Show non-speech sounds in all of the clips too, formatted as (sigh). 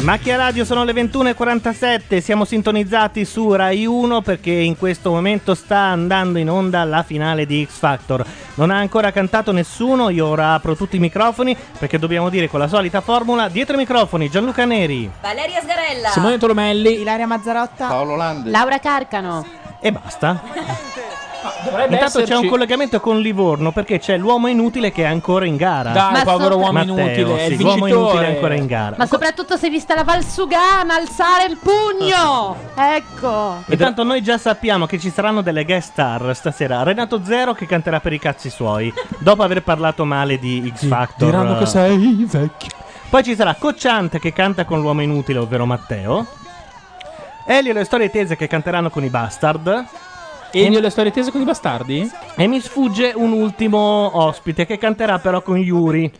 Macchia Radio sono le 21.47, siamo sintonizzati su Rai 1 perché in questo momento sta andando in onda la finale di X Factor. Non ha ancora cantato nessuno, io ora apro tutti i microfoni perché dobbiamo dire con la solita formula, dietro i microfoni Gianluca Neri. Valeria Sgarella. Tolomelli. Ilaria Mazzarotta. Paolo Landi. Laura Carcano. E basta. Intanto c'è un collegamento con Livorno perché c'è l'uomo inutile che è ancora in gara. Dai, Ma povero so- uomo inutile, è Matteo, il sì, l'uomo vincitore. inutile è ancora in gara. Ma soprattutto se vista la Valsugana alzare il Ah, pugno. Ecco. Intanto noi già sappiamo che ci saranno delle guest star stasera. Renato Zero che canterà per i cazzi suoi, dopo aver parlato male di X Factor. Diranno che sei vecchio. Poi ci sarà Cocciante che canta con l'uomo inutile, ovvero Matteo. Elio e le storie tese che canteranno con i bastard. Elio e le storie tese con i bastardi? E mi sfugge un ultimo ospite che canterà però con Yuri.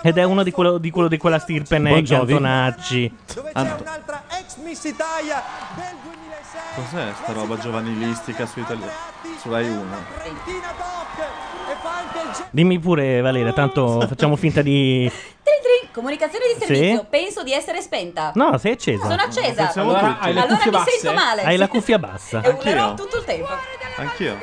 Ed è uno di quello di, quello di quella stirpe nei Bon Jovi. cantonacci. un'altra ex Miss Italia del 2006. Cos'è sta roba giovanilistica su, Italia... su Rai 1? Tina Toc e fa anche il genere Dimmi pure, Valeria, tanto facciamo finta di. Trin trin. Comunicazione di Sì. servizio. Penso di essere spenta. No, sei accesa. Sono accesa. Pensiamo tutti. allora mi sento male. Hai (laughs) la cuffia bassa. E urlerò tutto il tempo. Anch'io.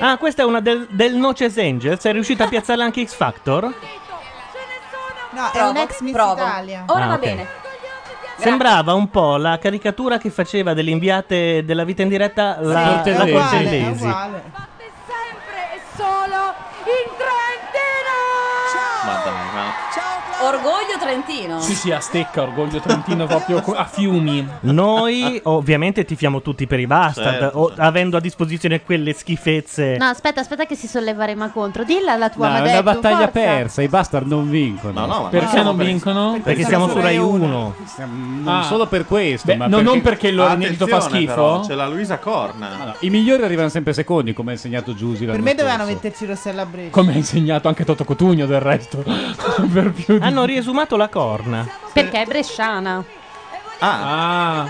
Ah, questa è una del, del Noces Angel. Sei riuscita a piazzarla anche X Factor? No, è Provo, un ex Miss provo. Italia. Ora Ah, va ok. bene. Sembrava un po' la caricatura che faceva delle inviate della vita in diretta la Sì, è la uguale, Cortellesi. è uguale. sempre e solo in Ma dai, ma. Orgoglio Trentino. Sì, sì, a stecca, orgoglio trentino proprio co- a fiumi. Noi ovviamente tifiamo tutti per i bastard, Certo, o- avendo a disposizione quelle schifezze. No, aspetta, aspetta che si solleveremo contro. Dilla la No, tua, è Madeddu, una battaglia forza. persa, i bastard non vincono. No, no, ma Perché no, non per- vincono? Perché, Perché siamo siamo su su Rai Rai 1. Mm, Non Ah. solo per questo, Beh, ma no, perché... non perché il loro inedito fa Attenzione, schifo. però, cioè- c'è la Luisa Corna. I migliori arrivano sempre secondi, come ha insegnato Giusy Per me dovevano metterci Rossella Brescia. Come ha insegnato anche Toto Cotugno del resto. (laughs) per più di... Hanno riesumato la corna. Perché è bresciana. Ah.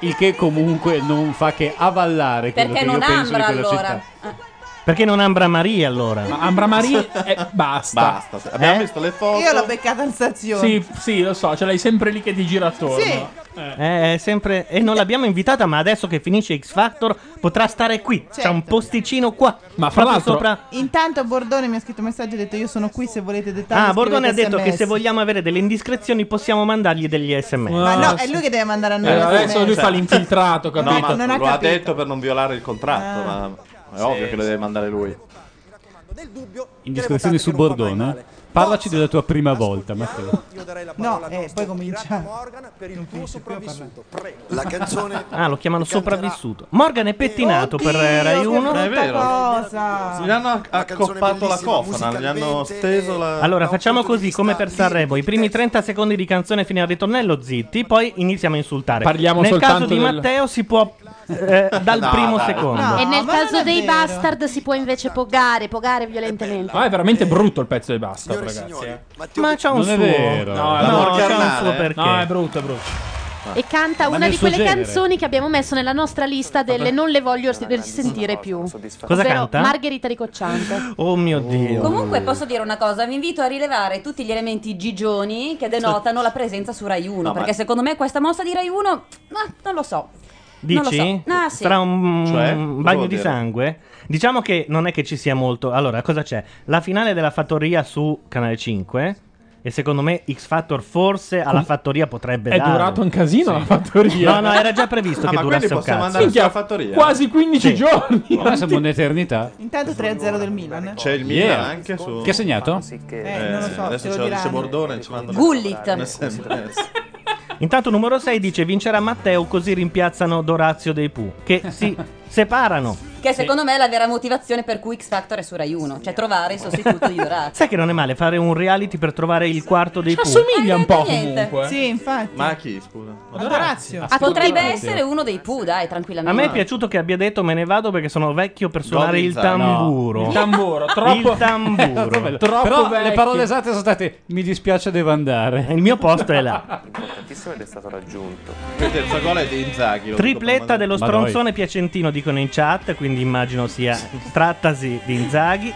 Il che comunque non fa che avallare quello Perché che io non penso di Ambra, quella allora? Ah, città. Perché non Ambra Maria allora? Ma Ambra Maria (laughs) è- basta. Basta. Abbiamo Eh? visto le foto. Io l'ho beccata in stazione. Eh, Sì, sì, lo so, ce l'hai sempre lì che ti gira attorno. Sì. Eh, è sempre... E non l'abbiamo invitata, ma adesso che finisce X Factor potrà stare qui. Certo. C'è un posticino qua. Ma fra l'altro- sopra... Intanto Bordone mi ha scritto un messaggio e ha detto io sono qui se volete dettagli. Ah, Bordone ha scrivete detto che SMS". se vogliamo avere delle indiscrezioni possiamo mandargli degli sms. Ma no, è lui che deve mandare a noi. Eh, adesso lui fa l'infiltrato, capito? No, ma Non ha lo ha capito. detto per non violare il contratto, Eh. ma è ovvio che lo deve mandare lui. Indiscrezioni su Bordone. Parlaci della tua prima volta, Matteo. No, eh, poi comincia. per il tuo sopravvissuto. Prego. La canzone Ah, lo chiamano sopravvissuto. Morgan è pettinato per eh, Rai 1. È vero. Gli hanno accoppato la cofana, gli hanno steso la. Allora, facciamo così, come per Sanremo, i primi 30 secondi di canzone fino al ritornello zitti, poi iniziamo a insultare. Parliamo Nel caso soltanto di del- Matteo si può eh, dal No, primo dai. secondo. No. e nel Ah, ma caso non è dei vero. bastard si può invece pogare, pogare violentemente. Ah, è veramente brutto il pezzo di basta, ragazzi. eh. Ma c'ha un Non è suo. vero. No, è no, brutto. c'ha un suo perché. No, è brutto, è brutto. E canta Ma una nel di suo quelle genere. canzoni che abbiamo messo nella nostra lista delle non le voglio s- sentire più. Cosa Ovvero canta? Margherita Ricocciante. Oh mio Dio. Comunque posso dire una cosa, vi invito a rilevare tutti gli elementi gigioni che denotano la presenza su Rai 1, No, ma- perché secondo me questa mossa di Rai 1, ma non lo so. Non lo Dici? so. Ah, sì. Sarà un Cioè? Cosa un vuol bagno di dire? sangue? Diciamo che non è che ci sia molto. Allora, cosa c'è? La finale della fattoria su Canale 5. E secondo me X Factor forse alla fattoria potrebbe È dare. durato un casino la fattoria. No, no, era già previsto Ah, che ma durasse quindi un possiamo cazzo. andare Minchia, sulla fattoria? quasi 15 giorni. Ma siamo un'eternità. Intanto 3-0 del Milan. C'è Oh, il Milan Yeah. anche su. Chi ha segnato? Eh, non lo so, adesso ce lo c'è, c'è diranno. Bordone. ci mandano- Gullit. un SMS. Intanto numero 6 dice vincerà Matteo così rimpiazzano Dorazio dei Pooh che si separano. Che secondo me è la vera motivazione per cui X Factor è su Rai 1, cioè trovare il sostituto di (laughs) Dorati. Sai che non è male fare un reality per trovare il quarto dei Ci Pooh? assomiglia un po' Eh, niente. comunque, eh. Sì, infatti. Ma a chi, scusa? Orazio. Ah, potrebbe essere uno dei Pooh, dai, A tranquillamente. me è piaciuto che abbia detto me ne vado perché sono vecchio per suonare il Goblin Zara. tamburo. No, (laughs) il tamburo, troppo- Il tamburo. Troppo (laughs) bello. troppo Però vecchio. le parole esatte sono state mi dispiace devo andare. Il mio posto è (laughs) là. Importantissimo ed è stato raggiunto. Il terzo gol è di Inzaghi. lo Tripletta dico dello con Madonna. stronzone piacentino dicono in chat, quindi immagino sia trattasi di Inzaghi.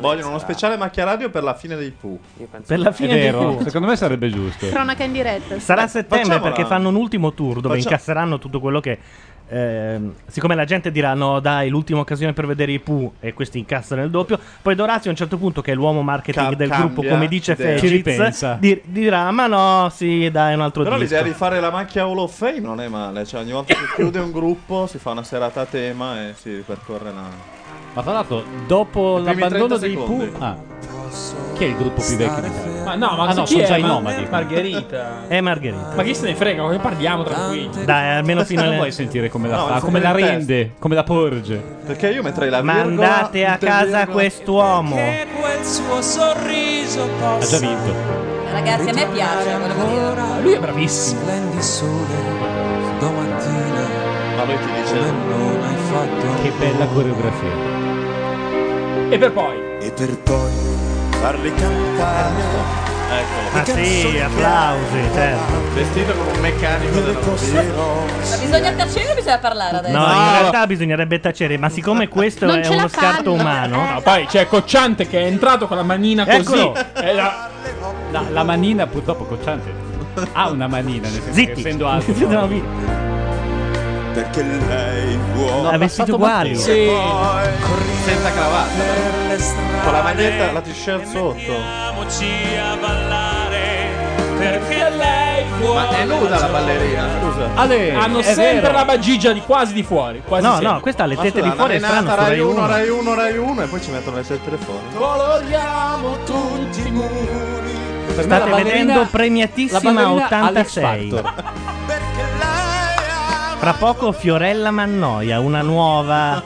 Vogliono uno speciale macchia radio per la fine dei Pooh. Per la fine È vero, dei Pooh. secondo me sarebbe (laughs) giusto. Cronaca in diretta. Sarà Eh, a settembre Facciamola. perché fanno un ultimo tour dove Faccia- incasseranno tutto quello che. ehm, siccome la gente dirà no, dai, l'ultima occasione per vedere i Pooh e questi incassano il doppio, poi Dorazio a un certo punto, che è l'uomo marketing Ca- del cambia gruppo, come dice idea. Ci ripensa. Feciz, di- dirà ma no, sì, dai, un altro Però disco. l'idea di fare la macchia Hall of Fame non è male. Cioè, ogni volta che chiude un gruppo si fa una serata a tema e si ripercorre la. Ma tra l'altro, dopo I primi 30 l'abbandono dei Pooh, secondi. ah, chi è il gruppo più vecchio d'Italia? Ma no, ma ah, no, chi sono è? già i Ma- nomadi. Margherita. È Eh, Margherita. Ma chi se ne frega? Come parliamo tranquilli. Dai, almeno fino Non alle- vuoi sentire come la No, fa, mi come sono la in testa. rende, come la porge. Perché io metterei la virgola, Mandate a casa quest'uomo. E quel suo sorriso Ha già vinto. Ragazzi, a me piace, volevo dire. Lui è bravissimo. Splendi sole domattina. Ma lui ti dice non hai fatto Che bella coreografia. E per poi. E per poi farle cantare. Ecco. Ma Ah, sì, applausi, certo. Vestito come un meccanico della Ma bisogna tacere o bisogna parlare adesso? No, in realtà bisognerebbe tacere, ma siccome questo Non è ce la uno scarto fanno. umano. Eh, No, poi c'è Cocciante che è entrato con la manina Eccolo. così. E la- La, la manina, purtroppo, cocciante. Ha una manina, nel senso che Zitti. (laughs) essendo alto. Zitti, no, vi- Perché lei vuole. Ha vestiti uguali. Sì. Senza cravatta. però. Con la maglietta, la t-shirt sotto. a ballare perché lei Ma è nuda la ballerina, scusa. Ale, Hanno è sempre vero. la bagigia di quasi di fuori. Quasi No, sempre. no, questa ha le Ma tette scusa, di fuori, è non è strano. nata su Rai Rai 1, Uno. Rai 1, Rai 1 e poi ci mettono le celle telefoniche. Coloriamo tutti i muri. Per me la State ballerina- vedendo la premiatissima ballerina Alex 86. Fra poco Fiorella Mannoia, una nuova.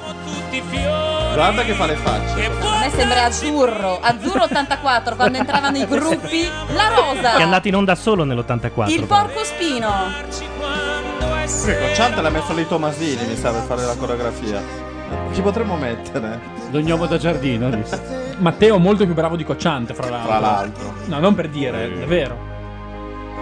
Guarda che fa le facce. A me sembra azzurro, azzurro 84, quando entravano i gruppi, la rosa, Che è andata in onda solo nell'84. il porco spino. Sì, Cocciante Ecco, l'ha messo lì Tomasini, mi sa, per fare la coreografia. Chi potremmo mettere? L'ognomo da giardino. Matteo è molto più bravo di Cocciante, fra l'altro. Fra l'altro. No, non per dire, è vero.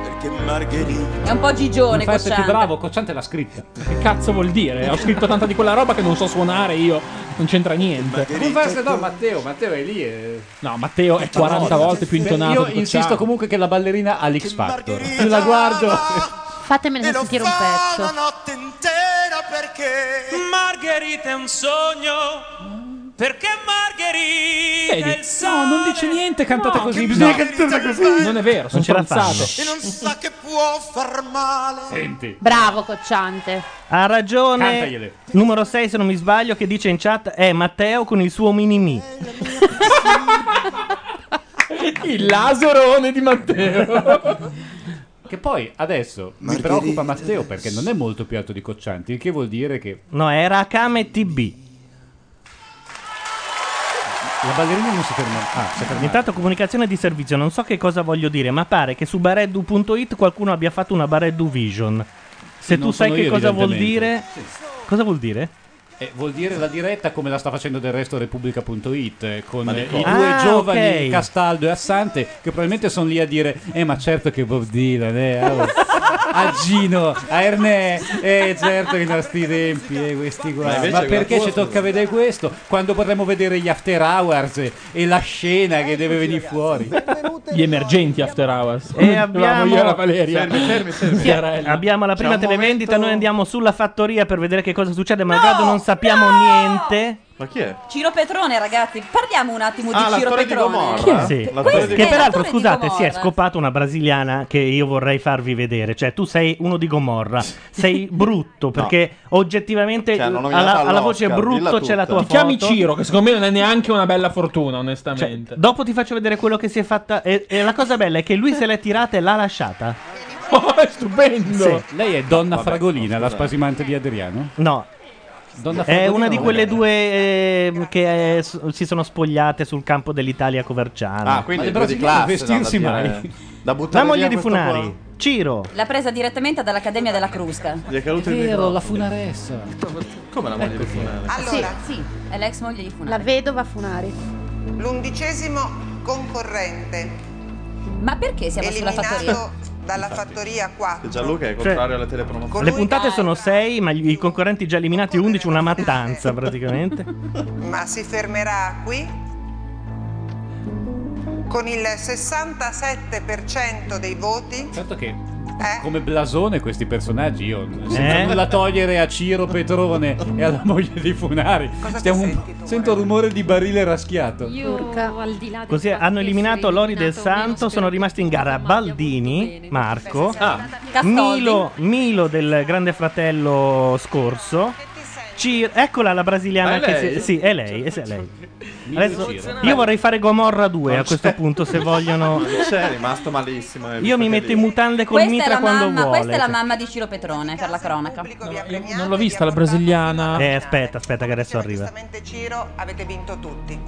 Perché Margherita. È un po' gigione Mi fai perché cocciante. bravo, Cocciante l'ha scritta. Che cazzo vuol dire? Ho scritto tanta di quella roba che non so suonare io, non c'entra niente. Come fai a se no, Matteo? Matteo è lì. eh. E... No, Matteo è 40 volte più intonato. Io di insisto Cocciante. comunque che la ballerina ha l'X Factor. Io la guardo. Fatemene sentire un pezzo. Margherita è un sogno. Perché Margherita Vedi? è il sogno. No, non dice niente cantata No, così. che Bisogna Margherita cantarla così. Non è vero, sono ce la fanno. forzato. E non sa che può far male. Senti. Bravo, cocciante. Ha ragione. Cantagliele. Numero 6, se non mi sbaglio, che dice in chat è Matteo con il suo mini-mi. Il laserone di Matteo. (laughs) Che poi adesso mi preoccupa Matteo perché non è molto più alto di Coccianti, il che vuol dire che No, era Akame TB. la ballerina non si ferma. Ah, si ferma. Cioè, Intanto comunicazione di servizio, non so che cosa voglio dire, ma pare che su bareddu.it qualcuno abbia fatto una bareddu vision. Se Non tu sai sono che io, cosa vuol dire, evidentemente. cosa vuol dire? Eh, vuol dire la diretta come la sta facendo del resto Repubblica.it eh, con di eh, i due cosa? Ah, giovani ok. Castaldo e Assante che probabilmente sono lì a dire eh ma certo che Bob Dylan (laughs) eh, oh, a Gino a Ernè eh certo che i nostri tempi eh, Ma questi qua ma, invece è perché gratuito, ci tocca vedere questo quando potremmo vedere gli after hours eh, e la scena che deve venire fuori Gli emergenti after hours. E Eh, abbiamo- Io e la Valeria. Fermi, fermi, fermi. Chiarella. Abbiamo la prima C'è un televendita, momento- noi andiamo sulla fattoria per vedere che cosa succede, malgrado non sappiamo niente. Ma chi è? Ciro Petrone, ragazzi, parliamo un attimo Ah, di Ciro l'attore di Petrone. Gomorra. Chi è? Eh? Sì. La storia di Che Gomorra. peraltro, L'attore di scusate, si è Gomorra. scopata una brasiliana che io vorrei farvi vedere. Cioè, tu sei uno di Gomorra, (laughs) sei brutto perché oggettivamente Cioè, hanno alla, nominato alla voce all'Oscar, dilla brutto c'è la tutta. tua Ti chiami foto. Ciro, che secondo me non è neanche una bella fortuna, Cioè, onestamente. dopo ti faccio vedere quello che si è fatta. E, e la cosa bella è che lui se l'è tirata e l'ha lasciata. (laughs) Oh, è stupendo! Sì. lei è donna Vabbè, fragolina no, la scusate. spasimante di Adriano No, Donna È Fredolina, una di no? quelle due eh, che eh, s- si sono spogliate sul campo dell'Italia Coverciano. Ah, quindi però di classe. da dire- eh, Da buttare La moglie via di questo Funari, qua. Ciro. L'ha presa direttamente dall'Accademia della Crusca. Gli è caduto il Vero, microfono. la funaressa. Come la moglie di Ecco, Funari? Allora, sì, è l'ex moglie di Funari. La vedova Funari. L'undicesimo concorrente. Ma perché siamo sulla fattoria? Eliminato dalla fattoria 4. Gianluca è Cioè, contrario alle telepromozioni. Le puntate sono 6, ma gli- i concorrenti già eliminati 11, una mattanza praticamente. ma si fermerà qui con il 67% dei voti. Certo che come blasone questi personaggi io Eh? senza nulla togliere a Ciro Petrone e alla moglie di Funari stiamo un- sento rumore di barile raschiato Io al di là del Così fatto hanno che eliminato sono Lori del eliminato meno Santo, sono rimasti in gara Baldini, Marco, Castoldi. Milo, Milo del Grande Fratello scorso. Cir- eccola la brasiliana Ah, è che lei? si- sì, è lei, eh, sì, è lei. Milo Adesso Ciro. io vorrei fare Gomorra 2 Non a questo c'è. punto se vogliono C'è è rimasto malissimo. eh, Io mi visto che metto lì- in mutande col Questa è, mitra la quando mamma, vuole. cioè. questa è la mamma di Ciro Petrone, per la cronaca. Non l'ho vista la brasiliana. Eh, aspetta, aspetta che adesso arriva. Ciro avete vinto tutti.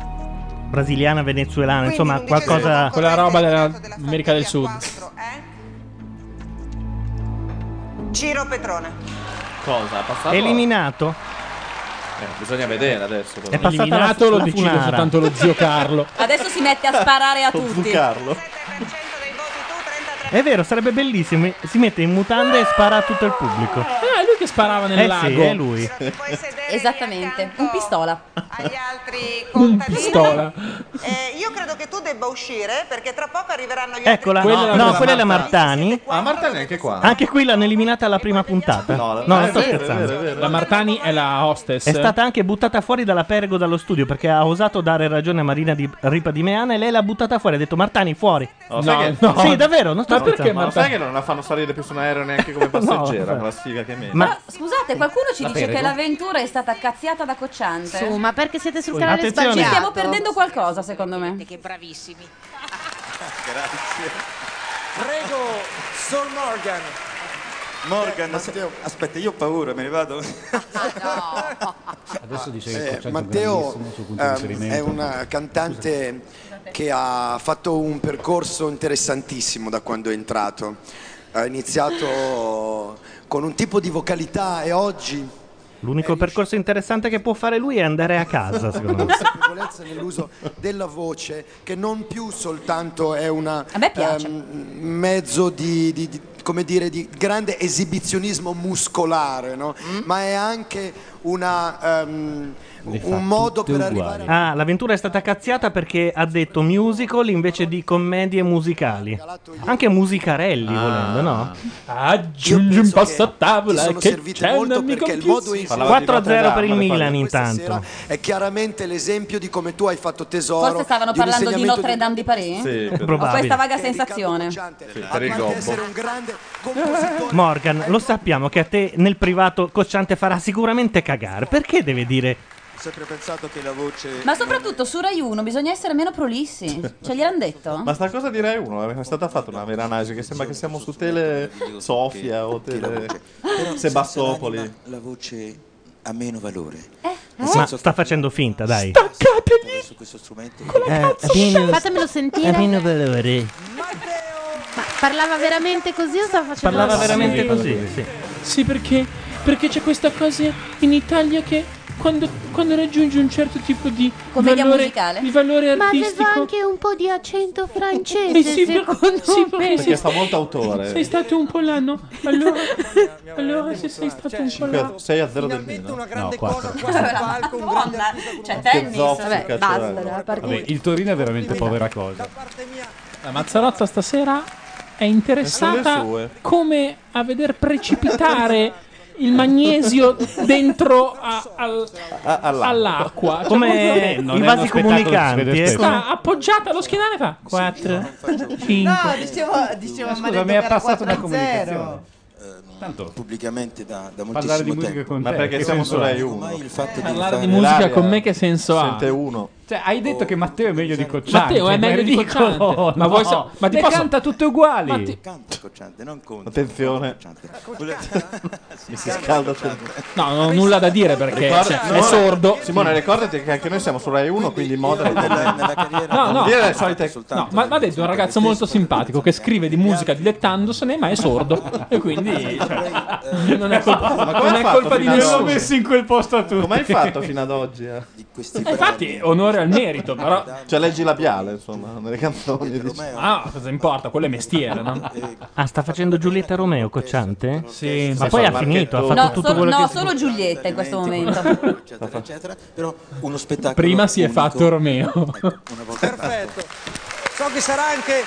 Brasiliana, venezuelana, Quindi insomma, l'undicesimo qualcosa Quella roba dell'America del Sud. Ciro Petrone. Cosa? Ha passato? eliminato. Eh, bisogna vedere adesso. cosa- È passata Eliminato la- lo la decide Funara. soltanto lo (laughs) zio (laughs) Carlo. Adesso si mette a sparare a Con tutti. Zuccarlo. È vero, sarebbe bellissimo. Si mette in mutande e spara a tutto il pubblico. Ah, è lui che sparava nel eh lago. sì, è lui. Esattamente, un pistola. Un pistola. Eh, io credo che tu debba uscire perché tra poco arriveranno gli Eccola, altri no, no, quella è la Martani. Ah, Martani è anche qua. Anche qui l'hanno eliminata alla prima puntata. No, non Ah, è sto vero, è scherzando. vero, è vero. La Martani è la hostess. È stata anche buttata fuori dalla Pergo dallo studio perché ha osato dare ragione a Marina di Ripa di Meana e lei l'ha buttata fuori. Ha detto Martani fuori. Oh, sai che- Sì, davvero, non sto Ma perché? scherzando. Ma lo sai che non la fanno salire più su un aereo (laughs) neanche come passeggera? con la sfiga che mette. Ma- Scusate, qualcuno ci La dice Perego? che l'avventura è stata cazziata da Cocciante. Su, ma perché siete sul Sì. canale Attenzione. sbagliato? Ci stiamo perdendo qualcosa, secondo me. Che bravissimi. Grazie. Prego, Sol Morgan. Eh, Morgan, aspetta, io ho paura, me ne vado. (laughs) adesso dice Eh, che il concetto è Matteo grandissimo il suo punto di ehm, riferimento. è un cantante che ha fatto un percorso interessantissimo da quando è entrato. Ha iniziato con un tipo di vocalità e oggi Eh, L'unico percorso interessante che può fare lui è andare a Ah, casa, secondo me. consapevolezza nell'uso della voce che non più soltanto è una ehm, mezzo di, di- di- come dire, di grande esibizionismo muscolare, no? Mm. ma è anche una, ehm, (laughs) un modo per arrivare Ah, l'avventura è stata cazziata perché ha detto musical invece di commedie musicali. Anche Ah. musicarelli, volendo, no? Aggiungi un passo a tavola sono Ah, che servite c'è un molto amico perché il in più. modo in cui- 4-0 per il Questa Milan sera intanto. è chiaramente l'esempio di come tu hai fatto tesoro Forse stavano di un parlando di insegnamento Notre Dame di Paris? Sì, credo. Ho Probabile. questa vaga sensazione. per il gobbo. Morgan, lo sappiamo che a te nel privato Cocciante farà sicuramente cagare. Perché deve dire Ho sempre pensato che la voce... (laughs) Ma soprattutto su Rai 1 bisogna essere meno prolissi. Ce gliel'hanno detto? (laughs) Ma (laughs) sta cosa di Rai 1 è stata fatta una vera analisi che sembra che siamo su Tele Sofia o Tele Sebastopoli. La voce ha meno valore. Eh? Ma sta facendo finta, dai. Su questo strumento. Eh, Fatemelo sentire. Ma parlava veramente così o stava facendo Parlava la- veramente così, sì. Sì, perché, perché c'è questa cosa in Italia che quando, quando raggiunge un certo tipo di Commedia valore, musicale? il valore Ma aveva artistico. anche un po' di (laughs) accento francese, Eh sì, per- sì, perché sei Perché fa sta- molto autore. Sei stato un polano, (laughs) allora, allora se sei stato un polano. 6 a 0 del Milan. grande No, quattro. Cioè, Che tennis, zoffica, vabbè, cioè. basta. la partita. Vabbè, il Torino è veramente povera cosa La Mazzarotta stasera è interessata Sono le sue. come a veder precipitare il magnesio dentro a- al- Ah, all'acqua. all'acqua. Cioè, Come proprio- Eh, non i è uno vasi spettacolo che si comunicanti, vede eh, spesso. Sta appoggiata allo schienale e fa 4, 5. No, dicevo, dicevo Ma scusa, Maria mi è che era passata una 4-0. comunicazione. Tanto pubblicamente da, da Parlare di moltissimo musica tempo. con Ma te, perché che siamo senso su ha? Rai Ormai il fatto di Parlare di fare- musica con me che senso ha? Sente uno. Cioè, hai detto che Matteo è meglio di Cocciante. Matteo è ma meglio di ridicolo, Cocciante. Ma no. vuoi sa- ma ti Le posso- canta tutte uguali. Ma ti- Canta Cocciante, non conta. Attenzione. Cioè, Mi si scalda sempre. No, non ho nulla da dire perché Ricorda- cioè, è Simone- sordo. Simone, ricordati che anche noi siamo su Rai 1, quindi modera. No, no, Non dire le solite no, ma ma ha detto un ragazzo molto simpatico che scrive di musica dilettandosene, ma è sordo. E quindi cioè, non è colpa, Ma come non hai è fatto colpa di fino ad nessuno. oggi? in quel posto a tutti. Come hai fatto fino ad oggi? eh? Eh, Infatti, onore al merito, però. Cioè, leggi labiale, insomma, nelle canzoni. dici. Ah, cosa importa? Quello è mestiere, no? Ah, sta facendo Giulietta Romeo, cocciante? Sì, Ma sì, poi sì, ha finito, ha fatto no, tutto solo- quello no, che... solo Giulietta in questo momento. eccetera, eccetera. Però uno spettacolo. Prima si è fatto Romeo. Perfetto. So che sarà anche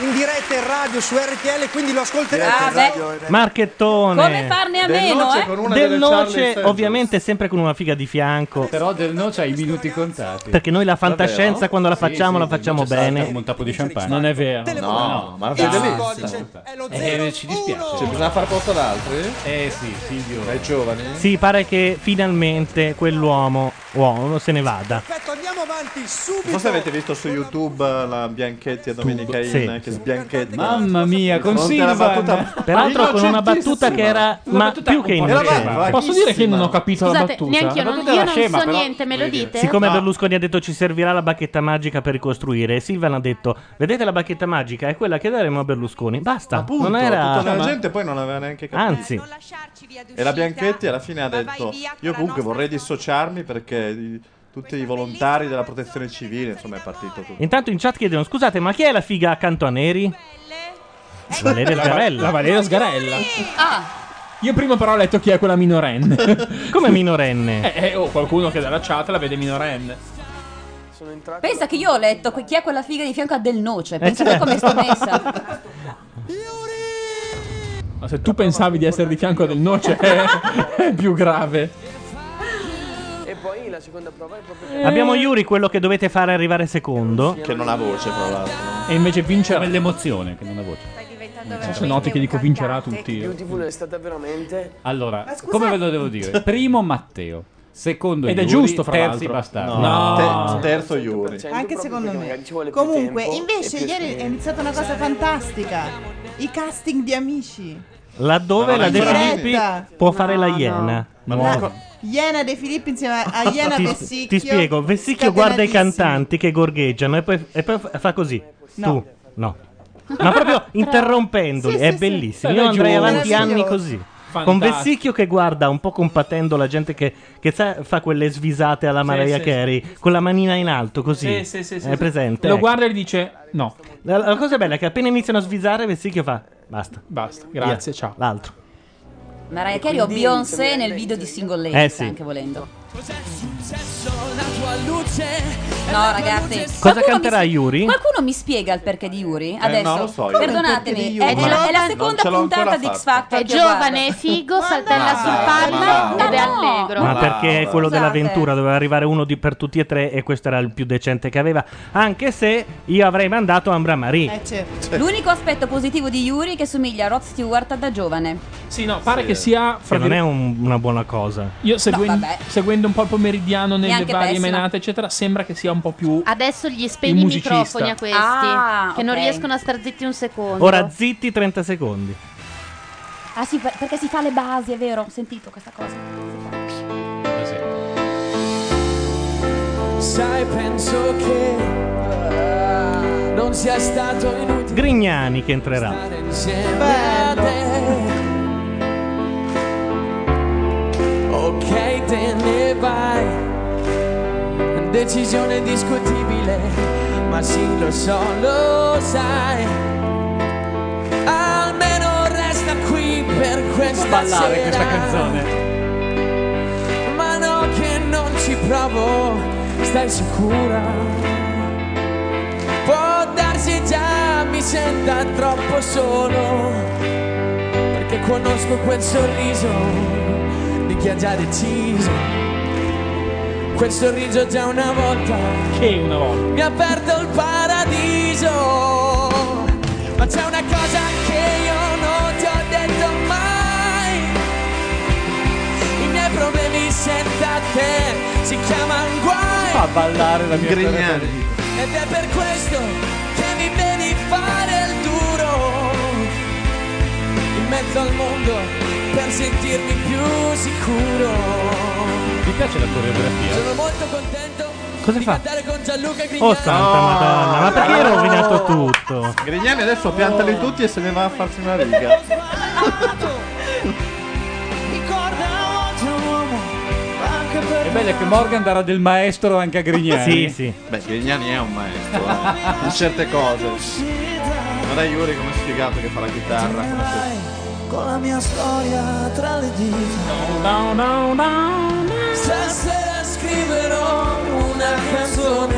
in diretta in radio su RTL, quindi lo ascolterete. Ah, beh. Marchettone. Come farne a Del meno, Noce eh? con una Del delle Noce, Charlie Angels. ovviamente sempre con una figa di fianco. Però del no c'hai i minuti contati. Perché noi la fantascienza Davvero? quando la Sì, facciamo sì, la del facciamo Noce salta bene. Come un tappo di champagne. Non è vero. No, ma la Dai, fedelista. dai. Eh, ci dispiace. Cioè, bisogna far posto ad altri? Eh sì, Silvio. Dai giovani? Sì, pare che finalmente quell'uomo uomo se ne vada. Perfetto, andiamo avanti subito. Forse avete visto su YouTube la Bianchetti e Domenica In Sì. che sbianchetta. Mamma mia, con Di fronte alla Silvan. eh. battuta- Peraltro con una battuta che era Una ma battuta più che un po' innocente. scema. Posso dire che io non ho capito la Scusate, battuta? neanche io La non, battuta io era non scema, so però- niente, me lo dite? Siccome Berlusconi ha detto ci servirà la bacchetta magica per ricostruire, Silvan ha detto vedete la bacchetta magica è quella che daremo a Berlusconi. Basta, Appunto, non era... tutta la gente poi non aveva neanche capito. Anzi, E la Bianchetti alla fine ha detto: Io comunque vorrei dissociarmi perché i- tutti i volontari della protezione civile, insomma, è partito tutto. intanto in chat chiedono scusate ma chi è la figa accanto a Neri? Valeria La- Sgarella. la Valeria Sgarella. Ah, Io prima però ho letto chi è quella minorenne. (laughs) Come minorenne? Eh, eh, o qualcuno che dalla chat la vede minorenne. pensa che io ho letto que- chi è quella figa di fianco a Del Noce. Pensa a te come sto messa. Ma se tu pensavi di essere di fianco del noce (laughs) è, è più grave. E poi la seconda prova è proprio Eh. Abbiamo Yuri, quello che dovete fare arrivare secondo. Che non ha voce, tra l'altro. E invece vincerà. Come l'emozione che non ha voce. Adesso noti che dico vincerà tutti. io. Beautiful è stata veramente Allora, come ve lo devo dire? Primo Matteo, secondo Ed è Yuri, giusto, fra terzi l'altro. Bastardo. No. Te- terzo Yuri. Anche secondo magari me. ci vuole più Comunque, tempo e invece, più ieri è esperienza. iniziata una cosa fantastica. I casting di amici. Laddove Ma la De non è Filippi corretta. può fare la iena. La Ecco, Iena De Filippi insieme a Iena ti, Vessicchio. ti spiego, Vessicchio guarda i cantanti che gorgheggiano e poi, e poi fa così. No. Tu, no. Ma (laughs) proprio interrompendoli, Sì, è sì, sì. bellissimo. Beh, Io è andrei giusto. avanti anni Meraviglioso. così. Con Fantastico. Vessicchio che guarda un po' compatendo la gente che, che sa- fa quelle svisate alla Mariah sì, Carey con la manina in alto così. Sì, sì, sì, sì, è sì. presente. Lo Ecco. guarda e gli dice no. La, la cosa bella è che appena iniziano a svizzare, Vessicchio fa basta. Basta, grazie, ciao. L'altro. Mariah Carey o Quindi, Beyoncé insomma, nel lei- video di Single Eh, Ladies, sì. anche volendo. Cos'è successo la tua luce? No, ragazzi. Cosa Qualcuno canterà mi- Yuri? Qualcuno mi spiega il perché di Yuri? Adesso. Eh, no, lo so io. Perdonatemi, Come il perché di è, Yuri? è la, è la Ma non seconda ce l'ho ancora puntata di X fatta. Factor. È che guardo. giovane, è figo, saltella no, sul ma palla no. ed è allegro. Ma perché quello brava. Scusate. dell'avventura doveva arrivare uno di- per tutti e tre e questo era il più decente che aveva. Anche se io avrei mandato Ambra Marie. Eh, Eh, certo. certo. L'unico aspetto positivo di Yuri è che somiglia a Rod Stewart da giovane. Sì, no, pare che sia fra Che non vir- è un- una buona cosa. Io seguen- vabbè. seguendo un po' il pomeridiano nelle Neanche varie pessima. menate, eccetera, sembra che sia un po' più. Adesso gli spegni Il i musicista. microfoni a questi, Ah, che non ok. riescono a star zitti un secondo. Ora zitti 30 secondi. Ah sì, per- perché si fa le basi, è vero, ho sentito questa cosa. Sai, penso che eh, non sia stato inutile Grignani che entrerà. stare insieme a te. Ok, te ne vai. Decisione discutibile, ma sì, lo so, lo sai. Almeno resta qui per questa Ballare sera. questa canzone. Ma no che non ci provo, stai sicura? Può darsi già mi senta troppo solo, perché conosco quel sorriso di chi ha già deciso. Quel sorriso già una volta Che una volta. mi ha aperto il paradiso. Ma c'è una cosa che io non ti ho detto mai. I miei problemi senza te si chiamano guai. ballare la mia storia Grignani. Ed è per questo che mi vedi fare il duro In mezzo al mondo per sentirmi più sicuro Mi piace la coreografia. Sono molto contento Cosa di fa? cantare con Gianluca Grignani Oh santa madonna, ma perché hai rovinato tutto? Grignani adesso piantali tutti e se ne va a farsi una riga. È bello che Morgan darà del maestro anche a Grignani. Sì, Beh, Grignani è un maestro eh, in certe cose. Guarda Yuri come sfigato che fa la chitarra. come se- Con la mia storia tra le dita no, no, Stasera scriverò una canzone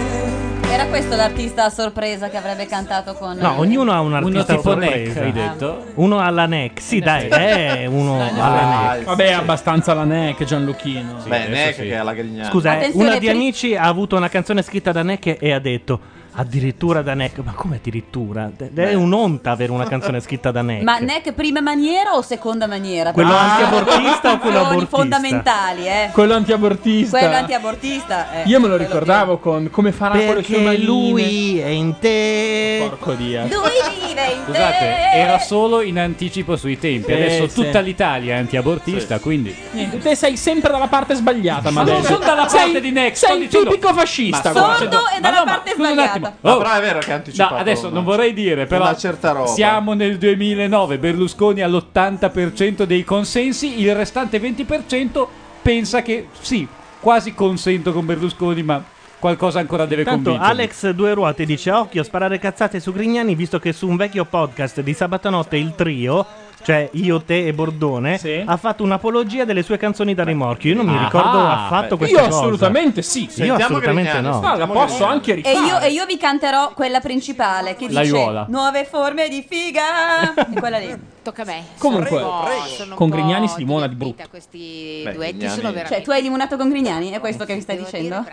Era questo l'artista a sorpresa che avrebbe cantato con. No, ognuno ha un artista tipo Neck, sorpresa. hai detto? Uno alla neck, sì dai, eh, uno alla neck. Vabbè, abbastanza la neck, Gianluchino. Beh, Neck che è la Grignani. Scusa, eh, Attenzione, una di Pri- Amici ha avuto una canzone scritta da Neck e ha detto addirittura da Neck. Ma come addirittura? D- È un'onta avere una canzone scritta da Neck. Ma neck prima maniera o seconda maniera? Quello Perché antiabortista o (laughs) quello sono abortista? fondamentali, eh. Quello antiabortista. Quello antiabortista. eh. Io me lo ricordavo con come farà quello Perché lui è in te. Porco dia. Eh. Lui vive in te. Scusate, era solo in anticipo sui tempi. Eh, Adesso sì. tutta l'Italia è antiabortista, quindi. Niente, te sei sempre dalla parte sbagliata, ma Ma non adesso. sono dalla sei, parte di Next, sto Sei il dicendo- tipico fascista. Ma sono- guarda. Sordo e dalla parte sbagliata. Ma però è vero che ha anticipato Oh. No, adesso una- non vorrei dire, però una certa roba. siamo nel 2009, Berlusconi all'80% dei consensi, il restante 20% pensa che sì, quasi consento con Berlusconi, ma qualcosa ancora deve Tanto convincere. Alex Due Ruote dice occhio sparare cazzate su Grignani visto che su un vecchio podcast di sabato notte il trio, cioè io, te e Bordone, ha fatto un'apologia delle sue canzoni da rimorchio. Io non mi Ah, ricordo beh, affatto io questa cosa. assolutamente sì. Io Sentiamo assolutamente Grignani, no. guarda, posso anche E rifare. io, e io vi canterò quella principale che dice L'aiuola. nuove forme di (laughs) figa. E quella lì. Tocca a me. Comunque, Sono un po'- sono un con po' Grignani si dimona di brutto. divertita, Questi Beh, duetti Grignani- sono Cioè, veramente. tu hai limonato con Grignani? È questo che mi stai dicendo?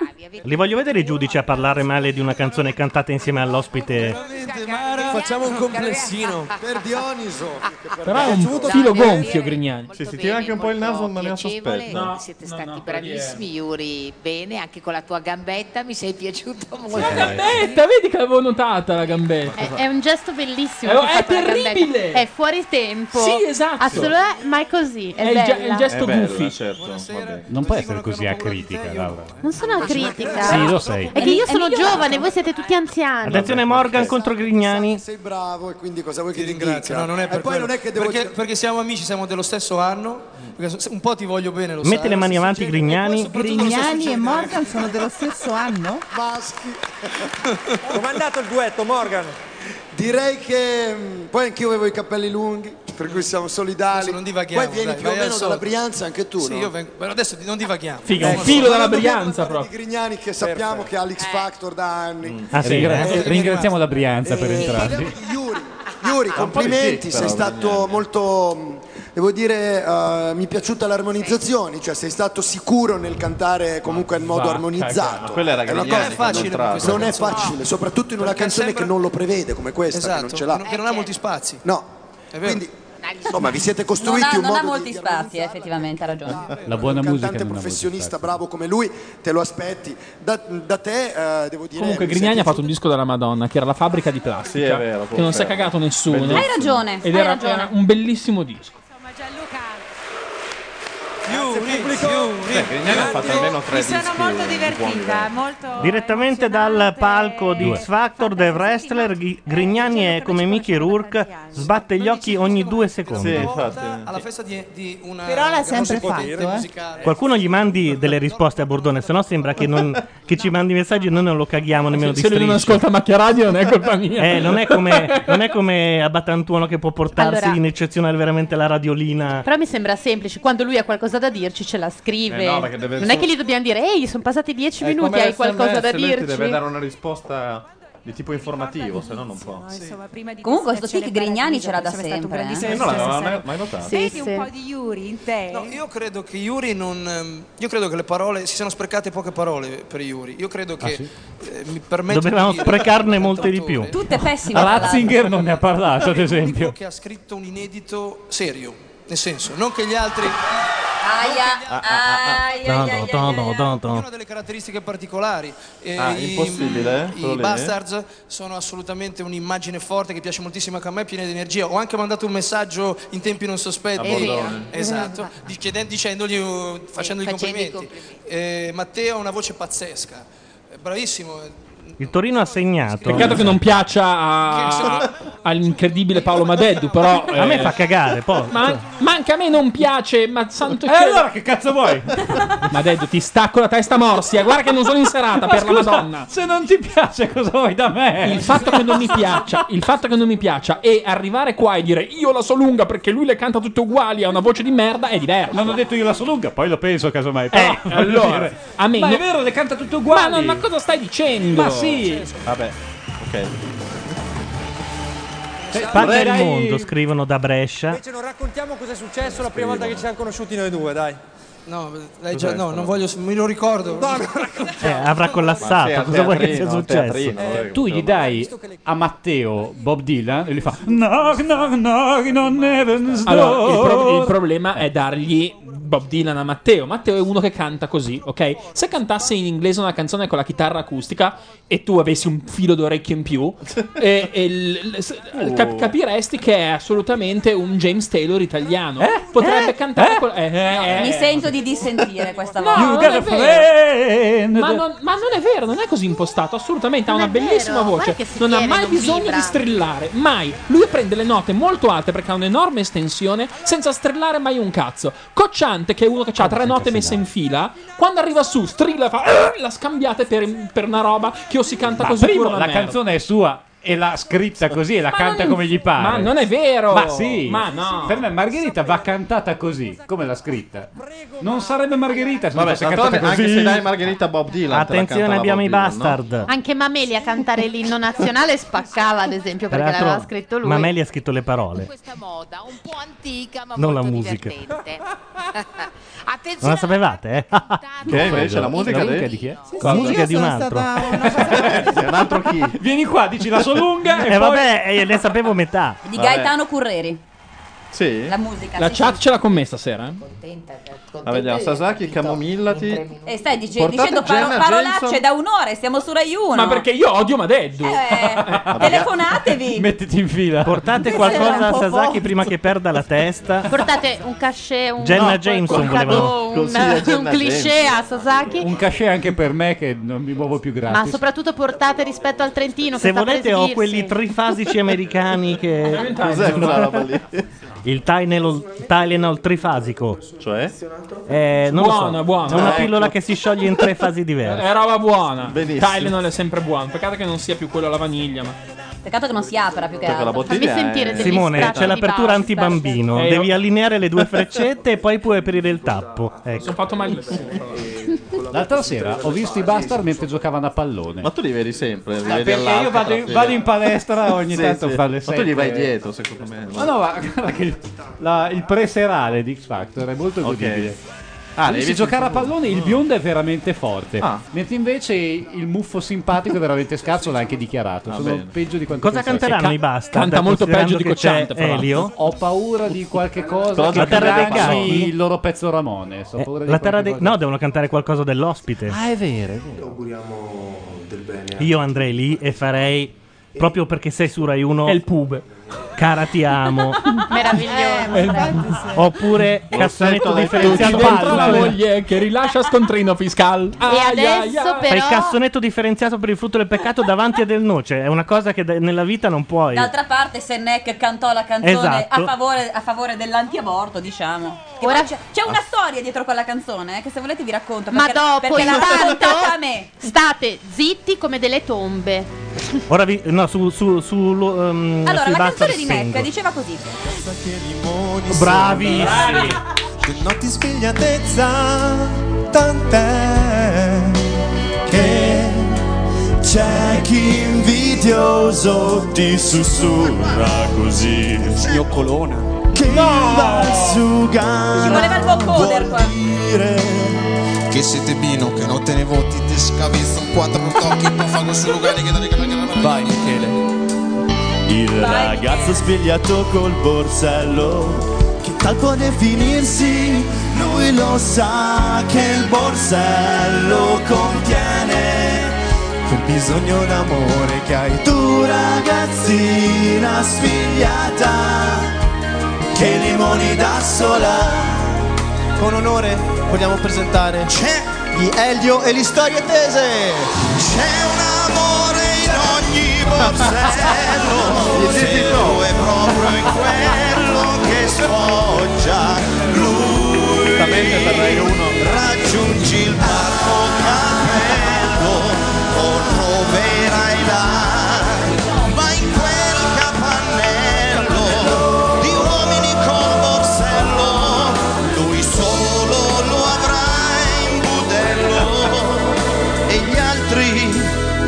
Li voglio vedere i giudici a parlare male di una canzone cantata insieme all'ospite. Facciamo un ah, complessino. Per Dioniso. Però è un Piaciuto? filo Dai, gonfio, Grignani. Sì, si tira anche un po' il naso in maniera Piacevole, sospetta. siete stati bravissimi, Yuri. Bene, anche con la tua gambetta mi sei piaciuto molto. La gambetta, vedi che l'avevo notata la gambetta. Eh, È, è un gesto bellissimo. È- che è fa quella terribile! gambetta. È fuori tempo. Sì, esatto. Assolutamente, ma è così. È, È il ge- bella. è il gesto È bella, goofy. Eh, certo. vabbè. Non può essere così acritica, Laura. Non sono una critica. Sì, lo sei. È che io sono giovane, voi siete tutti anziani. Attenzione Morgan contro Grignani. Sei bravo e quindi cosa vuoi che ti Ringrazio, no, dica? non è per e poi quello. non è che devo perché, perché siamo amici, siamo dello stesso anno. perché so- Un po' ti voglio bene, lo Mette sai. le mani avanti Grignani. Grignani e Morgan sono dello stesso anno? Com'è andato il duetto, Morgan? Direi che mh, poi anch'io avevo i capelli lunghi, per cui siamo solidali. Non divaghiamo. poi vieni dai, più o vai al meno dalla solito. Brianza anche tu, Sì, no? io vengo. Però adesso non divaghiamo. Figa, un Ecco. filo dalla dobbiamo Brianza parlare di proprio. Grignani che sappiamo che ha l'X Factor da anni. Ah, sì, Ringra- Eh, ringraziamo la Brianza Eh, per entrarci. Yuri, Yuri, un po' di sì, complimenti, sei però, stato molto, mh, devo dire, eh, mi è piaciuta l'armonizzazione, cioè sei stato sicuro nel cantare comunque in modo va, armonizzato. cagare. Ma quella era È una Grignani cosa- quando è entrato. non è facile, soprattutto in una canzone che non lo prevede come questa, che non ce l'ha. Che Esatto. non ha molti spazi. No, quindi insomma vi siete Non ha, costruiti un non ha modo molti spazi, eh, effettivamente, ha ragione. La buona un musica cantante non ha professionista bravo come lui, te lo aspetti. Da, da te, eh, devo dire. Comunque mi Grignani ha sento- fatto un disco della Madonna che era la fabbrica di plastica. Sì, è vero, che non si è confermo. cagato nessuno. Bellissimo. Hai ragione, Ed hai era, ragione. era un bellissimo disco. Beh, Grignani ha fatto almeno tre Mi sono dischi molto di buon divertita, livello. molto Direttamente dal palco di X Factor del wrestler Ghi- Grignani è come Mickey Rourke, sbatte gli occhi ogni due secondi. Alla festa di, di una. Però l'ha non sempre si può fatto, dire, eh. musicale. Qualcuno gli mandi delle risposte a Bordone, sennò sembra che, non- che ci mandi messaggi e noi non lo caghiamo nemmeno di Se lui non strisce. ascolta macchia radio non è colpa mia. Eh, non è come, non è come a Batantuono che può portarsi Allora- in eccezionale veramente la radiolina. Però mi sembra semplice, quando lui ha qualcosa da dirci ce la scrive. Eh no, perché deve- non è che gli dobbiamo dire, ehi, sono passati dieci È minuti, come hai qualcosa SMS, da lui ti dirci. deve dare una risposta di tipo informativo, se no non può. Comunque, questo tic Grignani c'era da sempre. Eh, non l'aveva mai, mai notato. Sì, Vedi un po' di Yuri in te. No, io credo che Yuri non. ehm, Io credo che le parole. Si siano sprecate poche parole per Yuri. Io credo che. eh, mi permetto Dovevamo di dire- sprecarne molte di più. Tutte pessime. tra Ratzinger non ne ha parlato, ad esempio. che ha scritto un inedito serio. Nel senso, non che gli altri. Ah, Aia, aia, aia, aia. Tanto, delle caratteristiche particolari. Eh, Ah, i- impossibile, eh? Quello I lì, eh? Bastards sono assolutamente un'immagine forte che piace moltissimo anche a me, piena di energia. Ho anche mandato un messaggio in tempi non sospetti, A Bordone. esatto, di- chieden- dicendogli, uh, facendogli facendo i complimenti. Eh, Matteo ha una voce pazzesca, Eh, bravissimo. Il Torino ha segnato. Peccato che non piaccia a- a- Ah, all'incredibile Paolo Madeddu, però... eh, A me fa cagare, poi. Ma, an- ma anche a me non piace, ma santo Eh, allora che cazzo (laughs) vuoi? Madeddu, ti stacco la testa morsia, guarda che non sono in serata Ma per la scusa, Madonna. Se non ti piace, cosa vuoi da me? Il fatto che non mi piaccia, il fatto che non mi piaccia e arrivare qua e dire io la so lunga perché lui le canta tutte uguali, ha una voce di merda, è diverso. Non ho detto io la so lunga, poi lo penso casomai. però, Eh, voglio (laughs) allora, dire. a me Ma è non- vero, le canta tutte uguali. Ma, no, ma cosa stai dicendo? Cioè, Ma sì. Vabbè, ok. Spagna il vorrei- mondo, scrivono da Brescia. Invece non raccontiamo cosa è successo la prima volta che ci siamo conosciuti noi due, dai. No, lei già, no, non voglio, me lo ricordo. Eh, avrà collassato. Ma sì, Cosa vuoi che sia teatrino, successo? teatrino, eh, tu gli dai a Matteo Bob Dylan e gli fa knock knock knock non heaven's Allora, il, pro- il door. problema è dargli Bob Dylan a Matteo. Matteo è uno che canta così, ok? Se cantasse in inglese una canzone con la chitarra acustica e tu avessi un filo d'orecchio in (laughs) più, e- e l- l- s- Oh. cap- capiresti che è assolutamente un James Taylor italiano. Eh? Potrebbe cantare con- eh, eh, eh. Mi sento di dissentire questa No, volta. non è vero. Ma, non, ma non è vero, non è così impostato, assolutamente, ha una bellissima vero, voce, guarda che si non ha tiene, mai non bisogno vibra. di strillare, mai. Lui prende le note molto alte perché ha un'enorme estensione senza strillare mai un cazzo. Cocciante, che è uno che ha tre note messe in fila, quando arriva su, strilla e fa "Ah", la scambiate per, per una roba che o si canta Ma così primo, oppure una la Ah, merda. canzone è sua e l'ha scritta così e la canta non- come gli pare. ma non è vero. Ma sì. Ma no. Per me Margherita va cantata così, come l'ha scritta. Non sarebbe Margherita se non Vabbè, fosse tanto cantata così. anche se dai Margherita a Bob Dylan. te la canta Attenzione, la abbiamo Bob i Dylan, bastard. Anche Mameli a cantare l'inno nazionale spaccava, ad esempio, Tra perché l'altro, l'aveva scritto lui. Mameli ha scritto le parole, Questa moda un po' antica, ma non la molto musica. divertente. Non Attenzione, la sapevate, eh? (laughs) Che invece la musica dei- di chi è? La musica di un altro. (laughs) un altro chi? Vieni qua, dici la so lunga e E poi- vabbè, eh, ne sapevo metà. Di Gaetano Curreri. Sì. La musica. La sì, chat sì. ce l'ha con me stasera. eh. La vediamo, Sasaki, camomillati. E Eh, stai dice- Portate dicendo paro- Jenna parolacce Jameson. da un'ora, e siamo su Rai 1. Ma perché io odio Madeddu. (laughs) Eh, Telefonatevi. (laughs) Mettiti in fila. Portate Era qualcosa un a po' Sasaki prima che perda la testa. Portate un cachet, un, Jenna no, Jameson un volevano- cadeau, un, Consiglia (laughs) un Jenna cliché a Sasaki. Un cachet anche per me che non mi muovo più gratis. Ma soprattutto portate rispetto al Trentino. Se che sta per volete ho esibirsi. quelli trifasici americani che... Cos'è quella roba lì? Il Tylenol, Tylenol trifasico. Cioè? Eh, non lo Buono, so. buono. È una Ah, pillola ecco. che si scioglie in tre fasi diverse. È roba Eh, buona. Benissimo. Tylenol è sempre buono. Peccato che non sia più quello alla vaniglia. Ma... Peccato che non si apra più che Perché la altro. bottiglia eh. Fammi sentire è- degli Simone, scatti c'è di l'apertura basso, antibambino. eh, Devi io- allineare le due freccette e poi puoi aprire il tappo. Ecco. Sono fatto malissimo. L'altra sera ho visto i bastard mentre giocavano a pallone. Ma tu li vedi sempre, li Ah, vedi perché all'alto io vado in- alla fine. vado in palestra ogni Sì, tanto a sì. fare le Ma tu gli sette. vai dietro, secondo me. Ma no, ma guarda che il, la- il preserale di X Factor è molto Ok. godibile. Ah, Ah, l'hai si visto giocare a in tv? pallone, il biondo è veramente (laughs) forte. Ah. Mentre invece il muffo simpatico è veramente scarso, l'ha anche dichiarato. Ah, Sono bene. peggio di quanto Cosa pensassi. canteranno Ca- i Bastard, considerando che c'è però. Elio? Ho paura di qualche cosa La che terra dei bilanci gatti? il loro pezzo Ramone. So, ho paura di Eh, La terra dei... qualche No, devono cantare qualcosa dell'ospite. cosa. Ah, è vero, è vero. Auguriamo del bene. Io andrei lì e farei proprio perché sei su Rai 1 È il pub. Cara ti amo. Eh, Meraviglioso. Oppure Lo cassonetto setto del differenziato tutto dentro la per moglie che rilascia scontrino fiscal. E adesso Fai il però cassonetto differenziato per il frutto del peccato davanti a del noce. È una cosa che da- nella vita non puoi. D'altra parte, Senec cantò la canzone Esatto. a, favore, a favore dell'antiaborto, diciamo. Che poi c'è, c'è una storia dietro quella canzone eh, che se volete vi racconto. Ma perché- dopo, perché l'ha intanto- raccontata a me. state zitti come delle tombe. Ora vi... No, su... su, su lo- um, Allora, sui la Bastard canzone di Mac spengo. diceva così: Bravi. Bravi. Che non ti sfigliatezza tant'è che c'è chi invidioso ti sussurra così Gnoccolona Che dal sugare Ci voleva il vocoder qua. Che siete bino, che non te ne voti, ti scavezzo un quattro tocchi, poi fanno su lugani che Vai Michele Il ragazzo spigliato col borsello Che tal può definirsi Lui lo sa che il borsello contiene quel bisogno d'amore che hai tu ragazzina sfigliata che limoni da sola Con onore vogliamo presentare gli Elio e l'Istoria Tese. C'è un amore in ogni borsello vero è proprio in quello che sfoggia lui raggiungi il parco capello o troverai là ma in quel capannello di uomini con borsello lui solo lo avrà in budello e gli altri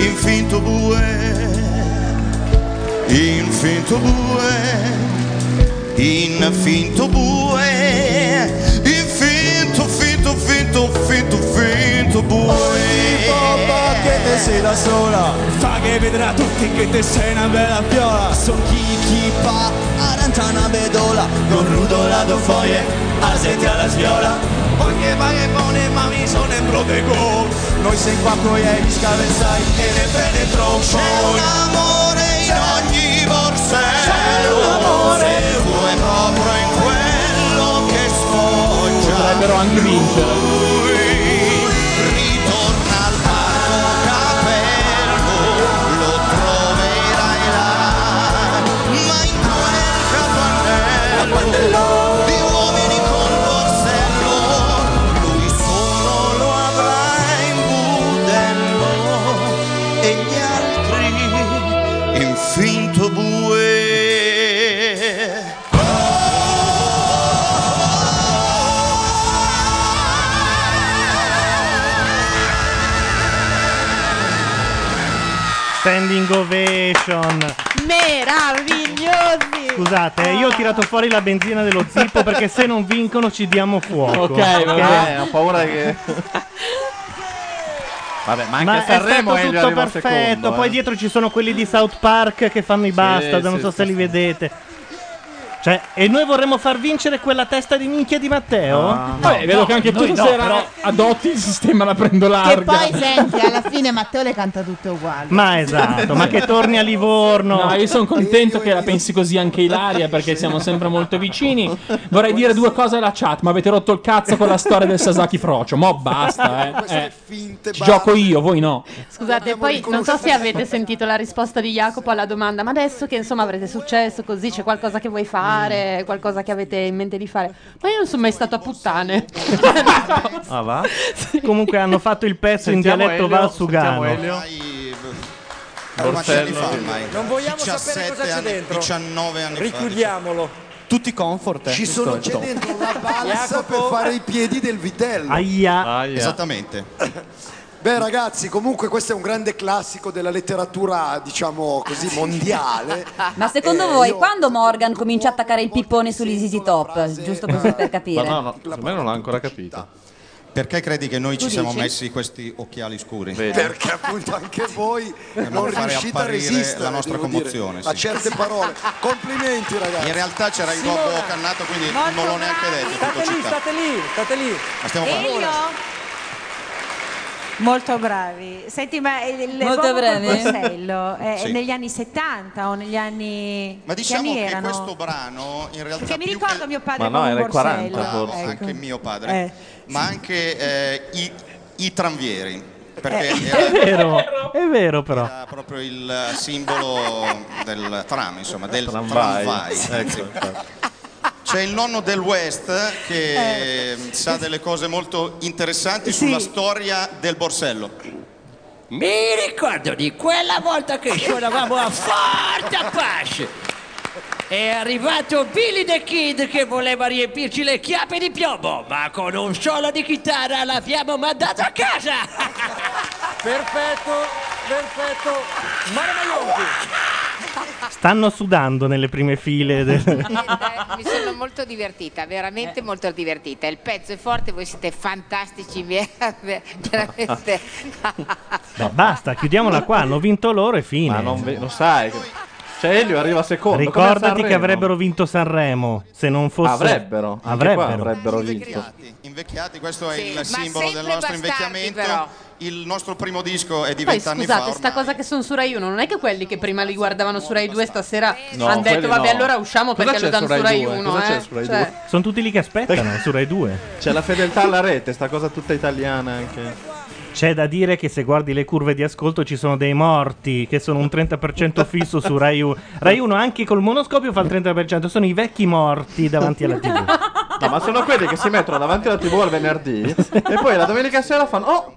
in finto bue in finto bue, in finto bue, in finto, finto, finto, finto, finto bue. che te sei da sola Fa che vedrà tutti che te sei una bella viola Son chi chi fa arantana vedola Con rudolado foie Aseti alla sviola Ogni pagone ma mi sono in protegò Noi sei qua coi e gli scavezzai E ne penetrò C'è un amore in ogni borsello C'è un amore Vuoi proprio in quello che sfoggia Potrebbero anche vincere Ritorna al parco capello Lo troverai là Ma in quel capannello Di uomini con borsello Lui solo lo avrà in budello E gli altri in finto bue. Standing ovation. Meravigliosi! Scusate, io ho tirato fuori la benzina dello zippo perché se non vincono ci diamo fuoco. Ok, va bene. Eh, ho paura che- Vabbè, ma anche a Ma è Sanremo stato Elio tutto arriva perfetto. secondo. Poi eh. dietro ci sono quelli di South Park che fanno i bastard. non sì, so sì, se li vedete. Cioè, e noi vorremmo far vincere quella testa di minchia di Matteo? Ah, No. Vabbè, vedo che anche tu stasera adotti il sistema la prendo larga. Che Poi senti, alla fine Matteo le canta tutte uguali. Ma esatto, ma che torni a Livorno. No, io sono contento che la pensi così anche Ilaria perché siamo sempre molto vicini. Vorrei dire due cose alla chat, ma avete rotto il cazzo con la storia del Sasaki Frocio. Mo' basta, eh. eh. Ci gioco io, voi no. Scusate, poi non so se avete sentito la risposta di Jacopo alla domanda, ma adesso che insomma avrete successo così, c'è qualcosa che vuoi fare, qualcosa che avete in mente di fare. Ma io non sono mai stato a puttane. Ah, (laughs) va? Comunque hanno fatto il pezzo Sentiamo in dialetto Elio, valsugano. sentiamo Elio. Borsello. Non vogliamo sapere cosa c'è dentro. 19 anni fa. Richiudiamolo. Tutti eh. comfort. Ci sono c'è gente dentro una balsa per fare i piedi del vitello. Aia. Esattamente. Beh ragazzi, comunque questo è un grande classico della letteratura, diciamo così, (laughs) mondiale. Ma secondo Eh, voi io- quando Morgan comincia a attaccare il pippone sull'Easy Top? Giusto così per Ma capire. no, no, secondo me non l'ha ancora capito. Perché credi che noi Tu ci siamo dici? messi questi occhiali scuri? Perché appunto anche voi Dobbiamo non Eh, fare riuscite a apparire resistere la nostra devo dire, commozione, a sì. certe parole. Complimenti ragazzi. In realtà c'era il Simona. gobbo cannato, quindi Molto non l'ho neanche detto. Tutto State lì, città. state lì, state lì. Ma stiamo parlando. Molto bravi. Senti, ma il il l'uomo Molto col bravi. eh? borsello è Sì. è negli anni 70 o negli anni Ma diciamo che anni che erano? questo brano in realtà. Perché mi ricordo mio padre Ma no, con un era il 40 borsello. forse. Ecco. Anche mio padre. Eh. Ma anche eh, i, i tranvieri. Perché Eh. (laughs) È era- vero, è vero però. era proprio il simbolo del tram, insomma, del Tramvai. tramvai. Ecco, Sì. infatti. C'è il nonno del West che Eh. sa delle cose molto interessanti sulla storia del borsello. Mi ricordo di quella volta Ah. che suonavamo a boh, Forte Apache. È arrivato Billy the Kid che voleva riempirci le chiappe di piombo, ma con un solo di chitarra l'abbiamo mandato a casa! Perfetto, perfetto. Mare Stanno sudando nelle prime (laughs) file. del- Eh, Mi sono molto divertita, Eh. veramente molto divertita. Il pezzo è forte, voi siete fantastici, (laughs) mi- veramente. Ah. Beh, basta, chiudiamola qua. Hanno vinto loro e fine. Ma non, ve- non sai. che- Cioè, Elio arriva secondo. come a Ricordati che Sanremo. avrebbero vinto Sanremo se non fosse. Avrebbero, anche Avrebbero. qua avrebbero vinto. Invecchiati, questo è il ma simbolo del sempre nostro bastardi, invecchiamento. però. Il nostro primo disco è di Poi vent'anni fa. scusate, sta cosa che sono su Rai 1, non è che quelli che prima li guardavano su Rai 2 stasera No, hanno detto quelli vabbè no. allora usciamo Cosa perché lo c'è su danno su Rai Rai 1, due? Cosa eh? c'è su Rai Cioè, due? Sono tutti lì che aspettano su Rai 2. C'è la fedeltà alla rete, sta cosa tutta italiana anche. C'è da dire che se guardi le curve di ascolto ci sono dei morti che sono un 30% fisso su Rai 1. Rai 1 anche col monoscopio fa il 30%, sono i vecchi morti davanti alla TV. No, ma sono quelli che si mettono davanti alla TV (laughs) al venerdì e (laughs) poi la domenica sera fanno "Oh,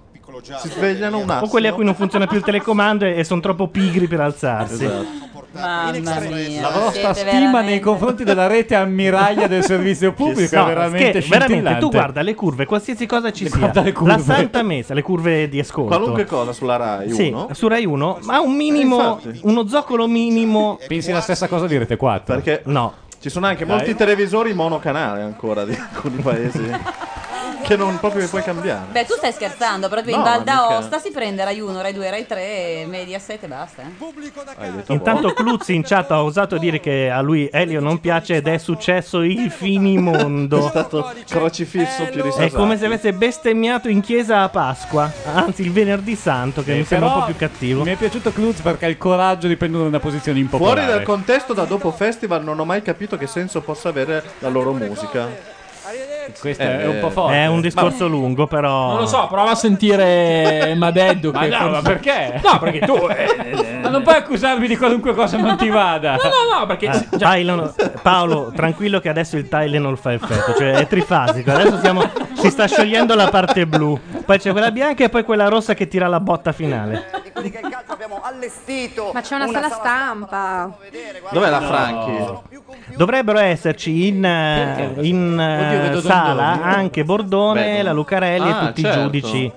si svegliano un attimo". O quelli a cui non funziona più il telecomando e, sono troppo pigri per alzarsi. Esatto. Mamma mia, La vostra siete stima veramente- nei confronti della rete ammiraglia del servizio pubblico No, è veramente scher- veramente tu scintillante. guarda le curve, qualsiasi cosa ci sia. guarda le La curve. santa messa, le curve di ascolto. Qualunque cosa sulla Rai Sì, 1. su Rai 1, ma un minimo, Infatti. uno zoccolo minimo. Pensi la stessa cosa di Rete 4? Perché no. Ci sono anche Dai. molti televisori monocanale ancora di alcuni paesi che non proprio puoi cambiare. Beh, tu stai scherzando, però in No, Val mica. d'Aosta si prende Rai 1, Rai 2, Rai 3 e Mediaset e basta. eh. Hai detto Intanto voi. Cluzzi in chat ha osato dire che a lui Elio non piace ed è successo il finimondo. È stato crocifisso più di È Sasaki. come se avesse bestemmiato in chiesa a Pasqua, anzi il venerdì santo, che Eh, mi sembra un però po' più cattivo. Mi è piaciuto Cluz perché ha il coraggio di prendere una posizione impopolare. Fuori dal contesto da dopo festival non ho mai capito che senso possa avere la loro musica. Questo Eh, è un po' forte. È un discorso lungo, però. Non lo so, prova a sentire Madeddu. Ma che no, forse- ma perché? (laughs) No, perché tu. eh, Ma non puoi accusarmi di qualunque cosa non ti vada. No, no, no, perché. Ah, Tylenol- Paolo, tranquillo che adesso il Tylenol fa effetto, cioè è trifasico. Adesso siamo, si sta sciogliendo la parte blu, poi c'è quella bianca e poi quella rossa che tira la botta finale. ma c'è una, sala stampa. Dov'è la Franchi? Dovrebbero esserci in, eh, in, eh, Oddio, vedo sala Dondoni. anche Bordone, Beh, la Lucarelli ah, e tutti certo. i giudici.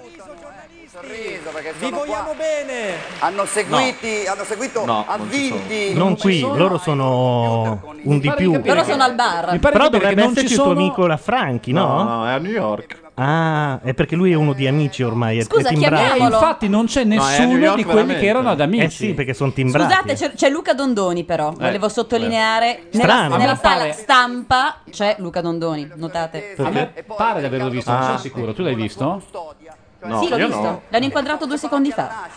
Vi vogliamo bene! Hanno seguiti, hanno seguito No, a non vinti. Non qui, loro sono un di più. capire Loro che- sono al bar. Mi pare Però di capire dovrebbe che non ci esserci il tuo sono- amico la Franchi, no? No, no, è a New York. Ah, è perché lui è uno di amici ormai. È, Scusa, è timbrato. (laughs) chiamiamolo. Eh, infatti non c'è nessuno è New York di quelli veramente. che erano ad amici. Eh sì, perché sono timbrati. Scusate, c'è, c'è Luca Dondoni Eh, però, volevo sottolineare, eh. nella, Strano. nella A me sala pare- stampa c'è Luca Dondoni, notate. A me pare di averlo visto, non sono sicuro. Tu l'hai visto? No, Cioè, sì, l'ho io visto, no. l'hanno inquadrato due secondi fa.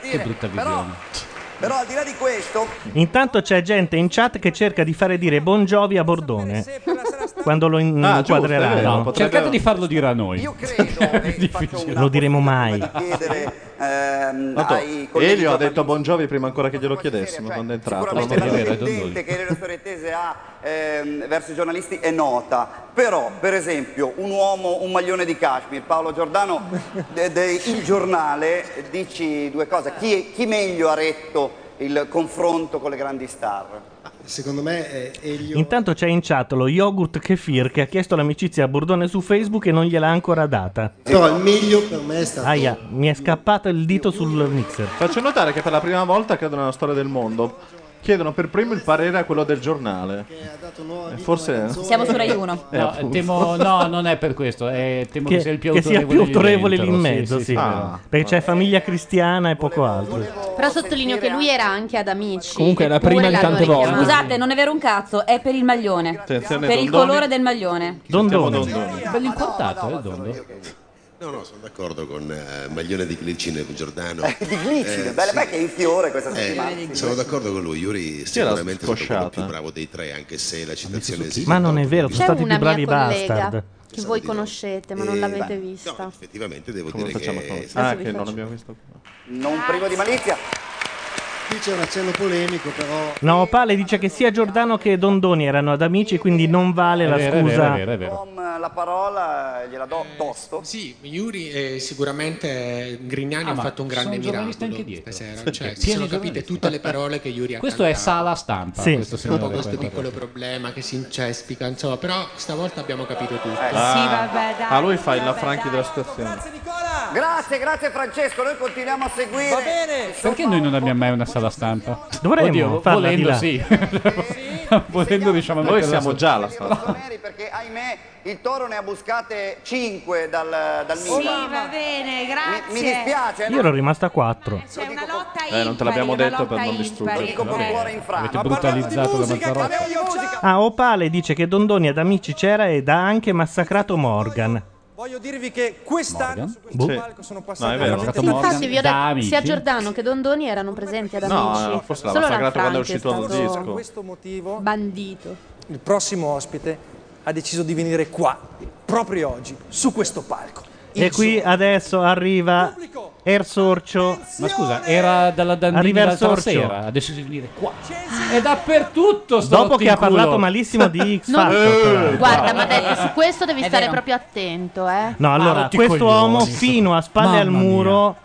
Che brutta visione. Però al di là di questo, Intanto c'è gente in chat che cerca di fare dire Bongiovi a Bordone. Quando lo in- Ah, giusto, è vero, inquadreranno. potrebbe- Cercate di farlo dire a noi. Io Lo diremo mai. Tanto, ehm, ai colleghi Elio ha detto a Bon Jovi prima ancora che glielo chiedessimo quando è entrato. cioè, sicuramente Non lo la so. tendente che Elena Ferretese ha ehm, verso i giornalisti è nota, però per esempio un uomo, un maglione di cashmere, Paolo Giordano, de- de- il giornale, dici due cose, chi, chi meglio ha retto il confronto con le grandi star? Secondo me è Elio Intanto c'è in chat lo yogurt kefir che ha chiesto l'amicizia a Bordone su Facebook e non gliel'ha ancora data. No, il meglio per me è stato Aia, mi è scappato il dito sul mixer. Faccio notare che per la prima volta, credo nella storia del mondo, chiedono per primo il parere a quello del giornale. E Forse... Siamo su Rai 1. Eh, No, appunto. temo- no, non è per questo. eh, temo che, Che, sia il più che sia autorevole, più autorevole lì lì in mezzo, sì. Ah. perché c'è famiglia cristiana e poco altro. Però sottolineo che lui era anche ad amici. Comunque è la eppure prima di l'hanno tante richiamato. volte. Scusate, non è vero un cazzo, è per il maglione. Attenzione, per il Dondoni. colore del maglione. Dondoni. Bello inquadrato, eh, Dondo. No, no, sono d'accordo con eh, Maglione di Glicine Giordano. Di Glicine, Eh, bella, sì. beh, che è in fiore questa settimana. Eh, sono d'accordo con lui, Yuri era sicuramente è stato quello scosciata? più bravo dei tre, anche se la citazione esiste. Ma non è vero, sono C'è stati una più bravi mia i collega bastard. che voi conoscete, ma non l'avete vista. Effettivamente devo Come dire facciamo che... a- Ah, che non abbiamo visto. Non privo di malizia. Qui c'è un accenno polemico, però No, Opale dice che sia Giordano che Dondoni erano ad amici, quindi non vale la vero, è scusa. vero, è vero, è vero. Tom, la parola eh, gliela do tosto. Sì, Yuri eh, sicuramente eh, Grignani Ah, ha ma fatto un sono grande giornalisti miracolo anche dietro. stasera, cioè Pieni si sono giornalisti. capite tutte le parole che Yuri ha Questo è cantato. sala stampa. Sì, questo un po' signore questo qua. piccolo problema che si incespica, insomma, però stavolta abbiamo capito tutto. Ah, a lui fa il la Franchi della situazione. Grazie, grazie Francesco, noi continuiamo a seguire. Va bene. Perché noi non abbiamo mai una sala stampa? Dovremmo Oddio, farla di volendo là. (laughs) sì. volendo diciamo a Noi metterla siamo su- già alla sala stampa. Perché ahimè il toro ne ha buscate 5 dal, dal Sì, Milan. va bene, Mi, mi grazie. dispiace. eh, Io ero rimasto a 4. C'è una lotta Eh, non te l'abbiamo impari, detto la per non lotta distruggere. impari. Vabbè. Avete brutalizzato la Mazzarotta. Ah, Opale dice che Dondoni ad amici c'era ed ha anche massacrato Morgan. Voglio dirvi che quest'anno su Boh. questo palco sono passati No, è vero. veramente Sì, infatti, tanti- Infatti vi ho detto sia Giordano che Dondoni erano presenti ad No, Amici. no, forse l'ha Solo massacrato quando è Lanfranchi uscito dal stato disco. Per questo motivo bandito. Il prossimo ospite ha deciso di venire qua, proprio oggi, su questo palco. E qui adesso arriva Ersorcio. Ma scusa, era dalla Arriva Dandini il l'altra sorcio. sera, ha deciso di venire qua. È dappertutto sto Dopo che ha rottinculo. parlato malissimo (laughs) di X Non- Factor. Eh, Guarda, bravo. ma adesso su questo devi È stare vero. proprio attento, eh. No, allora, rotti questo coglioni. uomo fino a spalle al Mamma muro,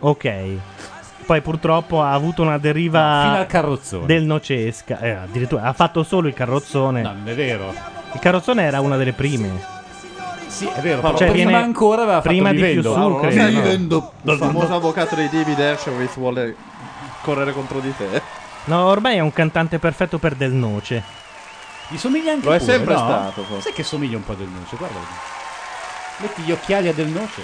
ok. Poi purtroppo ha avuto una deriva Fino al carrozzone. del Nocesca. Eh, addirittura ha fatto solo il carrozzone. Non è vero. Il carrozzone era una delle prime. Sì, è vero, Cioè, però prima viene- ancora aveva fatto prima di Vivendo. Più Su, Paolo, credo, sì, no? Vivendo. Dal- Il famoso dal- avvocato di David Ashworth vuole correre contro di te. No, ormai è un cantante perfetto per Del Noce. Gli somiglia anche Lo è pure, sempre no? stato, forse. Sai che somiglia un po' a Del Noce, guarda. Metti gli occhiali a Del Noce.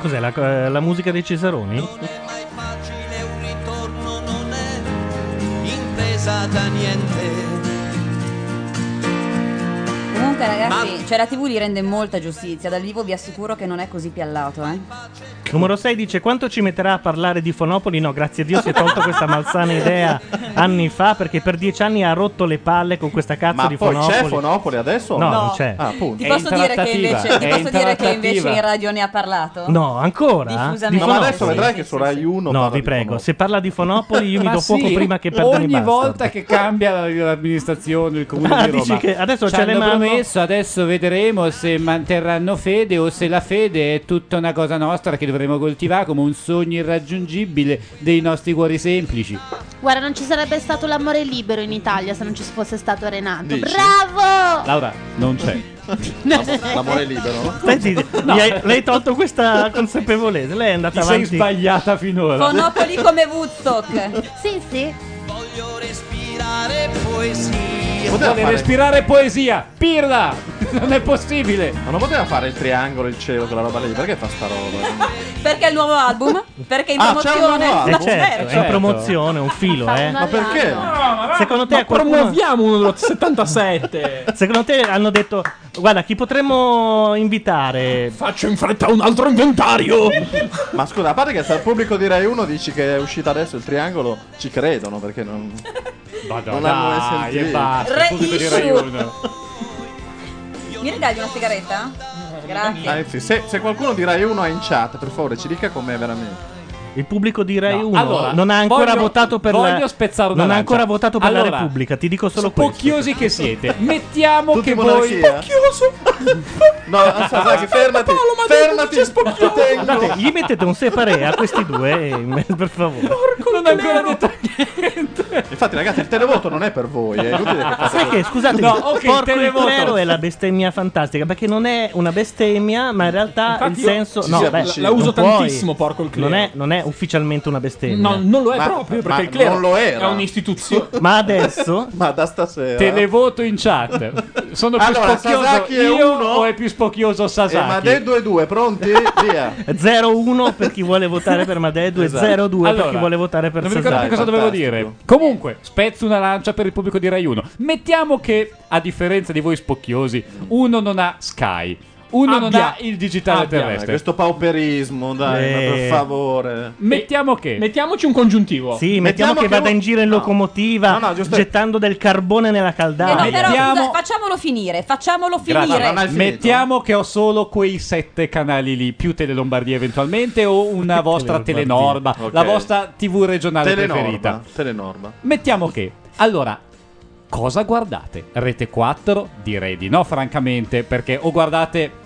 Cos'è la, eh, la musica dei Cesaroni? Presa da niente. Comunque, ragazzi, cioè la TV li rende molta giustizia. Dal vivo vi assicuro che non è così piallato, eh. Numero 6 dice quanto ci metterà a parlare di Fonopoli? No, grazie a Dio si è tolto questa malsana idea anni fa perché per dieci anni ha rotto le palle con questa cazzo Ma di poi Fonopoli. c'è Fonopoli adesso? No, non c'è. Ah, appunto. Ti posso dire che invece, ti posso dire che invece in radio ne ha parlato? No, ancora? Diffusamente. Di No, ma Fonopoli? adesso vedrai che su Rai 1 No, vi prego, se parla di Fonopoli io mi (laughs) Ma do fuoco sì, prima che perdoni Ogni basta. volta che cambia la- l'amministrazione, (laughs) il comune Ah, di Roma. dici che adesso ci c'è le hanno mani. promesso, adesso vedremo se manterranno fede o se la fede è tutta una cosa nostra che dovremo coltivare come un sogno irraggiungibile dei nostri cuori semplici. Guarda, non ci sarebbe stato l'amore libero in Italia se non ci fosse stato Renato. Dici? Bravo! Laura, non c'è. Eh. L'amore libero. Senti, gli hai- lei hai tolto questa consapevolezza, lei è andata Ti sei avanti. sbagliata finora. Fonopoli come (laughs) Woodstock. sì, sì. Respirare poesia. Vuole respirare poesia, pirla! (laughs) Non è possibile! Ma non poteva fare il triangolo, il cielo, quella roba lì? Perché fa sta roba? Perché è il nuovo album? Perché è in Ah, c'è un nuovo promozione? album? Eh Ma certo, è in certo, promozione, un filo, eh. Ma perché? Secondo te Ma a qualcuno- promuoviamo uno dello 77. (laughs) Secondo te hanno detto guarda chi potremmo invitare? Faccio in fretta un altro (laughs) inventario! Ma scusa, a parte che se al pubblico di Rai 1 dici che è uscito adesso il triangolo, ci credono perché non. Vado, non hanno mai dai, sentito. e basta, Re pubblico di Rai issue. 1. Vieni dagli una sigaretta? Ah, Grazie. Anzi, Ah, se, se qualcuno di Rai 1 è in chat, per favore, ci dica com'è veramente. Il pubblico di Rai No, 1 allora, non ha ancora voglio- votato per voglio la spezzare una Non ha lancia. ancora votato per la Allora, Repubblica, ti dico solo questo. Spocchiosi che siete, mettiamo che eh. voi. monarchia? Spocchioso! No, Aspetta, dai, che fermati! fermati! Guardate, gli mettete un separé a questi due, eh, per favore. Non ho ancora detto Infatti, ragazzi, il televoto non è per voi, è inutile che fate Sai che, scusate, No, ok, il porco il televoto. clero è la bestemmia fantastica, perché non è una bestemmia, ma in realtà Infatti il io- senso... sì, no, sì, beh, la- la uso non puoi. tantissimo, porco il clero. Non è, non è ufficialmente una bestemmia. No, non lo è proprio perché il clero è un'istituzione. Ma adesso... (laughs) ma da stasera... Televoto in chat. Sono più Allora, spocchioso Sasaki è io uno? o è più spocchioso Eh, ma Sasaki? dei 2-2, (laughs) pronti? Via. 0-1 per chi vuole votare per Madedu Esatto. e 0-2 Allora, per chi vuole votare per Non mi ricordo più cosa Sasaki. dovevo dire. Comunque, spezzo una lancia per il pubblico di Rai 1. Mettiamo che, a differenza di voi spocchiosi, uno non ha Sky, uno non Abbia. ha il digitale Abbia, terrestre. Eh, Questo pauperismo, dai, ma Eh. per favore. Mettiamo che. Mettiamoci un congiuntivo. Sì, mettiamo, che vada in giro in locomotiva gettando del carbone nella Eh caldana. no, però Mettiamo- scusa, facciamolo finire, facciamolo finire. Mettiamo che ho solo quei sette canali lì, più Tele Lombardia eventualmente, o una vostra Telenorba, Telenorba. Ok. la vostra TV regionale Telenorma, preferita. Telenorma. Mettiamo che. Allora, cosa guardate? Rete 4? Direi di no, francamente, perché o guardate.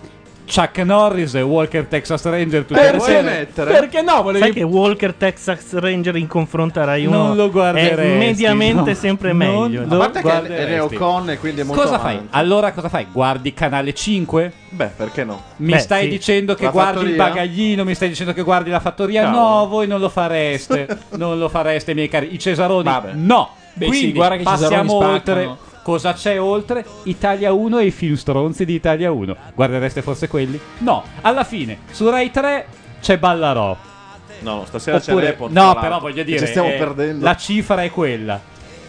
Chuck Norris e Walker Texas Ranger tutte Perché le sere. mettere? Perché no? Volevi Sai che Walker Texas Ranger in confronto a Rai 1 Non lo guarderesti, è mediamente no. sempre Non meglio. lo A parte che guarderesti. è neocon e quindi è molto Cosa avanti. fai? Allora cosa fai? Guardi canale 5? Beh, perché no? Mi Beh, stai sì. dicendo che La guardi il fattoria? bagaglino, mi stai dicendo che guardi la fattoria? Cavolo. No, voi non (laughs) lo fareste. non lo fareste, miei cari. I Cesaroni? Vabbè. No. Beh, sì, Quindi guarda che i Cesaroni passiamo spaccano. oltre. Cosa c'è oltre? Italia 1 e i film stronzi di Italia 1. Guardereste forse quelli? No, alla fine su Rai 3 c'è Ballarò. No, stasera c'è Oppure- report. tra No, l'altro, però voglio che dire, Ci stiamo eh, perdendo. la cifra è quella.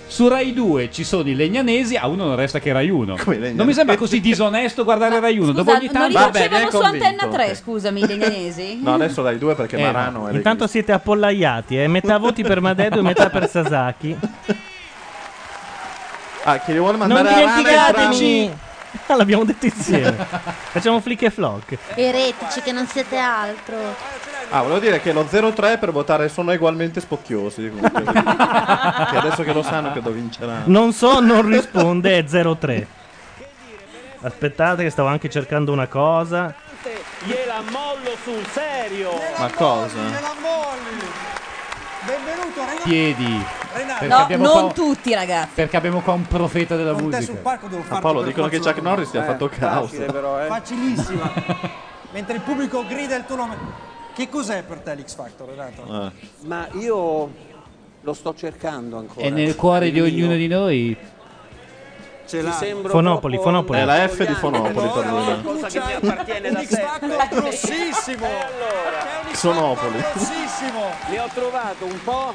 Su Rai 2 ci sono i legnanesi, a uno non resta che Rai 1. Non mi sembra così disonesto guardare Rai 1. Dopo Scusa, ogni Esatto, non tanto li facevano su Antenna 3, scusami, i (laughs) legnanesi? dai due perché Marano è Eh, Intanto siete appollaiati, eh? metà voti per Madedo e metà per Sasaki. Ah, chi li vuole Non mandare a Rana dimenticateci! Ah, l'abbiamo detto insieme. Facciamo flick e flock. (laughs) Eretici che non siete altro. Ah, volevo dire che lo 03 per votare sono ugualmente spocchiosi. (laughs) comunque. che adesso che lo sanno credo vincerà. Non so, non risponde, è 03. Aspettate che stavo anche cercando una cosa. Gliela mollo sul serio. Ma cosa? Benvenuto piedi. Renato. Perché No, abbiamo qua- non tutti, ragazzi. Perché abbiamo qua un profeta della Con te musica. sul palco devo Ah, Paolo, dicono che Chuck Norris ti ha fatto caos. Facilissima. Mentre il pubblico grida il tuo nome. Che cos'è per te l'X Factor, Renato? Ma io lo sto cercando ancora. È nel cuore di ognuno di noi. Ce l'ha. Sembro Fonopoli, Fonopoli. È la F di Fonopoli, una Tardina. cosa che mi (laughs) appartiene da sempre. grossissimo. Sonopoli. grossissimo. Ne ho trovato un po',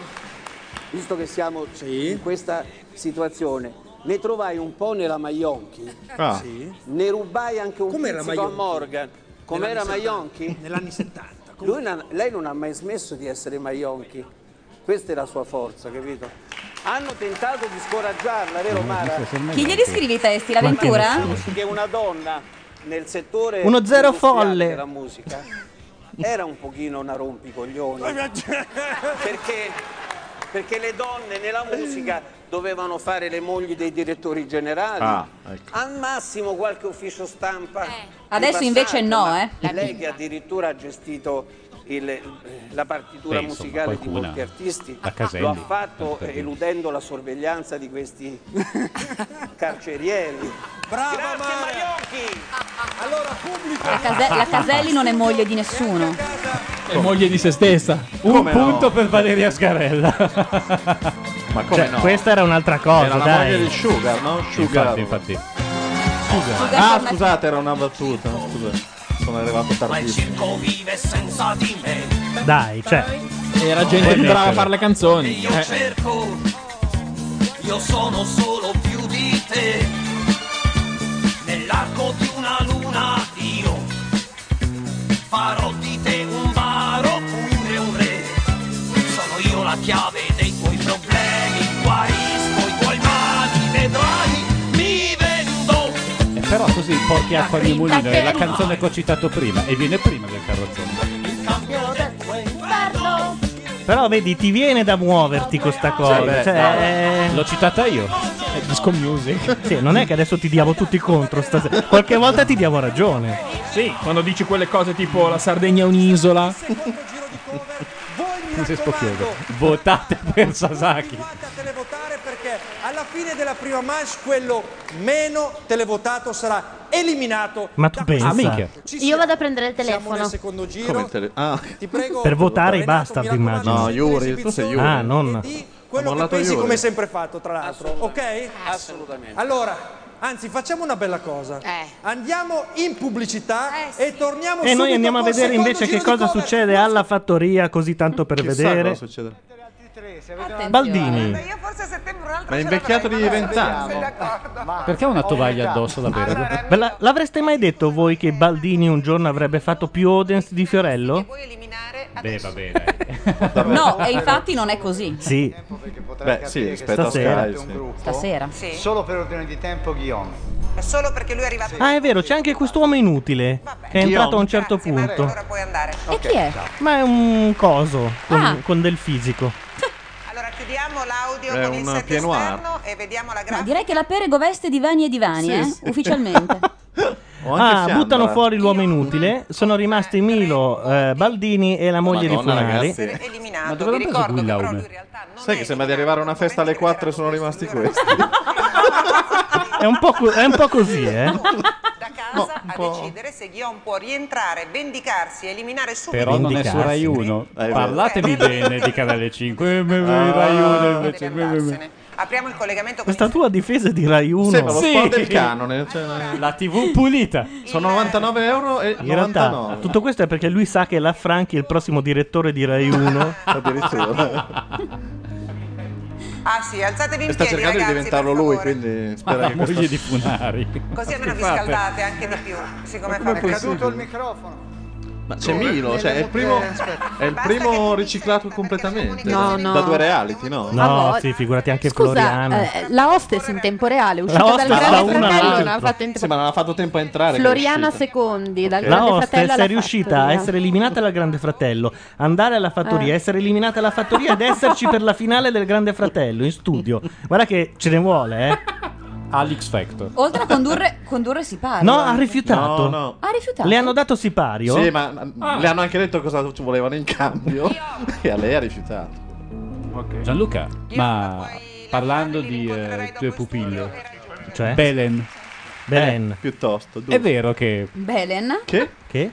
visto che siamo in questa situazione. Ne trovai un po' nella Maionchi. Ah. Ne rubai anche un Com'era pizzico a Maionchi? Morgan. Com'era Negli anni Maionchi? Negli anni 70. Lui non- lei non ha mai smesso di essere Maionchi. Questa è la sua forza, capito? Hanno tentato di scoraggiarla, vero Mara? Chi glieli scrive i testi? L'avventura? Che una donna nel settore Uno zero industriale folle. della musica era un pochino una rompicoglioni. Eh, cioè. perché, perché le donne nella musica dovevano fare le mogli dei direttori generali. Ah, ecco. Al massimo qualche ufficio stampa. di Eh. Adesso invece passaggio, no, ma eh. Lei che addirittura ha gestito il- eh, la partitura Beh, insomma, musicale di qualcuna. molti artisti La Caselli, lo ha fatto per dire. eludendo la sorveglianza di questi carcerieri. Brava Grazie Maiocchi! Allora pubblico La, Case- la Caselli non è moglie di nessuno. È moglie di se stessa. Un Come no? punto per Valeria Scarella. Ma Cioè, questa era un'altra cosa, Era la dai. moglie di Sugar, no? Sugar. Infatti, infatti. Sugar. Ah, scusate, era una battuta. Scusa, sono arrivato tardissimo. vive senza di me. Dai, cioè. Era gente che Puoi brava a mettere. fare le canzoni. Eh. Io certo. cerco, io sono solo più di te. Nell'arco di una luna io farò di te un baro pure un re. Sono io la chiave dei tuoi problemi, guarisco i tuoi mali, vedrai, mi vendo. Eh, però così porti acqua di mulino. È la canzone che ho citato prima. E viene prima del carrozzone. Cambio del tuo inferno. Però vedi, ti viene da muoverti questa cosa. Sì, beh, cioè, Eh, L'ho citata io. È disco music. Sì, non è che adesso ti diamo tutti contro stasera. Qualche volta ti diamo ragione. Sì, quando dici quelle cose tipo la Sardegna è (laughs) un'isola. Non sei spocchioso. Votate per Sasaki. perché alla fine della prima manche quello meno televotato sarà eliminato. Ma tu pensa? Ah, Io vado a prendere il Siamo telefono. nel secondo giro. Come il tele- Ah. Ti prego. Per votare i bastard, immagino. No, Yuri, tu sei Yuri. Ah, non. Quello che mollato pensi Juve. come sempre fatto, tra l'altro, ok? Assolutamente. Allora, anzi, facciamo una bella cosa. Andiamo in pubblicità e torniamo E Eh, noi subito andiamo a col vedere secondo invece giro che di cosa cover. succede alla fattoria, così tanto per Chissà vedere. cosa succederà. Baldini. Ma è invecchiato di 20 anni. Perché ha una tovaglia addosso davvero? Ve la- l'avreste mai detto voi che Baldini un giorno avrebbe fatto più audience di Fiorello? Beh, va bene. No, e infatti non è così. Sì. Beh, sì, rispetto Stasera. a Sky. sì. Stasera. Solo per ordine di tempo, Ghion. È solo perché lui è arrivato. Ah, è vero, c'è anche quest'uomo inutile che è Io- entrato a un certo punto. E chi è? Ma è un coso con, Ah. con del fisico. (laughs) Allora chiudiamo l'audio È con il un set pianoir. esterno e vediamo la No, grafica. direi che la Perego veste divani e divani, Sì, eh? sì. (laughs) Ufficialmente. anche Ah, Fiandra. buttano fuori l'uomo inutile. Sono rimasti Milo, eh, Baldini e la moglie Madonna, di ragazzi. Funari. Ma dove l'ha preso Guillaume? Sai che sembra di arrivare a una festa alle 4 e sono rimasti questi. (laughs) È un po', co- è un po' così, eh. Da casa a decidere se Ghion può rientrare, vendicarsi, eliminare subito. Però non è su eh, Rai 1. Parlatemi bene di Canale 5. Eh, me- me- Rai 1 invece. me- me- me. Apriamo il collegamento Questa tua difesa di Rai 1 Sembra lo sport del canone. La TV pulita. Sono 99 euro e In realtà 99. (laughs) tutto questo è perché lui sa che la Franchi è il prossimo direttore di Rai (laughs) 1. Ah sì, alzatevi in sta piedi cercando di ragazzi, diventarlo lui, quindi spera (laughs) Ma che la moglie questo- di Funari. così almeno vi Fate. scaldate anche di più. Siccome com'è fa possibile? È caduto il microfono. Ma c'è Milo, cioè è il primo, è il primo riciclato completamente. No, no. Da due reality, no? Ah, No, boh. sì, figurati anche Scusa, Floriana. eh, la hostess in tempo reale, uscita La dal hostess Grande da una Fratello, all'altra. non ha fatto in Sì, ma non ha fatto tempo a entrare. Floriana che è uscita. Secondi dal La Grande Fratello hostess alla è riuscita a Fattoria. essere eliminata dal Grande Fratello, andare alla fattoria, Eh. essere eliminata alla fattoria ed esserci per la finale del Grande Fratello in studio. Guarda che ce ne vuole, eh. Alex Factor. Oltre a condurre, condurre si parla. No, ha rifiutato. No, no. Ha rifiutato. Le hanno dato sipario? Sì, ma ma Ah. le hanno anche detto cosa ci volevano in cambio. (laughs) e a lei ha rifiutato. Gianluca, ma parlando di eh, tue pupille, Cioè? Belen. Belen. Eh, piuttosto. È vero che. Belen. Che? Che?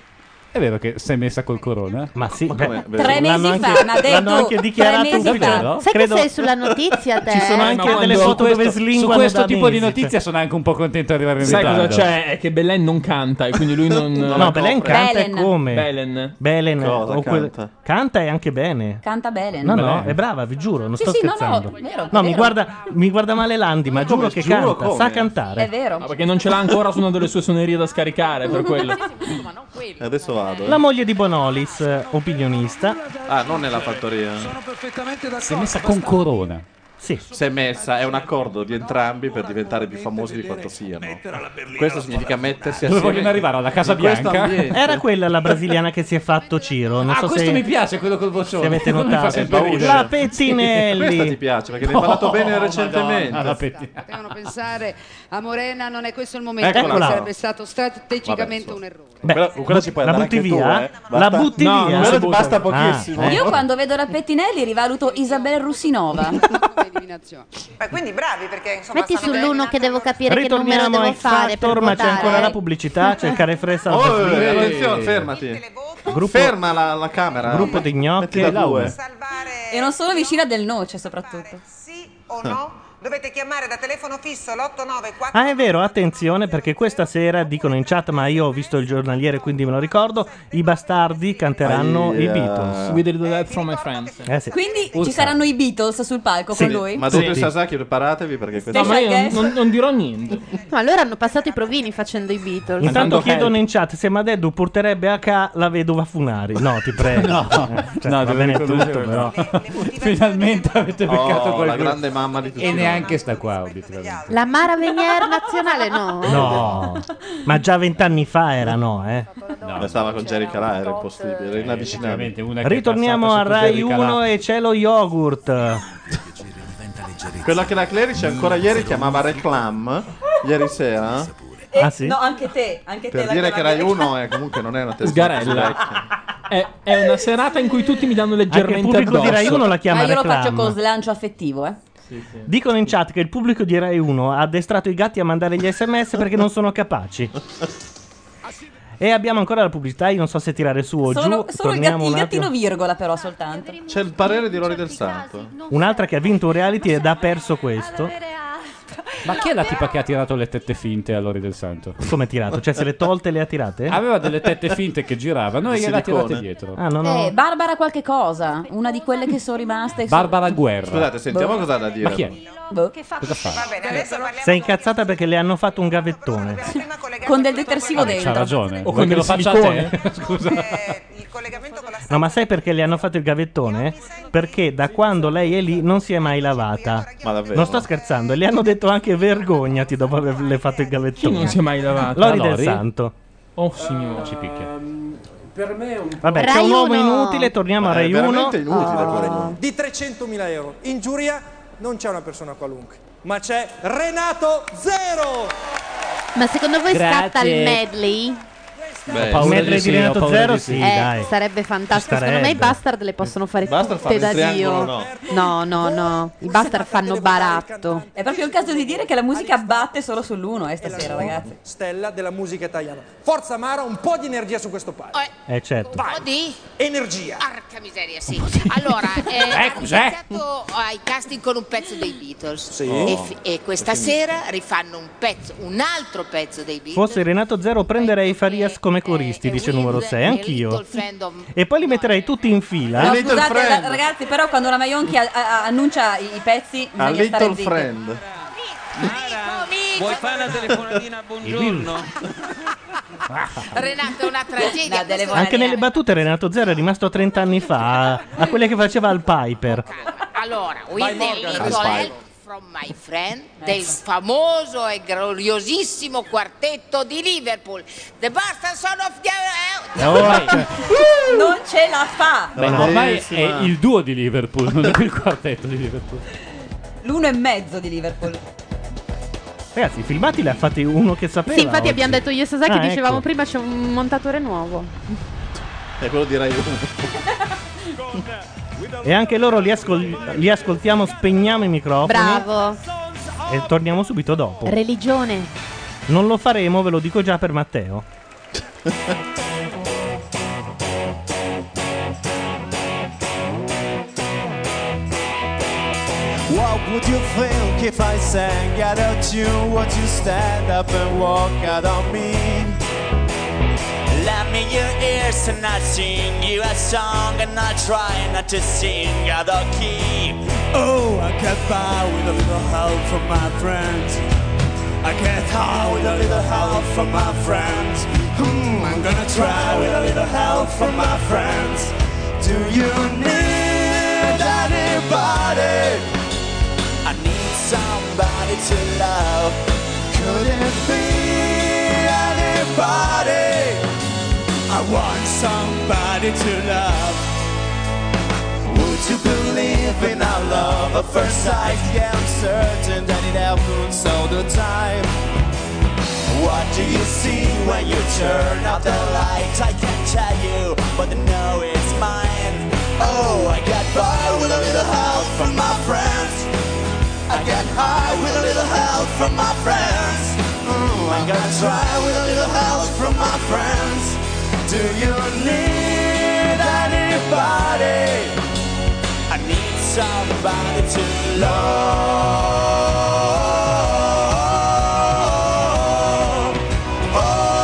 È vero che sei messa col corona? Ma sì, beh, Tre mesi fa, ma ha detto l'hanno anche dichiarato tre mesi fa. ufficiale. Sai Credo- che sei sulla notizia, (laughs) te? Ci sono anche Ma delle quando- foto su dove questo- slinguano Su questo da tipo di mesi, notizie cioè. sono anche un po' contento di arrivare in Sai ritardo. cosa c'è? È che Belen non canta e (laughs) quindi lui non. No, non la Belen copre. canta e come? Belen. Belen Cosa o quel- canta? canta e anche bene. Canta Belen. No, no, è brava, vi giuro, non Sì, sto sì, no, no, scherzando. vero, No, mi vero. guarda, mi guarda male Landi, ma giuro che giuro canta, come? sa cantare. È vero. Ah, perché non ce l'ha ancora su una delle sue suonerie da scaricare per quello. Adesso vado. eh. La moglie di Bonolis, eh, opinionista. Ah, non nella fattoria. Si è messa con corona. Sì. Si è messa, è un accordo di entrambi per diventare più famosi di quanto siano. Questo significa mettersi Dove assieme. vogliono arrivare? Alla Casa in questo Bianca? ambiente. Era quella la brasiliana che si è fatto Ciro. Non ah, so questo se... mi piace, quello col vocione. se (laughs) avete Mi fa notato. sempre Paura. ridere. La (laughs) Pettinelli. Questa ti piace perché ne hai parlato bene recentemente. Madonna, Ah, la Pettinelli. Potevano pensare a Morena, non è questo il momento, Eccola. perché sarebbe stato strategicamente un errore. Beh, quella, quella ci puoi la andare butti anche via, tu, eh. eh? Basta- La butti No, via. non Si si butta. basta pochissimo. Ah, eh. Io quando vedo la Pettinelli rivaluto Isabel Russinova. Ma quindi bravi perché insomma (laughs) Metti stanno sull'uno che devo capire che numero Ritorniamo a devo X fare per Factor, ma c'è votare. ancora la pubblicità, c'è il carefressa. Oh, alla eh, Basilica. attenzione, fermati. Ferma la, la camera. Gruppo di gnocchi. Metti la due. e non solo vicina del noce, soprattutto. Sì o no? Dovete chiamare da telefono fisso l'894 Ah, è vero, attenzione perché questa sera dicono in chat, ma io ho visto il giornaliere quindi me lo ricordo, i bastardi canteranno Aia. i Beatles. We did that from my friends. Eh sì. Quindi Urca. ci saranno i Beatles sul palco Sì, con lui? Ma dottor Tutti. Sasaki, preparatevi perché questo No, ma io non, Special non- non dirò niente. No, allora hanno passato i provini facendo i Beatles. Intanto chiedono in chat se Madeddu porterebbe a ca la vedova Funari. No, ti prego. (laughs) No, Eh, cioè, no, va devo bene tutto, riconoscere, però. (laughs) Finalmente avete Oh, beccato la qualcuno. grande mamma di tutti E noi. neanche sta qua, obiettivamente. La Mara Venier nazionale no. No, ma già vent'anni fa era no, eh. No, stava con Jerry Calà, era impossibile, era Veramente, inavvicinabile. una che è Ritorniamo a passata sotto Rai Jerry Calà. 1 e c'è lo yogurt. Quella che la Clerici ancora ieri chiamava Reclam, ieri sera, Eh, Ah, sì? No, anche te. Anche te per la dire chiamavi. che Rai 1 è, comunque non è una televisione Sgarella. È, è una serata in cui tutti mi danno leggermente addosso. Ma io lo faccio con slancio affettivo, eh. Dicono in chat che il pubblico di Rai 1 ha addestrato i gatti a mandare gli sms perché non sono capaci. E abbiamo ancora la pubblicità, io non so se tirare su o Solo, giù. solo il, Torniamo gatti- il un attimo. gattino virgola però soltanto. C'è il parere di Lori del Santo. Un'altra che ha vinto un reality ed ha perso questo. Ma chi è la tipa che ha tirato le tette finte a Lori del Santo? Come tirato? Cioè se le tolte e le ha tirate? Aveva delle tette finte che giravano e Di gliela silicone? tirate dietro. Ah, no, Eh, Barbara qualche cosa, una di quelle che sono rimaste. Barbara Guerra. Scusate, sentiamo Boh. cosa ha da dire. Ma chi è? Boh. Cosa fa? Si è incazzata perché le hanno fatto un gavettone. (laughs) Con del detersivo dentro. C'ha ragione. O Oh, O con che del lo faccia a te? (laughs) Scusa. No, ma sai perché le hanno fatto il gavettone? Perché da quando lei è lì non si è mai lavata. Ma davvero? Non sto scherzando, e le hanno detto anche vergognati dopo averle fatto il gavettone. Chi non si è mai lavato? Lori La del Lori? Santo. Oh, signore. Ci Ehm, Per me è un Vabbè, c'è un uomo inutile, torniamo a Rai 1. Ah, Di 300.000 euro. In giuria non c'è una persona qualunque, ma c'è Renato Zero. Ma secondo voi Grazie. scatta il medley? Beh, Un metro di diretto zero, sì, Eh, dai. sarebbe fantastico. Ci Secondo me i starebbe. bastard le possono fare Bastard tutte da fanno il Dio. triangolo, No, no, no. I bastard fanno baratto. È proprio il caso di dire che la musica batte solo sull'uno eh, stasera, ragazzi. Stella della musica italiana. Forza Mara, un po' di energia su questo palco. Eh, certo. Vai. di? Energia. Porca miseria, sì. Allora, eh, Eh, cos'è? hanno iniziato ai casting con un pezzo dei Beatles. Sì. E, Oh. fi- e questa È finito. sera rifanno un pezzo, un altro pezzo dei Beatles. Fosse Renato Zero prenderei Farias come coristi, dice numero 6, anch'io. E poi li metterei tutti in fila. No, scusate, ra- ragazzi, però quando la Maionchi a- a- annuncia i, i pezzi, A bisogna stare zitti. Vuoi fare una telefonatina? Buongiorno. Renato, è una tragedia. questo- Anche nelle battute Renato Zero è rimasto 30 anni fa a- a quelle che faceva al Piper. Allora, With Vai, a Morgan. Little Vai. Help from My Friend del famoso e gloriosissimo quartetto di Liverpool. The Bastard Son of the... Eh, Non ce la fa! Eh, Beh, ormai è Bravissima. il duo di Liverpool, non è il quartetto di Liverpool. L'uno e mezzo di Liverpool. Ragazzi, i filmati li ha fatti uno che sapeva. Sì, infatti oggi. abbiamo detto io e Sasaki, Ah, dicevamo (laughs) ecco. prima c'è un montatore nuovo. E quello direi io. E anche loro li, ascol- li ascoltiamo, spegniamo i microfoni. Bravo. E torniamo subito dopo. Religione. Non lo faremo, ve lo dico già per Matteo. What would you think if I sang out of tune? Would you stand up and walk out on me? Lend me your ears and I'll sing you a song and I'll try not to sing out of key. Oh, I can't buy with a little help from my friends. I can't hide with a little help from my friends. Hmm, I'm gonna try with a little help from my friends. Do you need anybody? I need somebody to love. Could it be anybody? I want somebody to love. Would you believe in our love at first sight? Yeah, I'm certain that it happens all the time. What do you see when you turn out the light? I can't tell you, but I know it's mine. Oh, I got by with a little help from my friends. I get high with a little help from my friends. Mm, I'm gonna try with a little help from my friends. Do you need anybody? I need somebody to love.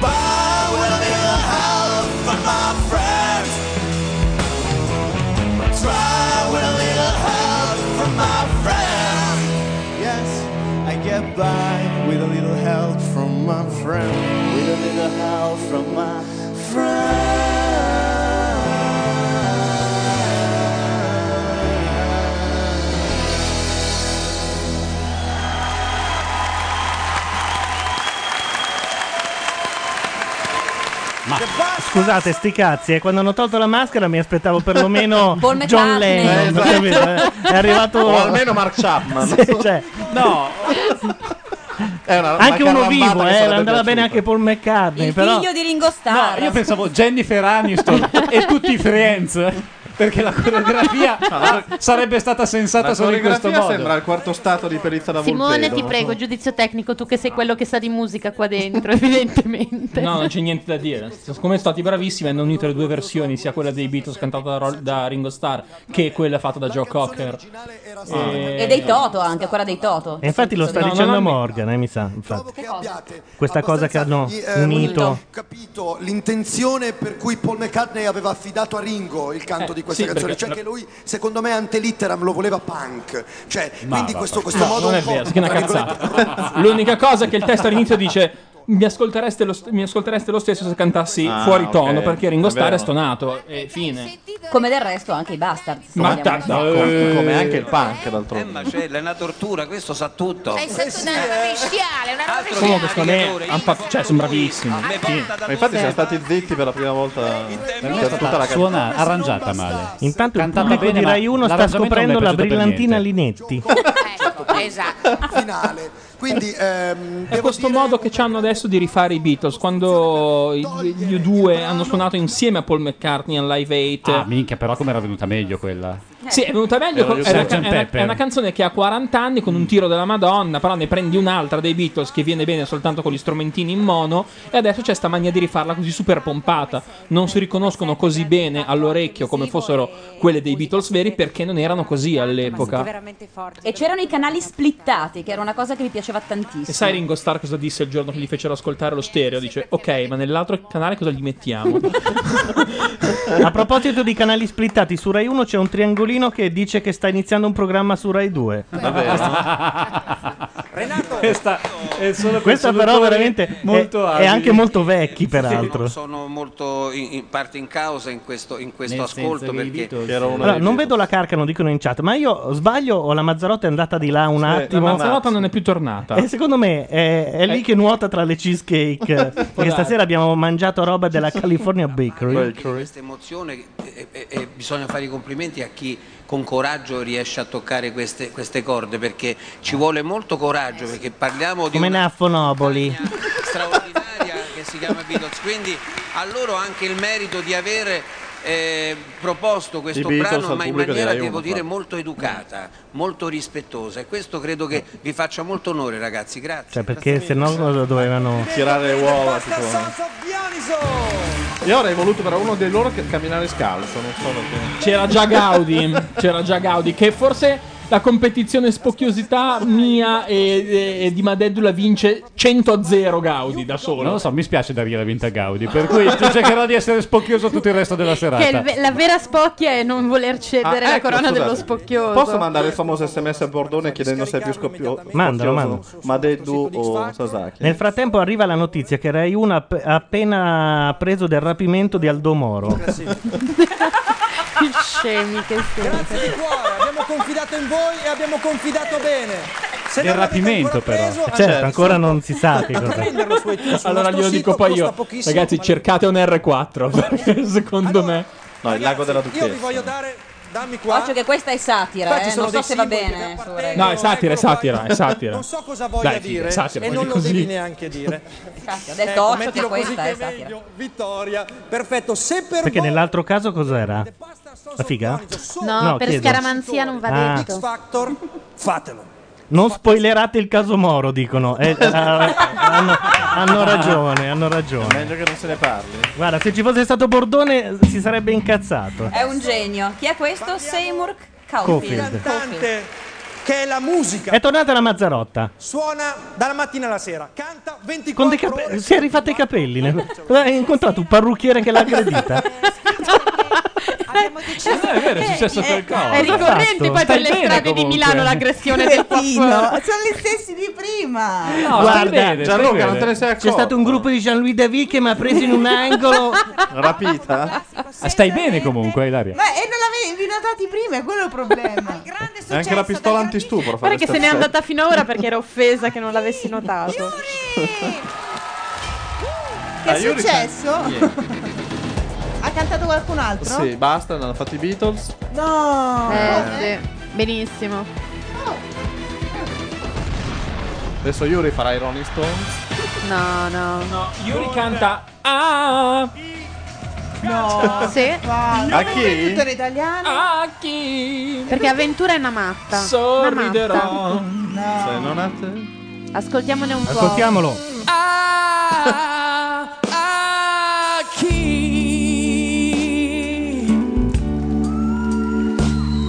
Bow with a little help from my friends. Try with a little help from my friends. Yes, I get by with a little help from my friend. With a little help from my Ma scusate, sti cazzi, eh, quando hanno tolto la maschera mi aspettavo (laughs) perlomeno Paul McCartney. John Eh, Lennon. esatto. capito? Eh, È arrivato (laughs) O almeno Mark Chapman. Sì, cioè, (laughs) No. È una- anche una uno carambata vivo, che eh, sarebbe andava bene piaciuta. anche Paul McCartney, però Figlio di Ringo Starr. eh, Io pensavo Jennifer Aniston e tutti i Friends, perché la coreografia sarebbe stata sensata La solo in questo coreografia modo. sembra il quarto stato di perizia da Simone, Volpedo, ti non prego, so. giudizio tecnico, tu che sei quello che sa di musica qua dentro, (laughs) evidentemente. No, non c'è niente da dire. Siccome sono stati bravissimi, hanno unito le due versioni, sia quella dei Beatles cantata da, Rol- da Ringo Starr che quella fatta da Joe Cocker. Eh, Eh, E dei Toto anche, quella dei Toto. E infatti lo sta No, non dicendo hanno- Morgan, eh, mi sa. Infatti. Che cosa? Questa cosa che hanno Gli, eh, unito. capito l'intenzione per cui Paul McCartney aveva affidato a Ringo il canto Eh, di questa sì, canzone, perché- cioè che lui secondo me ante litteram lo voleva punk, cioè Ma quindi va- questo, questo no, modo non un è po', vero, sì che è una tra virgolette, cazzata. L'unica cosa è che il testo all'inizio dice mi ascoltereste, lo, st- mi ascoltereste lo stesso se cantassi Ah, fuori ok. tono perché Ringo È Starr vero. è stonato e fine. Come del resto anche i bastard. se Ma vogliamo. tanto- Come, Eh. come anche il punk, Eh, d'altronde. Macella, è una tortura, questo sa tutto. È stato una rovesciale, una rovesciale. Comunque, secondo me, han fa- cioè, sono bravissimi. Sì. Ma infatti siamo stati zitti per la prima volta per tutta la Suona, canzone. arrangiata male. Intanto il Cantava pubblico bene, di ma Rai 1 sta l'arrangiamento scoprendo non mi è la piaciuto per brillantina Linetti. Esatto. Finale. Quindi ehm, Eh, È questo modo che hanno adesso di rifare i Beatles quando i- gli U2 hanno suonato insieme a Paul McCartney al Live 8. Ah, minchia, però com'era venuta meglio quella. Sì, è venuta meglio. Era con- gli È una, Sgt. ca- è una- Pepper. è una canzone che ha 40 anni con un tiro della Madonna. Però ne prendi un'altra dei Beatles che viene bene soltanto con gli strumentini in mono. E adesso c'è sta mania di rifarla così super pompata. Non si riconoscono così bene all'orecchio come fossero quelle dei Beatles veri perché non erano così all'epoca. E c'erano i canali splittati, che era una cosa che mi piaceva tantissimo. E sai Ringo Starr cosa disse il giorno che gli fecero ascoltare lo stereo? Dice: Ok, ma nell'altro canale cosa gli mettiamo? A proposito di canali splittati, su Rai 1 c'è un triangolino che dice che sta iniziando un programma su Rai 2. (laughs) Questa è solo per Questa però solutori veramente è- molto è, abili. anche molto vecchi, peraltro. Sono, sono molto in, in parte in causa in questo, in questo Nel senso ascolto che i perché Beatles- Era Ah, Allora, non vedo la carcano, dicono in chat, ma io sbaglio o la Mazzarotta è andata di là un attimo? la Mazzarotta Eh. non è più tornata. E secondo me è, è lì che nuota tra le (laughs) cheesecake. perché darsi. stasera abbiamo mangiato roba della California Bakery. questa emozione e, e- e bisogna fare i complimenti a chi con coraggio riesce a toccare queste, queste corde perché ci vuole molto coraggio perché parliamo di Come una Naffo Noboli. straordinaria che si chiama Beatles quindi a loro anche il merito di avere eh, proposto questo I Beatles brano al ma in pubblico maniera della Juve, devo dire infatti. molto educata molto rispettosa e questo credo che vi faccia molto onore ragazzi grazie Cioè, perché se no cosa dovevano. Tirare le uova, tipo. Io avrei voluto però uno dei loro che camminare scalzo, non so perché. C'era già Gaudi, c'era già Gaudi, che forse la competizione spocchiosità mia e, e- e di Madedula vince 100 a 0 Gaudi da solo. Non lo so, mi spiace dargli la vinta a Gaudi, per cui tu cercherò di essere spocchioso tutto il resto della serata. Che il ve- la vera spocchia è non voler cedere Ah, la ecco, corona scusate. dello spocchioso. Posso mandare il famoso sms a Bordone chiedendo se è più scoppio- scoppioso? Mandalo, mandalo. Madeddu o Sasaki? Nel frattempo arriva la notizia che Rai 1 ha app- ha appena preso del rapimento di Aldo Moro. Eh, Che scemi che Grazie di cuore, abbiamo confidato in voi e abbiamo confidato bene. Se Del non l'avete rapimento, ancora però. preso, Certo, ancora non si sa che cos'è. Prenderlo su iTunes, sul Allora nostro glielo dico sito, poi costa io, pochissimo, ragazzi, ma- cercate un (laughs) R4 perché secondo me. No, il lago della Io vi voglio dare, dammi qua. Occhio che questa è satira, Qua ci eh, sono non so dei se va simboli bene. su Rai. No, è satira, è satira, è satira. Non so cosa voglia Dai, figa, dire è satira, e poi non è lo così. devi neanche dire. Infatti, ho detto Ecco, occhio che mettilo così questa che è è satira. meglio. Vittoria, perfetto. Se per Perché voi nell'altro caso cos'era? La figa? No, per chiedo. scaramanzia non va Ah. detto. X Factor, fatelo. Non spoilerate il caso Moro, dicono. Eh, eh, hanno, hanno ragione, hanno È ragione. meglio che non se ne parli. Guarda, se ci fosse stato Bordone si sarebbe incazzato. È un genio. Chi è questo? Seymour Caulfield. Caulfield. Cantante che è la musica. È tornata la Mazzarotta. Suona dalla mattina alla sera, canta 24 Con dei cape- ore. si è rifatta i capelli. ne- (laughs) Hai incontrato un parrucchiere che l'ha aggredita. Eh, è vero, eh, è successo Eh, qualcosa. È ricorrente poi per Stai le bene, strade di comunque. (laughs) Milano l'aggressione (laughs) del Sono pop. gli stessi di prima. Guarda, Gianluca, non te ne sei c'è accorto. stato un gruppo di Jean-Louis David che mi ha preso in un angolo. Ah, Rapita? Stai bene comunque, Ilaria. Ma Eh, e non l'avevi notati prima, è quello il problema. Grande È anche la pistola antistupro. Guarda che se n'è andata fino ad ora perché era offesa che non l'avessi notato. Ah, Che è successo? Ha cantato qualcun altro? Sì, basta, hanno fatto i Beatles. No. Eh, sì. Benissimo. Adesso Yuri farà i Rolling Stones. No, no. No, Yuri canta. Ah, No. Sì. A chi? Tutto l'italiano. ah, chi? Perché Avventura è una matta. Una Sorriderò. matta. Se non a te. Ascoltiamone un po'. Ascoltiamolo. Ah, ah, chi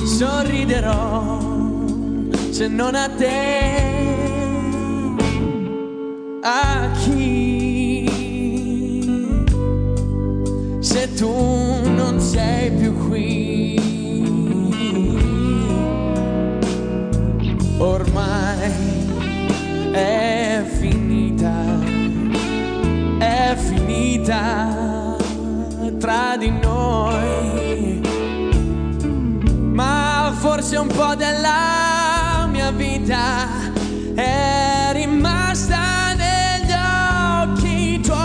sorriderò se non a te a chi se tu non sei più qui ormai è finita tra di noi, ma forse un po' della mia vita è rimasta negli occhi tuoi.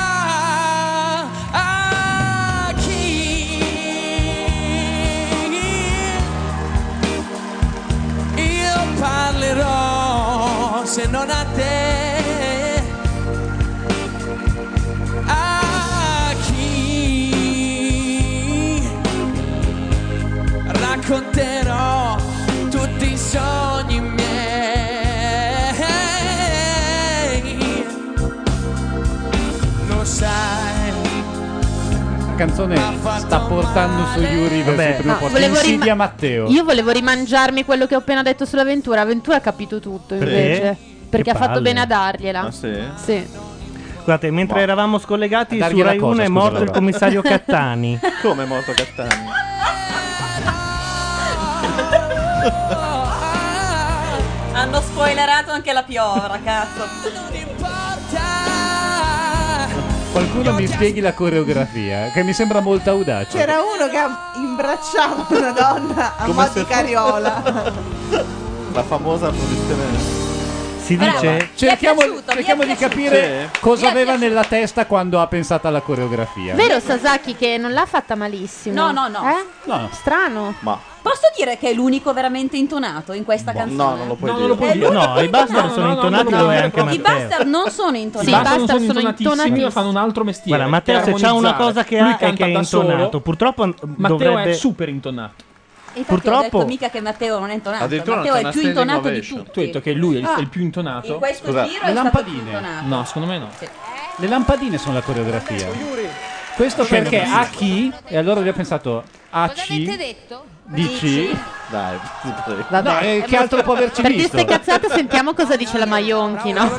Ah, ah, chi io parlerò se non a te. A chi racconterò tutti i sogni miei. Lo sai. La canzone sta portando su Yuri verso il primo No, posto. volevo Insidia rima- Matteo. Io volevo rimangiarmi quello che ho appena detto sull'avventura. Avventura ha capito tutto Perché? invece. Perché Che ha fatto palle. bene a dargliela. Ah, sì? Sì. Scusate, mentre Ma- eravamo scollegati Dargli su la Rai cosa, 1 è scusa, morto il allora. (laughs) commissario Cattani. Come è morto Cattani? Hanno spoilerato anche la piovra, cazzo. Qualcuno mi spieghi la coreografia, che mi sembra molto audace. C'era uno che imbracciava una donna a Come mo' se- di cariola. La famosa posizione. Si dice? Mi è cerchiamo, piaciuto, cerchiamo mi è di piaciuto. capire Sì. cosa aveva nella testa quando ha pensato alla coreografia. Vero Sasaki che non l'ha fatta malissimo. No, no, no. Eh? No. Strano. Ma Posso dire che è l'unico veramente intonato in questa canzone? puoi dire. Eh, No, i Bastard sono intonati dove è anche I Matteo. bastard non sono intonati. Sì, i bastard sono sono intonatissimi, intonatissimi. fanno un altro mestiere. Guarda, Matteo che se c'ha una armonizzare. cosa che Lui ha è canta che è da solo. intonato. Purtroppo n- Matteo dovrebbe... è super intonato. E infatti ho Purtroppo- detto mica che Matteo non è intonato. Addirittura Ah, Matteo non c'è è una più standing intonato di ovation. tutti. Tu hai detto che lui è il- Ah. il più intonato? In questo Scusa, giro le è stato più lampadine? intonato. No, secondo me no. Le lampadine sono la coreografia. Questo Scende perché così. a chi? E allora lui ha pensato a avete chi? detto? Dici? Dai, Vabbè. No, eh, che altro può averci Per visto? queste cazzate sentiamo cosa dice la Maionchi, no?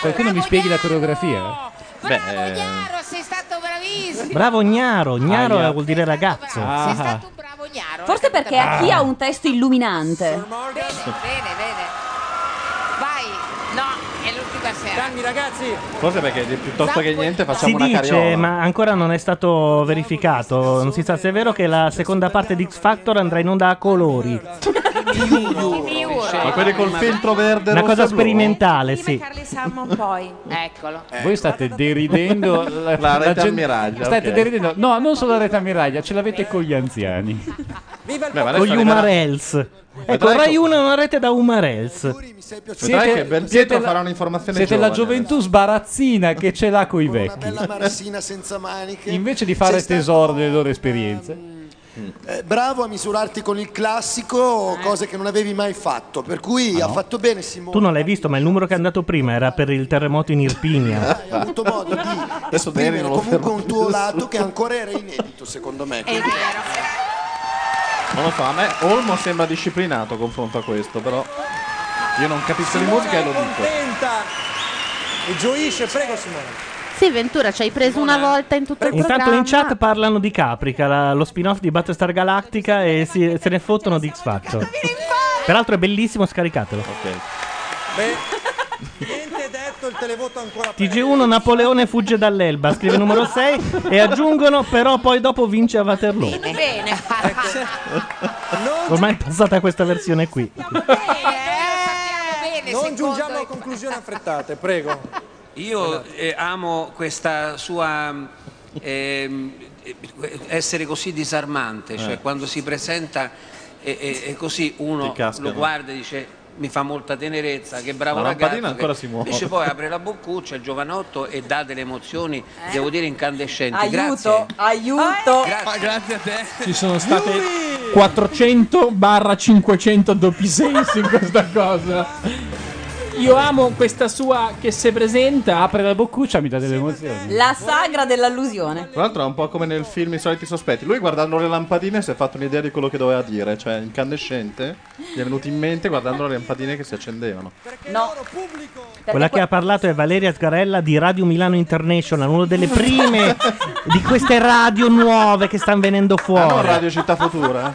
Qualcuno (laughs) mi spieghi la coreografia? Beh, Gnaro, sei stato bravissimo. Bravo Gnaro, Gnaro Aia. vuol dire ragazzo. Ah. Sei stato eh, Forse perché a chi Ah. ha un testo illuminante. Bene, bene. Vai. No, è l'ultima sera. Calmi ragazzi. Forse perché di- piuttosto che niente Si facciamo una dice, cariola. ma ancora non è stato verificato, non si sa se è vero che la seconda parte di X Factor andrà in onda a colori. Ma quelli col filtro verde Una rosso cosa e blu? sperimentale, sì. Carli Salmon poi. Eccolo. Voi state deridendo la, Eh, (laughs) La rete gente- ammiraglia, State ok. deridendo. No, non solo la rete ammiraglia, ce l'avete con gli anziani. Beh, ma adesso Con gli arriverà- Umarels. Ecco, Vedrai Rai 1 è una rete da Umarels. Vedrai che Belpietro farà un'informazione Siete la giovane gioventù sbarazzina che ce l'ha coi vecchi. Bella marassina senza maniche. Invece di fare tesoro delle loro esperienze. Eh, bravo a misurarti con il classico, cose che non avevi mai fatto. Per cui ha fatto bene Simone. Tu non l'hai visto, ma il numero che è andato prima era per il terremoto in (laughs) Irpinia. Hai avuto modo di esprimere non lo comunque fermo un più tuo su. lato che ancora era inedito, secondo me. Quindi- Non lo so, a me Olmo sembra disciplinato confronto a questo, però io non capisco di musica e lo dico. Contenta e gioisce, prego Simone. (laughs) Sì, Ventura, ci hai preso una volta in tutto il Intanto programma. in chat parlano di Caprica, la- lo spin-off di Battlestar Galactica e si- se ne fottono di X Factor. Peraltro è bellissimo, scaricatelo. Niente detto, il televoto ancora TG1 Napoleone fugge dall'Elba, scrive numero (laughs) 6 e aggiungono però poi dopo vince a Waterloo. Bene. Ecco. Eh, Ormai è passata questa versione qui. eh. bene. Non giungiamo a conclusioni affrettate, prego. Io eh, amo questa sua mh, ehm, eh, essere così disarmante, cioè Eh. quando si presenta e, e- e così Ti uno cascano. lo guarda e dice mi fa molta tenerezza, che La bravo ragazzo. lampadina che-" ancora si muove. Invece poi apre la boccuccia, il giovanotto e dà delle emozioni, devo dire, incandescenti. Aiuto, Grazie. aiuto. Ah, eh. Ma grazie a te. Ci sono state 400 barra 500 doppi sensi in questa cosa. Io amo questa sua che se presenta Apre la boccuccia, mi dà delle emozioni. La sagra dell'allusione. Tra l'altro è un po' come nel film I soliti sospetti. Lui guardando le lampadine si è fatto un'idea di quello che doveva dire, cioè incandescente. Gli è venuto in mente guardando le lampadine che si accendevano. No. Quella che ha parlato è Valeria Sgarella di Radio Milano International, una delle prime di queste radio nuove che stanno venendo Ah, no, fuori. Radio Città Futura.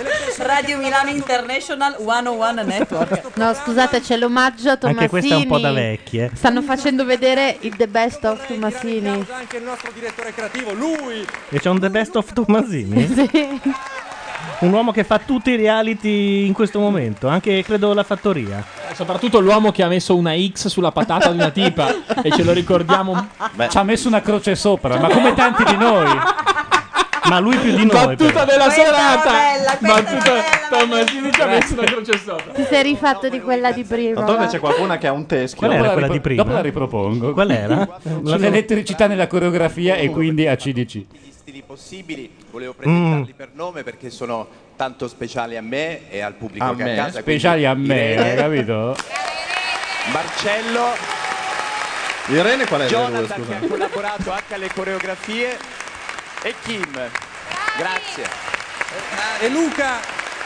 Radio, Radio Milano International 101 Network. No, scusate, c'è l'omaggio a Tomasini. Anche questa è un po' da vecchie. eh. Stanno facendo vedere il The Best of Tomasini. Anche il nostro direttore creativo, lui! E c'è un The Best of (laughs) Tomasini. Un uomo che fa tutti i reality in questo momento, anche credo la fattoria. Soprattutto l'uomo che ha messo una X sulla patata di una tipa e ce lo (laughs) ricordiamo. Ci ha messo una croce sopra, ma come tanti di noi. Ma lui più di noi. Battuta della Questa serata. era bella, questa Battuta- Tomasini ci ha messo una croce sopra. Ti sei rifatto di quella di prima. Tanto va. c'è qualcuna che ha un teschio. Dopo la ripro- ripro- Dopo la ripropongo. Qual (laughs) (laughs) era? L'elettricità nella coreografia e quindi a CDC. stili possibili. Volevo Mm. presentarli per nome perché sono tanto speciali a me e al pubblico A che me. a casa. quindi Speciali a me, Irene, hai capito? Marcello, Irene qual è? Jonathan che Scusa. ha collaborato anche alle coreografie e Kim. Grazie. Ah, E Luca!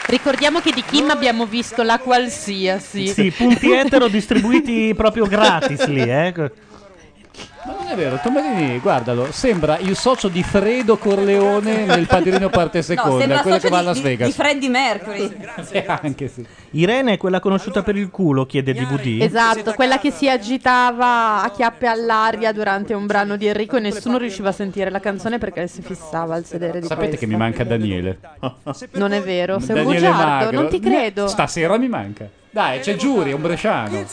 Ricordiamo che di Kim abbiamo visto la qualsiasi. Sì, punti etero distribuiti proprio gratis lì, eh. Ma non è vero, Tomarini, guardalo, sembra il socio di Fredo Corleone nel Padrino parte seconda, sembra quello che socio va a di- Las di, di Vegas. Freddie Mercury. Eh, anche sì. Irene è quella conosciuta per il culo, chiede DVD. Esatto, quella che si agitava a chiappe all'aria durante un brano di Enrico e nessuno riusciva a sentire la canzone perché si fissava al sedere di Sapete che mi manca Daniele. questo. Non è vero, sei un Daniele bugiardo, Magro. non ti credo. Stasera mi Ah, manca. Dai, c'è Giuri, è un bresciano.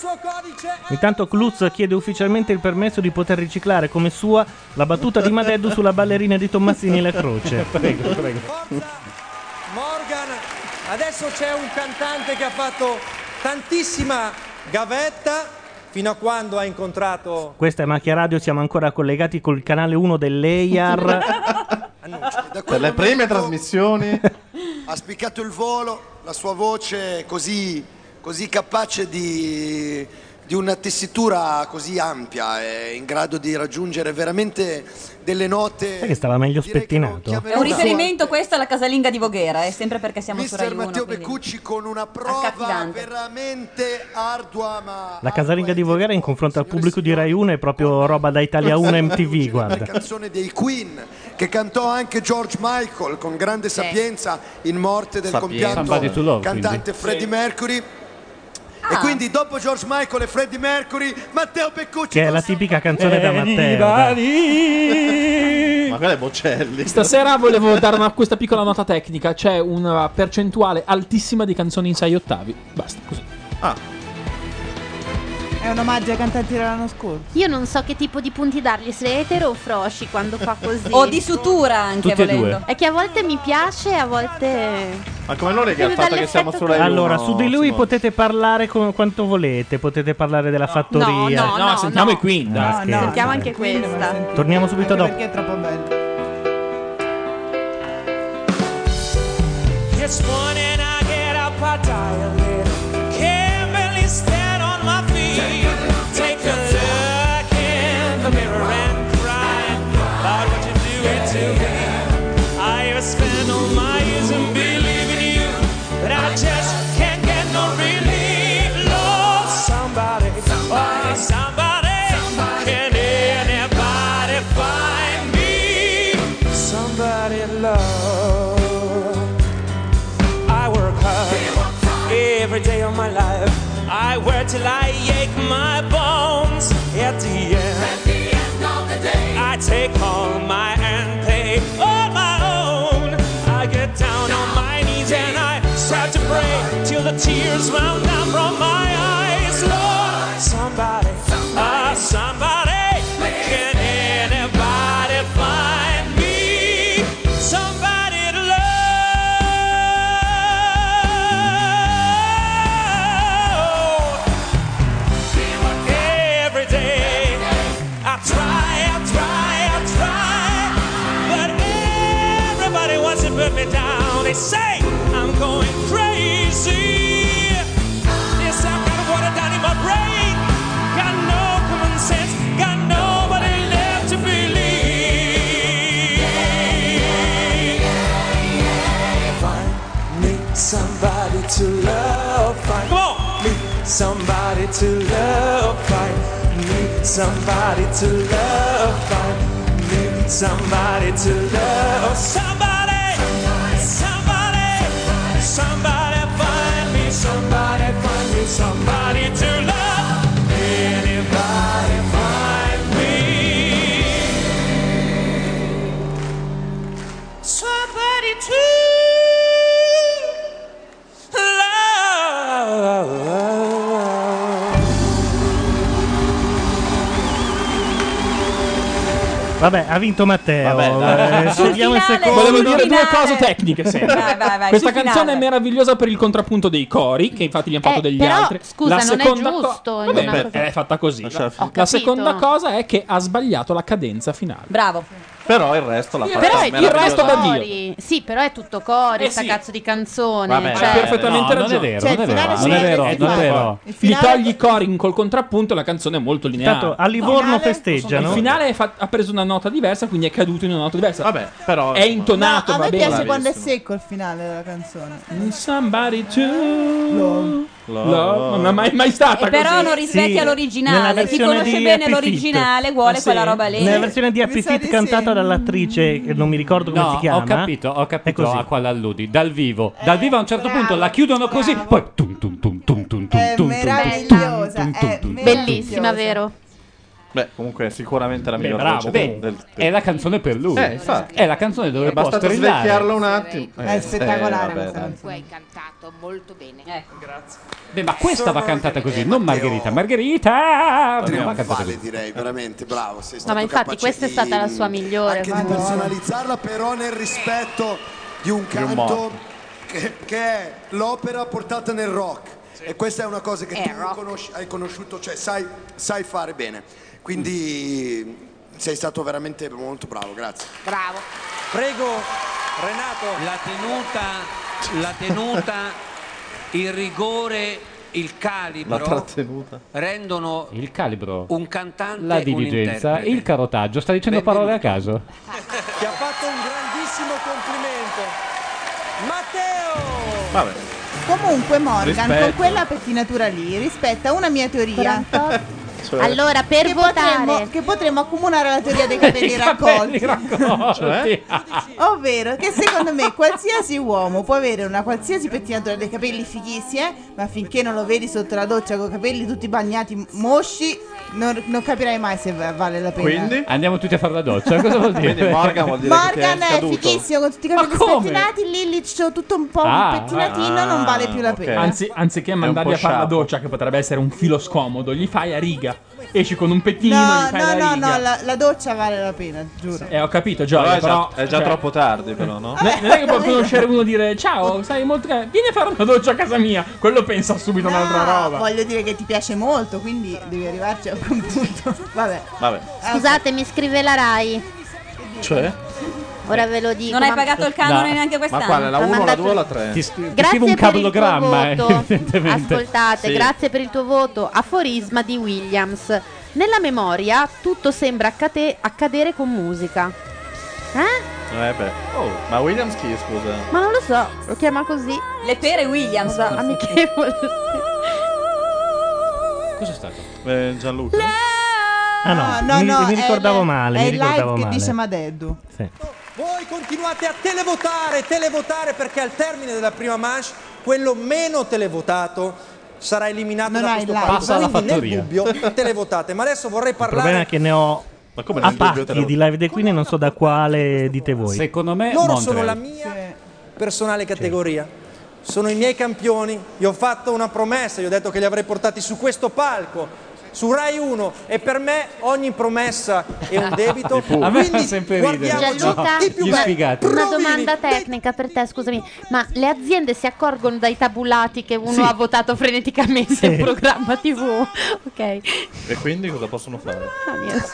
Intanto Cluz chiede ufficialmente il permesso di poter riciclare come sua la battuta di Madeddu sulla ballerina di Tommasini e la croce. (laughs) prego, prego. Morgan, adesso c'è un cantante che ha fatto tantissima gavetta fino a quando ha incontrato Questa è Macchia Radio, siamo ancora collegati col canale 1 dell'EIAR. (laughs) Per le prime trasmissioni ha spiccato il volo, la sua voce così, così capace di, di una tessitura così ampia, è in grado di raggiungere veramente delle note. Sai che stava meglio spettinato? È un riferimento questo alla casalinga di Voghera, è sempre perché siamo su Rai 1. Matteo Beccucci con una prova veramente ardua, ma La casalinga di Voghera in confronto al pubblico di Rai 1 è proprio roba da Italia 1 MTV, la guarda. canzone dei Queen che cantò anche George Michael con grande sapienza in morte del Sapienza. Somebody to compianto love, cantante quindi. Freddie Sì. Mercury. E quindi dopo George Michael e Freddie Mercury, Matteo Beccucci Che è la tipica canzone da Matteo. dai. Ma quella è Bocelli. Stasera volevo dare una- questa piccola nota tecnica. C'è una percentuale altissima di canzoni in 6 ottavi. Basta, così. Ah. È un omaggio ai cantanti dell'anno scorso. Io non so che tipo di punti dargli, se etero o frosci quando fa così. O di sutura anche Tutti e volendo. due. È che a volte mi piace, a volte. Ma come non che il fatto che siamo sulla Allora, su di lui potete parlare come- quanto volete, potete parlare della fattoria. no, no, No, sentiamo no. i Queen, dai. Ah, No, scherzo, Sentiamo dai. anche questa. Torniamo subito dopo. Perché è troppo bello. This morning I get up, I die a little. Can't barely stand on my feet. Take a look in the mirror and cry. Lord, what you doing to me? I have spent all my years in believing you, but I just can't get no relief. Lord, somebody, oh, somebody, can anybody find me? Somebody love. I work hard every day of my life. I work till I ache my bones. At the end, of the day, I take home my and pay on my own. I get down on my knees and I start to pray till the tears run down from my eyes. Lord, somebody, ah, somebody, can anybody find me? Somebody to love. Every day I try, I try, I try, but everybody wants to put me down. They say I'm going crazy. Yes, I've got water down in my brain. Got no common sense. Got nobody left to believe. Need somebody to love. Find Come on. Need somebody to love. Find Need somebody to love. Find Need somebody to love. Somebody. Somebody. Somebody. Eh, Vabbè, ha vinto Matteo. dai. Eh, Scegliamo il secondo. Volevo dire due cose tecniche. sempre. Vai, vai, vai, Questa sul finale. canzone è meravigliosa per il contrappunto dei cori, che infatti gli hanno fatto Eh, degli però, altri. scusa, La non è seconda co- giusto in Vabbè, eh. una cosa- è fatta così. La, capito. seconda cosa è che ha sbagliato la cadenza finale. Bravo. Però il resto l'ha fatta Però è il resto da Dio. Cori. Sì, però è tutto cori, sta cazzo di canzone. Vabbè, cioè- hai perfettamente no, non è ragione. vero, Cioè, non è il vero, finale non è si vero, vede non è fuori. vero. Gli togli i cori col contrappunto e la canzone è molto lineare. Tanto a Livorno festeggiano. Il finale è fa- ha preso una nota diversa, quindi è caduto in una nota diversa. Vabbè, però è intonato, No, a va me bene. piace quando è secco il finale della canzone. Somebody to No, non è mai, mai stata E però così. non rispecchia nella l'originale. Chi versione conosce di bene Happy l'originale Feet. vuole Ah, sì? quella roba lì. Nella versione di Happy Feet cantata dall'attrice, che non mi ricordo come No, si chiama. ho capito, ho capito così. a quale alludi. Dal vivo. Eh, Dal vivo a un certo punto la chiudono così, poi tum tum tum tum tum tum tum meravigliosa, è Bellissima, meravigliosa. vero? Beh, comunque è sicuramente la Beh, migliore bravo. voce Beh, cioè, del- del- è la canzone per lui. Eh, infatti. È la canzone dove È può bastato strillare. svecchiarlo un attimo. Eh, È spettacolare vabbè, questa dai. canzone. hai cantato molto bene. Grazie. Eh, Beh, ma questa va cantata così, non Margherita. Margherita! Non va cantata Trionfale così. direi, veramente bravo. Sei No, stato ma infatti capace questa è di- stata la sua migliore. Anche di guarda. personalizzarla però nel rispetto di un un canto modo. che, che è l'opera portata nel rock. E questa è una cosa che tu conosci- hai conosciuto, cioè sai, sai fare bene. Quindi sei stato veramente molto bravo, grazie. Bravo. Prego, Renato. La tenuta, la tenuta, il rigore, il calibro. La trattenuta. Rendono Il calibro. un cantante la un diligenza, interprete. il carotaggio. Sta dicendo parole a caso. Ti ha fatto un grandissimo complimento. Matteo! Vabbè. Comunque Morgan, con Rispetto. quella pettinatura lì, rispetta una mia teoria. (laughs) Cioè- (laughs) Allora, per che votare- potremmo, che potremmo accomunare alla teoria dei capelli raccolti, Cioè? (laughs) ovvero che secondo me qualsiasi uomo può avere una qualsiasi pettinatura dei capelli fighissima, ma finché non lo vedi sotto la doccia con i capelli tutti bagnati mosci, non, non capirai mai se va- vale la pena. Andiamo tutti a fare la doccia. Cosa vuol dire? Quindi Morgan vuol dire che ti Morgan è scaduto. fighissimo con tutti i capelli come? spettinati, Lilith tutto un po' un pettinatino, non vale più Ah, la pena. Ah. Anzi, anziché mandarli po' a fare la sciapo. doccia, che potrebbe essere un filo scomodo, gli fai a riga. Esci con un pettino, No, gli fai no, la no, riga. no, la, la doccia vale la pena, giuro. Eh, ho capito, Gioia, Però però... è già, è già cioè, troppo tardi, però, (laughs) no? Non è non è che puoi conoscere uno e dire ciao, sai molto ca- vieni a fare una doccia a casa mia. Quello pensa subito a un'altra No, roba. Voglio dire che ti piace molto, quindi devi arrivarci a un punto. (laughs) Vabbè. Vabbè. Scusate, mi scrive la Rai. Cioè? Ora ve lo dico. Non hai ma- pagato il canone No. neanche Ma quest'anno. quale? La Ha 1, la mandato- 2 o la 3? Ti, scrivo Grazie un per il tuo cablogramma, eh, voto. evidentemente. Ascoltate, Sì. grazie per il tuo voto. Aforisma di Williams. Nella memoria tutto sembra accade- accadere con musica. Eh? Eh beh. Oh, ma Williams chi, scusa? Ma non lo so, lo chiama così. Le pere Williams. (laughs) Amichevole. Cosa è stato? Eh, Gianluca? Ah no, mi, mi ricordavo male. È mi il live ricordavo che male. dice Madeddu. Voi continuate a televotare, televotare perché al termine della prima manche quello meno televotato sarà eliminato Non da hai questo il like. palco. Passa alla Quindi nel fattoria. dubbio televotate. Ma adesso vorrei Il problema è parlare che ne ho come a nel dubbio te patti lo- di live dei Queen e non so da quale dite voi. Secondo me Loro sono la mia personale categoria. Sono i miei campioni. Gli ho fatto una promessa, gli ho detto che li avrei portati su questo palco. Su Rai 1 e per me ogni promessa è un debito. (laughs) A me fa Quindi sempre ridere. guardiamoci Gianluca, i più gli belli. sfigati. Una domanda tecnica per te, scusami. Ma le aziende si accorgono dai tabulati che uno Sì. ha votato freneticamente Sì. un programma TV? Ok. E quindi cosa possono fare? Ah, niente.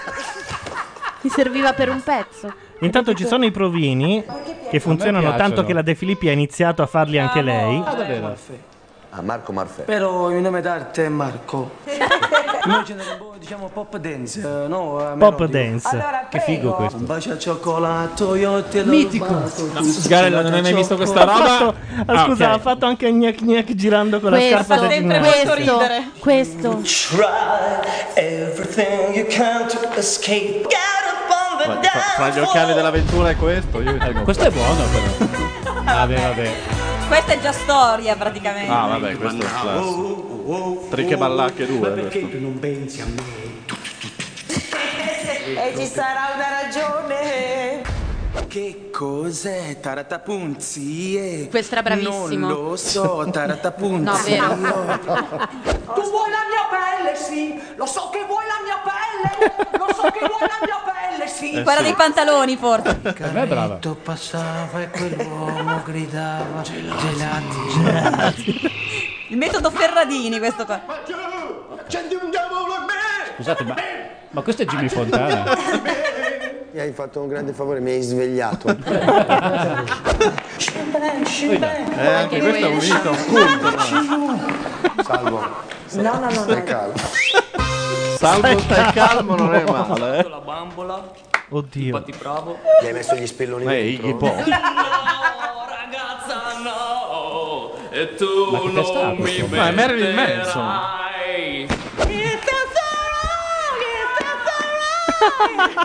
Mi serviva per un pezzo. Intanto ci sono i provini che funzionano tanto piacciono. che la De Filippi ha iniziato a farli anche lei. Ah, davvero? A Marco Marfè. Però il nome d'arte è Marco. (laughs) Noi ci andiamo un po', diciamo pop dance, eh, no? eh, Pop melodico. dance. Allora, Che figo prego. questo. Un bacio al cioccolato, io te l'ho Mitico. rubato, No, tu Sgarella, non hai mai visto questa Ha roba? fatto- ah, Ah, scusa, ok. ha fatto anche gnac gnac girando con la Questo, scarpa da ginnastica. questo, questo. Try everything you can to escape. Guarda, Tra, tra gli occhiali dell'avventura e questo, io tengo. Questo è buono, però. (laughs) Vabbè, vabbè. Questa è già storia praticamente. Ah, vabbè, questo è un Oh, classico. Triche ballacche Ma 2. perché tu non pensi a me? E ci sarà una ragione. Che cos'è taratapunzie? Questo era bravissimo. Non lo (laughs) so, No, taratapunzie. vero. Tu vuoi la mia pelle, sì. Lo so che vuoi la mia pelle. Lo so che vuoi la mia pelle, sì. Eh, Guarda dei pantaloni, forse. è brava. passava e quell'uomo gridava gelati. Il metodo Ferradini, questo qua. Accendi un diavolo in me! Scusate, ma, ma questo è Jimmy Fontana. Mi hai fatto un grande favore, mi hai svegliato. Eh, anche questo è un mito, un Salvo. No, no, no, Stai no. calmo. Salvo, stai calmo, non è male. eh. La bambola. Oddio. Infatti bravo. Gli hai messo gli spilloni Ma è dentro? Iggy Oh. Pop. Ragazza no, e tu Ma che testa ha non mi questo? No, è Marilyn metterai.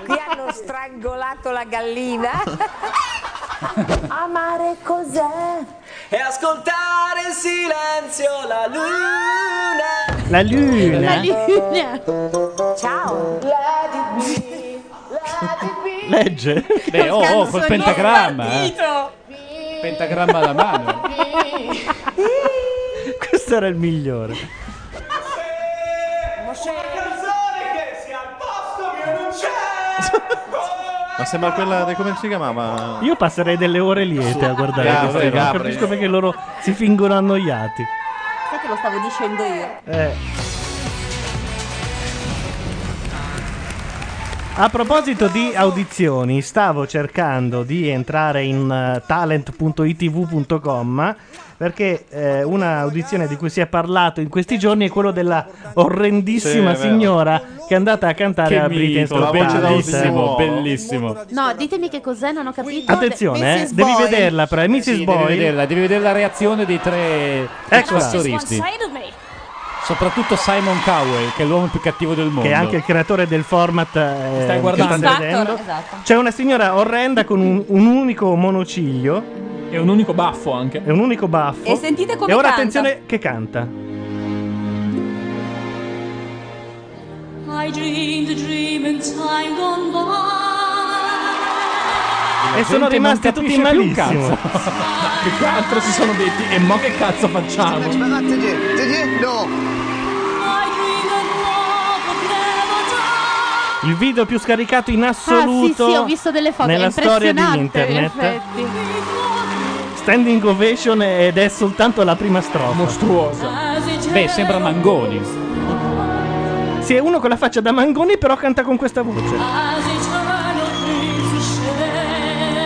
Ti hanno strangolato la (laughs) gallina. Amare cos'è? E ascoltare in silenzio la luna. La luna. Ciao. Legge. Beh, oh, oh, col pentagramma. eh. Pentagramma alla mano. Questo era il migliore. Ma sembra quella. di- come si chiamava? Io passerei delle ore liete a guardare Gabri, questi film. Non Gabri. capisco perché loro si fingono annoiati. Sai che lo stavo dicendo io. Eh. A proposito di audizioni, stavo cercando di entrare in eh, talent.itv.com perché eh, una audizione di cui si è parlato in questi giorni è quella della orrendissima Sì, è vero. signora che è andata a cantare a Che Britain's mito, Got Talent. bellissimo, bellissimo. No, ditemi che cos'è, non ho capito. Attenzione, eh, devi vederla, però, è Mrs. Sì, Boyle. Devi vederla, devi vedere la reazione dei tre Eccola. attoristi. Soprattutto Simon Cowell, che è l'uomo più cattivo del mondo. Che è anche il creatore del format. eh, Stai che guardando. state vedendo. C'è una signora orrenda con un, un unico monociglio. E un unico baffo anche. E un unico baffo. E sentite come E ora canta. attenzione che canta. I dreamed a dream in time gone by. e sono rimasti tutti malissimo. (laughs) che altro si sono detti? E mo che cazzo facciamo? Il video più scaricato in Ah, sì, sì, assoluto ho visto delle foto, è nella storia di impressionante, in internet. effetti. Standing ovation ed è soltanto la prima strofa. Mostruosa. Beh, sembra Mangoni. Sì, è uno con la faccia da Mangoni, però canta con questa voce. As eternal things we share.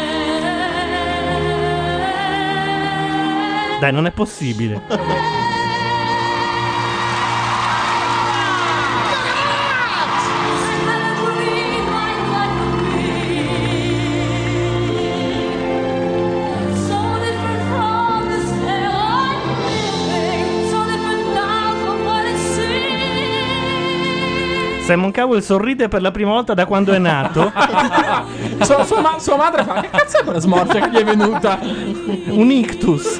Dai, non è possibile. Simon Cowell sorride per la prima volta da quando è nato. (laughs) Sua, sua ma- sua madre fa: Che cazzo è quella smorfia che gli è venuta? Un ictus.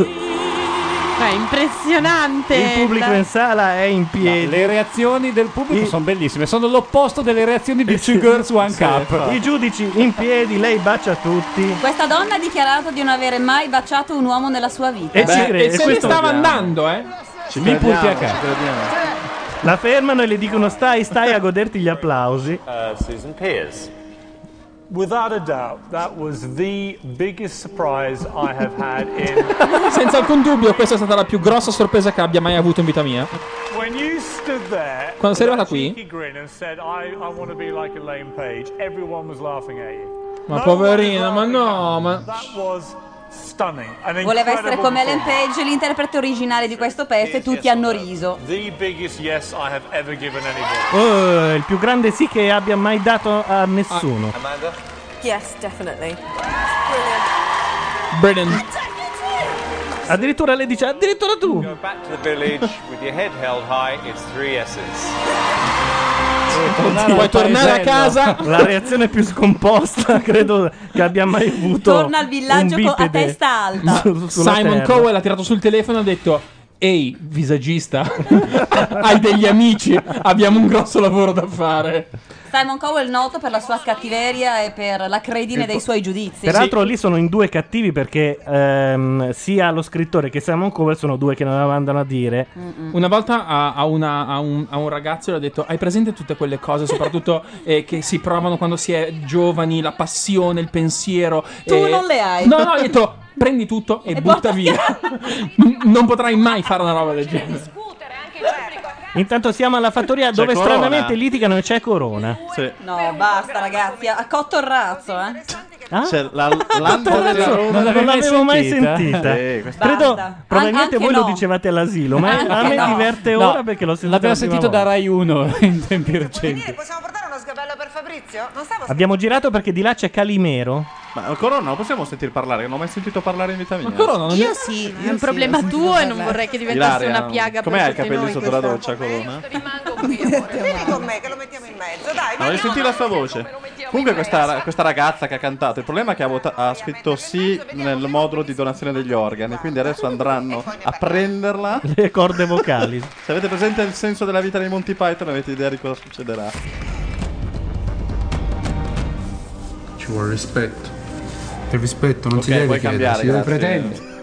È impressionante. Il pubblico in sala è in piedi. le reazioni del pubblico sono bellissime, sono l'opposto delle (laughs) reazioni di Two Girls One Cup. I giudici in piedi, lei bacia tutti. Questa donna ha dichiarato di non avere mai baciato un uomo nella sua vita. E ci Eh Beh, crede, e se questo ne stava vediamo. andando, eh? Ci Mi crediamo, punti a ci casa. La fermano e le dicono stai, stai a goderti gli applausi. Uh, Susan Piers. Without a doubt, that was the biggest surprise I have had in. Senza alcun dubbio, questa è stata la più grossa sorpresa che abbia mai avuto in vita mia. (laughs) When you stood there, Quando sei arrivata qui? cheeky grin and said, I, I want to be like Elaine Page, everyone was laughing at you. Ma poverina, ma no, ma. That was stunning. An Voleva essere incredible come Ellen performance. Page, l'interprete originale di questo pezzo, e tutti hanno riso. The biggest yes I have ever given anybody. Oh, il più grande sì che abbia mai dato a nessuno. Amanda? Yes, definitely. Ah, Addirittura lei dice, addirittura tu. Back to the village with your head held high, it's three S's. Puoi tornare a casa? La reazione più scomposta (laughs) credo che abbia mai avuto. Torna al villaggio un co- a bipede testa alta. su- sulla Simon terra. Cowell ha tirato sul telefono e ha detto: Ehi, visagista, (laughs) hai degli amici, abbiamo un grosso lavoro da fare. Simon Cowell noto per la sua cattiveria e per la credine dei suoi giudizi. Peraltro lì sono in due cattivi perché ehm, sia lo scrittore che Simon Cowell sono due che non la mandano a dire. Mm. Una volta a, a una- a un, a un ragazzo gli ho detto: Hai presente tutte quelle cose, soprattutto (laughs) eh, che si provano quando si è giovani, la passione, il pensiero. Tu eh, non le hai." No, no, ho detto: Prendi tutto (laughs) e, butta via. (laughs) N- non potrai mai fare una roba del genere. Intanto siamo alla fattoria C'è dove Corona. stranamente litigano e c'è Corona. No, basta ragazzi, ha cotto il razzo, eh. Cioè, la, l'albo Ah? Non della l'avevo- Roma non l'avevo mai sentita. Eh, Sì, questa- Credo, Basta. probabilmente Anche voi lo no. dicevate all'asilo, ma a Anche me no. diverte No, ora perché l'ho sentito. L'abbiamo la prima sentito volta. da Rai 1 (laughs) in tempi recenti. Abbiamo girato perché di là c'è Calimero. Ma Corona lo possiamo sentir parlare? che Non ho mai sentito parlare in vita mia. Io sì. È un problema sì, tuo e non vorrei che diventasse Ilaria, una piaga per Com'è tutti hai i capelli noi sotto la questa- doccia, Corona? (laughs) Vieni con me che lo mettiamo in mezzo, dai. Ma voglio sentire la sua voce. Comunque questa, questa ragazza che ha cantato, il problema è che ha, vota- ha scritto sì nel modulo di donazione degli organi, quindi adesso andranno a prenderla. (laughs) Le corde vocali. (laughs) Se avete presente il senso della vita dei Monty Python avete idea di cosa succederà. Ci vuole rispetto. Il rispetto non si Ok, deve puoi chiedere, si cambiare, deve grazie. Eh, pretendere.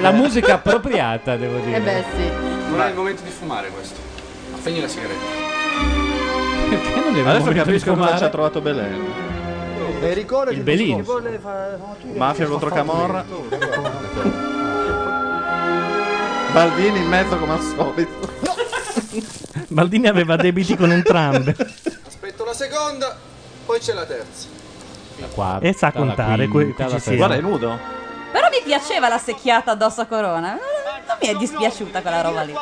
(laughs) (laughs) La musica appropriata, devo dire. Eh beh sì. Non è il momento di fumare questo. Affegni la sigaretta. Perché non le Adesso momento di capisco cosa fumare? ci ha trovato Belen. Ericone Il Belin. Mafia contro Camorra. Baldini in mezzo come al solito. (laughs) Baldini aveva debiti con entrambe. Aspetto la seconda, poi c'è la terza. Quarta, E sa contare, que- qui ci siamo. Guarda, è nudo. Però mi piaceva la secchiata addosso a Corona. Non non mi è dispiaciuta quella roba lì. Ti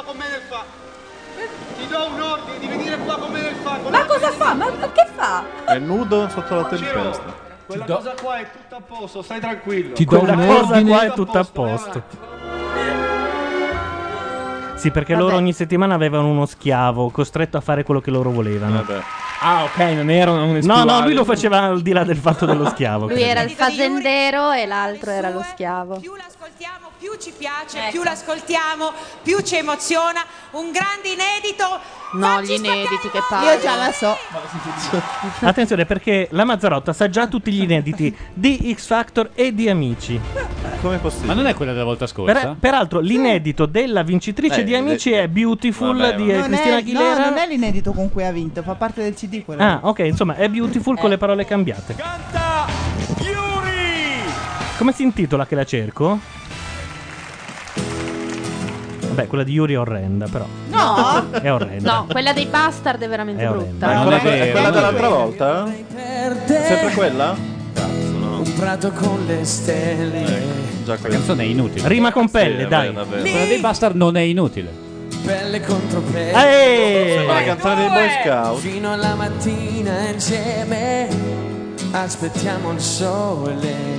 do un ordine di venire qua con me nel fango. Ma cosa fa? Ma ma che fa? È nudo sotto la tempesta. Quella cosa qua è tutta a posto, stai tranquillo. Ti do Quella un cosa ordine- qua è tutta a posto. Sì, perché loro ogni settimana avevano uno schiavo costretto a fare quello che loro volevano. Ah, ok, non era un No, esclusivo. no, lui lo faceva al di là del fatto dello schiavo. Lui credo. era il fazendero e l'altro era lo schiavo. Più ci piace, più l'ascoltiamo, più ci emoziona. Un grande inedito. No, gli inediti che parlano. Io già la so. Attenzione perché la Mazzarotta sa già tutti gli inediti di X Factor e di Amici. Come è possibile? Ma non è quella della volta scorsa? Per- peraltro, l'inedito della vincitrice Eh, di Amici è Beautiful vabbè, di vabbè. eh, Non Cristina è, no, Aguilera. non è l'inedito con cui ha vinto, fa parte del CD quello. Ah, ok, insomma, è Beautiful con le parole cambiate. Come si intitola che la cerco? Vabbè, quella di Yuri è orrenda, però. No. È orrenda. No, quella dei bastard è veramente È orrenda. brutta. Ma Quella, non è vero, non quella è dell'altra vero. volta? Sempre quella? Cazzo, no. Un prato con le stelle. Già La canzone è inutile. Rima con pelle, Sì, dai. davvero. Quella dei Bastard non è inutile. Pelle contro pelle. Ehi! Sembra la canzone dei Boy Scout. Fino alla mattina insieme aspettiamo il sole.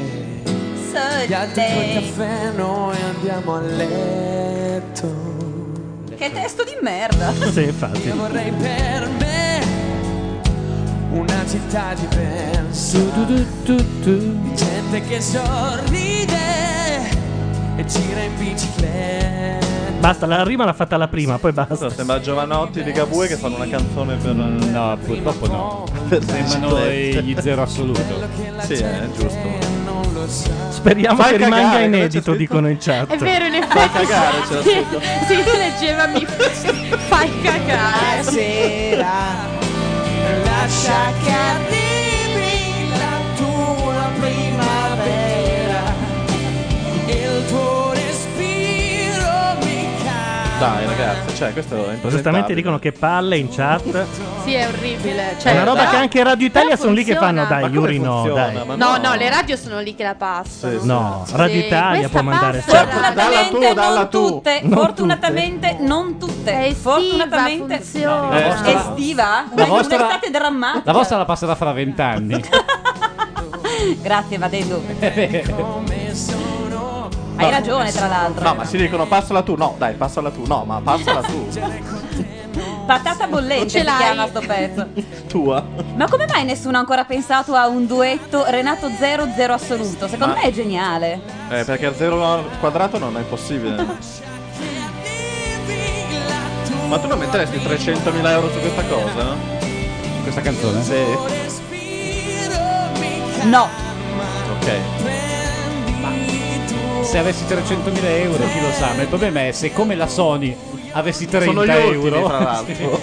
Ghiaccio e caffè noi andiamo a letto. Che testo di merda. Sì, infatti. Io vorrei per me una città diversa. Di gente che sorride e gira in bicicletta. Basta, la rima l'ha fatta la prima, poi basta. Sembra Giovanotti di Gabue che fanno una canzone per. No, purtroppo no. Per Sembrano biciclette. gli zero assoluto. Sì, è giusto. Speriamo Fai che rimanga cagare, cosa c'è inedito, scritto? dicono in chat. È vero, in Fai effetti. cioè, cagare, c'era sì, scritto. (laughs) sì, si leggeva mi fai cagare. Lascia che arrivi la tua primavera. Il tuo respiro mi cambia. Dai, ragazzi, cioè, questo è Giustamente impresentabile. dicono che palle in chat. Sì, è orribile. Cioè, una roba però- che anche Radio Italia però sono lì che funziona. fanno, dai, Yuri no, dai. No, no, le radio sono lì che la passano. No, Sì, Radio Italia questa può mandare basta. Fortunatamente non tutte. Non Fortunatamente non tutte. Fortunatamente funziona. La vostra- estiva. la Una- vostra- Un'estate drammatica. La vostra la passerà fra vent'anni. (laughs) Grazie, Vadedo. Hai ragione, tra l'altro. No, ma si dicono passala tu. No, dai, passala tu. No, ma passala (laughs) tu. Patata bollente Ce si l'hai? chiama sto pezzo. Tua. Ma come mai nessuno ha ancora pensato a un duetto Renato 00 assoluto? Secondo Ma- me è geniale. Eh, perché al zero al quadrato non è possibile. Ma tu non metteresti 300.000 euro su questa cosa? no? Questa canzone? Sì. No. Ok. Se avessi 300.000 euro, chi lo sa, ma il problema è se come la Sony avessi 30 Sono gli ultimi, euro. tra l'altro.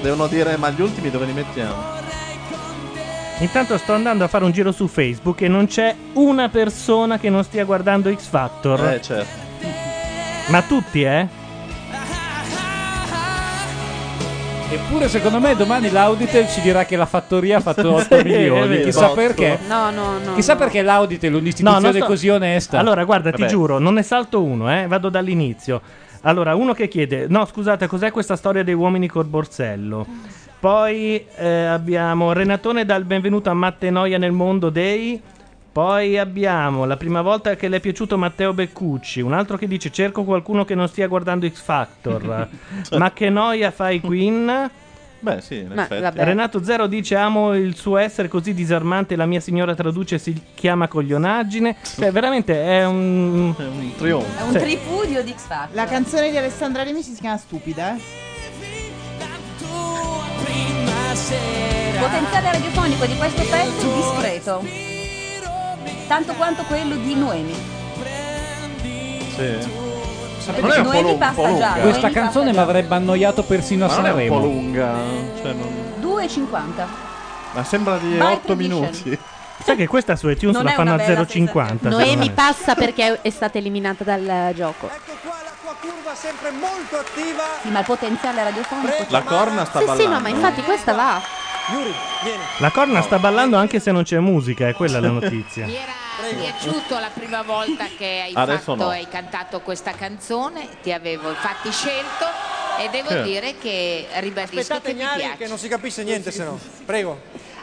Devono dire, ma gli ultimi dove li mettiamo? cioè, Intanto sto andando a fare un giro su Facebook e non c'è una persona che non stia guardando X Factor. Eh, certo. Ma tutti, eh? (laughs) Eppure secondo me domani l'Auditel ci dirà che la fattoria ha (laughs) fatto 8 Sì, è milioni, vero. chissà Botto. perché. No, no, no. Chissà perché l'Auditel è un'istituzione sto- così onesta. Allora, guarda, ti Vabbè. giuro, non ne salto uno, eh? Vado dall'inizio. Allora, uno che chiede: No, scusate, cos'è questa storia dei uomini col borsello? Poi eh, abbiamo Renatone dal benvenuto a Mattenoia nel mondo dei. Poi abbiamo la prima volta che le è piaciuto Matteo Beccucci, un altro che dice cerco qualcuno che non stia guardando X (laughs) Factor, ma che noia fai Queen? Beh sì, in Ma, effetti. vabbè. Renato Zero dice amo il suo essere così disarmante, la mia signora traduce si chiama coglionaggine. Cioè veramente è un... È un trionfo. È un tripudio di X Factor. La canzone di Alessandra Remi si chiama Stupida. eh. eh. Il potenziale radiofonico di questo pezzo è discreto. Tanto quanto quello di Noemi. Sì. Sapete Non è che- un po' lu- un po' lunga. Questa canzone mi avrebbe annoiato persino a Ma non è un po' Sanremo. lunga. Cioè, non- 2,50. Ma sembra di By 8 tradition. minuti. Sai che questa su iTunes Non la è una fanno a bella 0,50. secondo Noemi me. passa perché è stata eliminata dal eh, gioco. curva sempre molto attiva. Sì, ma il potenziale radiofonico. La corna sta Sì, ballando. sì, no, ma infatti questa va. Yuri, vieni. La corna sta ballando anche se non c'è musica, è quella la notizia. Ti è piaciuto la prima volta che hai, Adesso fatto, no. hai cantato questa canzone, ti avevo infatti scelto e devo Sì. dire che ribadisco Aspettate che mi Gnari piace. che non si Eh, capisce niente se no. Prego.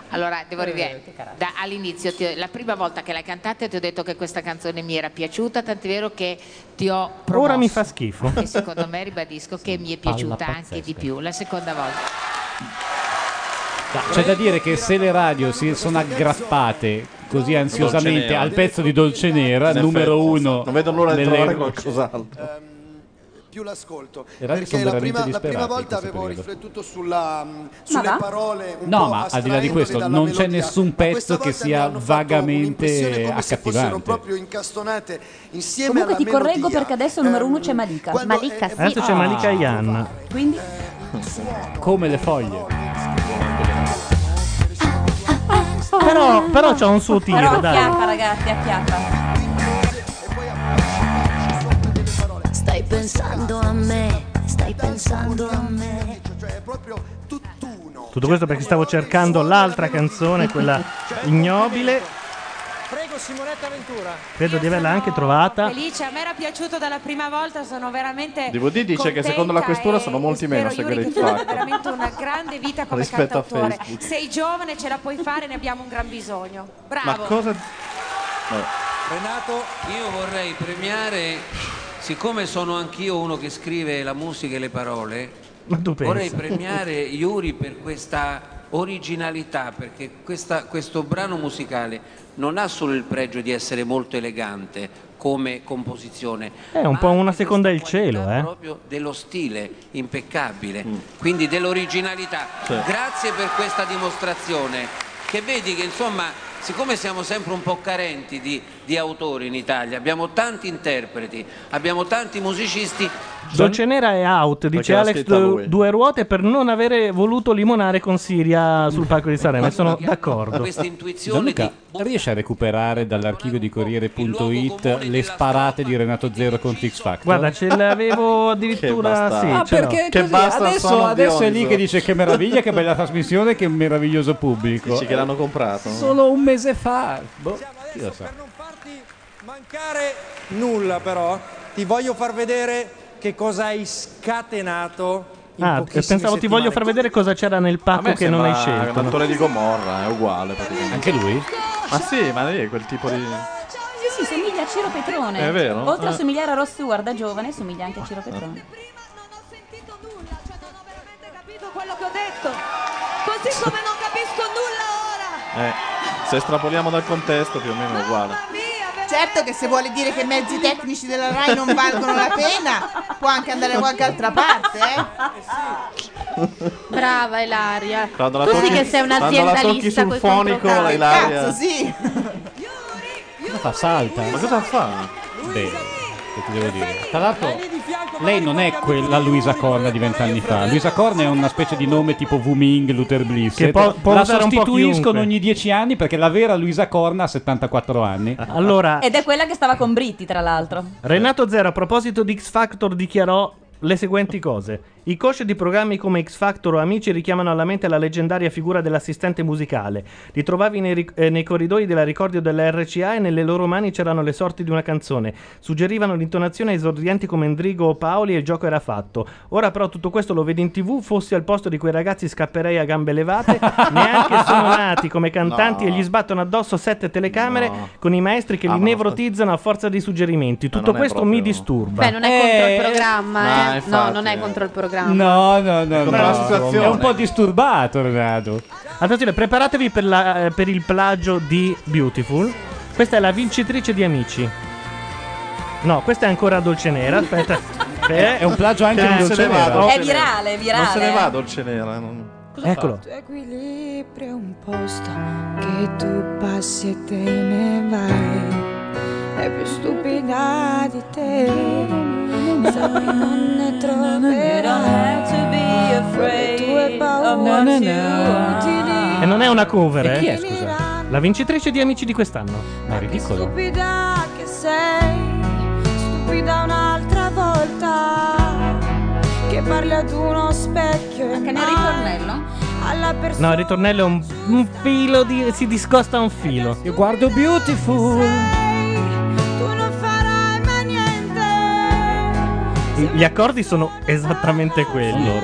Allora, devo rivedere. Da- all'inizio, ti- la prima volta che l'hai cantata ti ho detto che questa canzone mi era piaciuta, tant'è vero che ti ho promosso. Ora mi fa schifo. E secondo me ribadisco che mi è palla piaciuta anche pazzesca. di più la seconda volta. C'è da dire che se le radio si sono aggrappate così Dolce ansiosamente Nera. al pezzo di Dolce Nera, In numero effetti. uno. Non vedo l'ora di nelle- trovare qualcos'altro. più l'ascolto. Le radio Perché sono la veramente prima, la prima disperate in volta questo avevo periodo. riflettuto sulla, mh, sulle va? parole un No, po' ma al di là di astraendole questo, dalla non c'è melodia. nessun pezzo che sia vagamente Fossero accattivante. proprio incastonate insieme Comunque alla ti correggo melodia. Ehm, perché adesso al numero uno c'è Malika. Malika, sì. Adesso Ah. c'è Malika Ian. Quindi Ah. Eh, Come le foglie. Però, però c'ha un suo tiro, Però dai. acchiappa ragazzi, acchiappa. Stai pensando a me, stai pensando a me. Tutto questo perché stavo cercando l'altra canzone, quella ignobile. Prego Simonetta Ventura. Credo di averla anche trovata. Felice, a me era piaciuto dalla prima volta, sono veramente DVD dice cioè, contenta che secondo la questura e sono molti spero, meno a Yuri, seguire che il tu abbia (laughs) fatto. veramente una grande vita come Rispetto a cantautore. Facebook. Sei giovane, ce la puoi fare, ne abbiamo un gran bisogno. Bravo. Ma cosa... Renato, io vorrei premiare, siccome sono anch'io uno che scrive la musica e le parole, Ma tu pensa. vorrei premiare Yuri per questa originalità, perché questa- questo brano musicale non ha solo il pregio di essere molto elegante come composizione, È un po' una seconda il cielo, eh. proprio dello stile impeccabile, Mm. quindi dell'originalità. Sì. Grazie per questa dimostrazione, che vedi che insomma, siccome siamo sempre un po' carenti di, di autori in Italia, abbiamo tanti interpreti, abbiamo tanti musicisti, Dolce Nera è out, dice l'ha Alex scritta du- lui. Due Ruote per non avere voluto limonare con Siria sul palco di Sanremo. e Sono d'accordo. questa intuizione Gianluca, riesci a recuperare dall'archivio di Corriere.it le sparate di Renato Zero con X Factor? Guarda, ce l'avevo addirittura. Sì, ah, ce l'ho. perché così, adesso, adesso è lì che dice che meraviglia, che bella trasmissione, che meraviglioso pubblico. Dici che l'hanno comprato? Solo un mese fa. Boh, chi lo sa. Nulla però. Ti voglio far vedere che cosa hai scatenato. In Ah, pochissime pensavo ti voglio far vedere cosa c'era nel A pacco me che non hai sembra scelto. L'attore di Gomorra è uguale praticamente. Anche lui? Ma sì, ma lei è quel tipo di. Sì, sì, somiglia a Ciro Petrone. È vero? Oltre a Eh. somigliare a Ross Stewart da giovane, somiglia anche a Eh. Ciro Petrone. cioè Capito quello che ho detto? Così come non capisco nulla Eh, se estrapoliamo dal contesto più o meno è uguale. via, Certo che se vuole dire che i mezzi tecnici della RAI non valgono la pena, può anche andare da qualche altra parte, eh? Brava Ilaria. Quando la tu sì tocchi- che sei quando la tocchi un'aziendalista sul coi fonico, controcanti. la Ilaria- Cazzo, sì. Fa salta. Ma cosa fa? Beh, che ti devo dire? Tra l'altro, lei non è quella Luisa Corna di vent'anni fa. Luisa Corna è una specie di nome tipo Wuming, Luther Bliss. Che può- può la usare un po' sostituiscono chiunque. ogni dieci anni perché la vera Luisa Corna ha 74 anni. Allora, Ed è quella che stava con Britti, tra l'altro. Renato Zero a proposito di X Factor dichiarò le seguenti cose. I coach di programmi come X Factor o Amici richiamano alla mente la leggendaria figura dell'assistente musicale. Li trovavi nei, ric- eh, nei corridoi della ricordio della RCA e nelle loro mani c'erano le sorti di una canzone. Suggerivano l'intonazione a esordienti come Endrigo o Paoli e il gioco era fatto. Ora però tutto questo lo vedi in tv, fossi al posto di quei ragazzi scapperei a gambe (laughs) levate, neanche sono nati come cantanti No. e gli sbattono addosso sette telecamere No. con i maestri che Ah, li ma lo nevrotizzano a forza di suggerimenti. Tutto non è questo proprio- mi disturba. Beh, non è contro il programma, eh. no, non è contro il programma. No, no, no. Contro no. la situazione. È un po' disturbato, Renato. Attenzione, preparatevi per, la- eh, per il plagio di Beautiful. Questa è la vincitrice di Amici. No, questa è ancora Dolce Nera. (laughs) Aspetta. È- è un plagio anche Eh, in Dolce se ne Nera. vado. È Eh, virale, virale. Non se ne va dolce nera. non- Eccolo. Tu equilibri un posto che tu passi e te ne vai. È più stupida di te. Sai, non ne troverai. Quelle tue paure più utili. E non è una cover, E eh? chi è, scusa? La vincitrice di Amici di quest'anno. Ma è ridicolo. Stupida che sei, stupida un'altra volta. Che parli ad uno specchio. Anche nel ritornello? Alla persona. No, il ritornello è un, un filo di. si discosta un filo. Io guardo Beautiful. Gli accordi sono esattamente quelli. La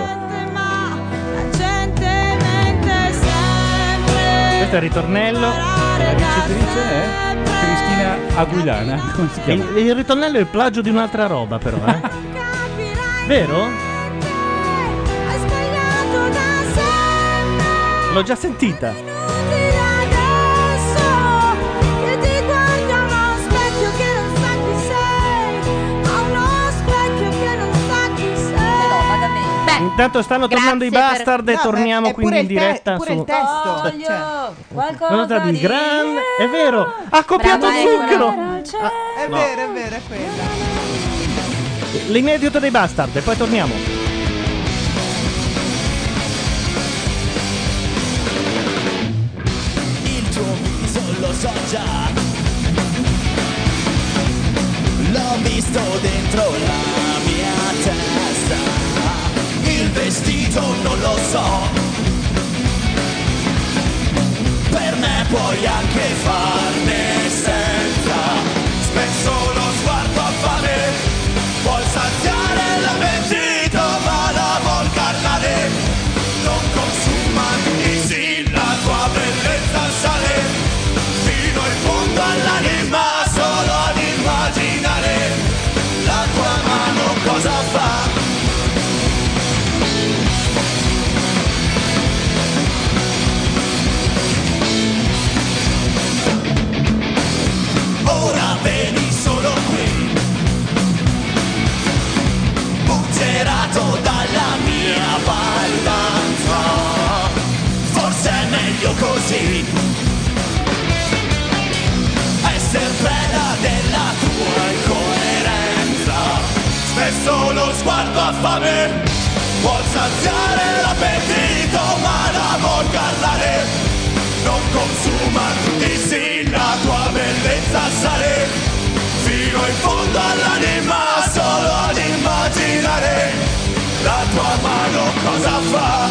gente mente sempre. Questo è il ritornello. La vincitrice è eh? Cristina (laughs) Aguilana. Come si chiama? Il, il ritornello è il plagio di un'altra roba, però, (laughs) eh. Vero? Hai sbagliato da sempre. L'ho già sentita. Inutile adesso che ti guardi a uno specchio che non sa chi sei. A uno specchio che non sa chi sei. Intanto stanno tornando i bastard e torniamo quindi in diretta su. testo. cioè. Cosa di grande. È vero, ha copiato Brava, Zucchero. Ah, È no. vero, è vero, è quello. L'inedito dei bastard e poi torniamo. Il tuo viso lo so già L'ho visto dentro la mia testa Il vestito non lo so Per me puoi anche farne senza Spesso lo sguardo a fame Vuol saziare la mentita ma la vuol carnale Non consuma i sì la tua bellezza sale Fino in fondo all'anima solo ad immaginare La tua mano cosa fa Ora vedi solo qui Butterato dalla mia baldanza Forse è meglio così Essere preda della tua incoerenza Spesso lo sguardo a fame Vuol saziare l'appetito ma la vuol gallare non consuma di sì la tua bellezza sale fino in fondo all'anima solo ad immaginare la tua mano cosa fa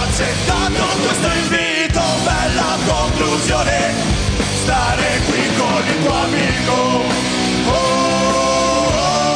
accettato questo invito, bella conclusione, stare qui con il tuo amico. Oh, oh,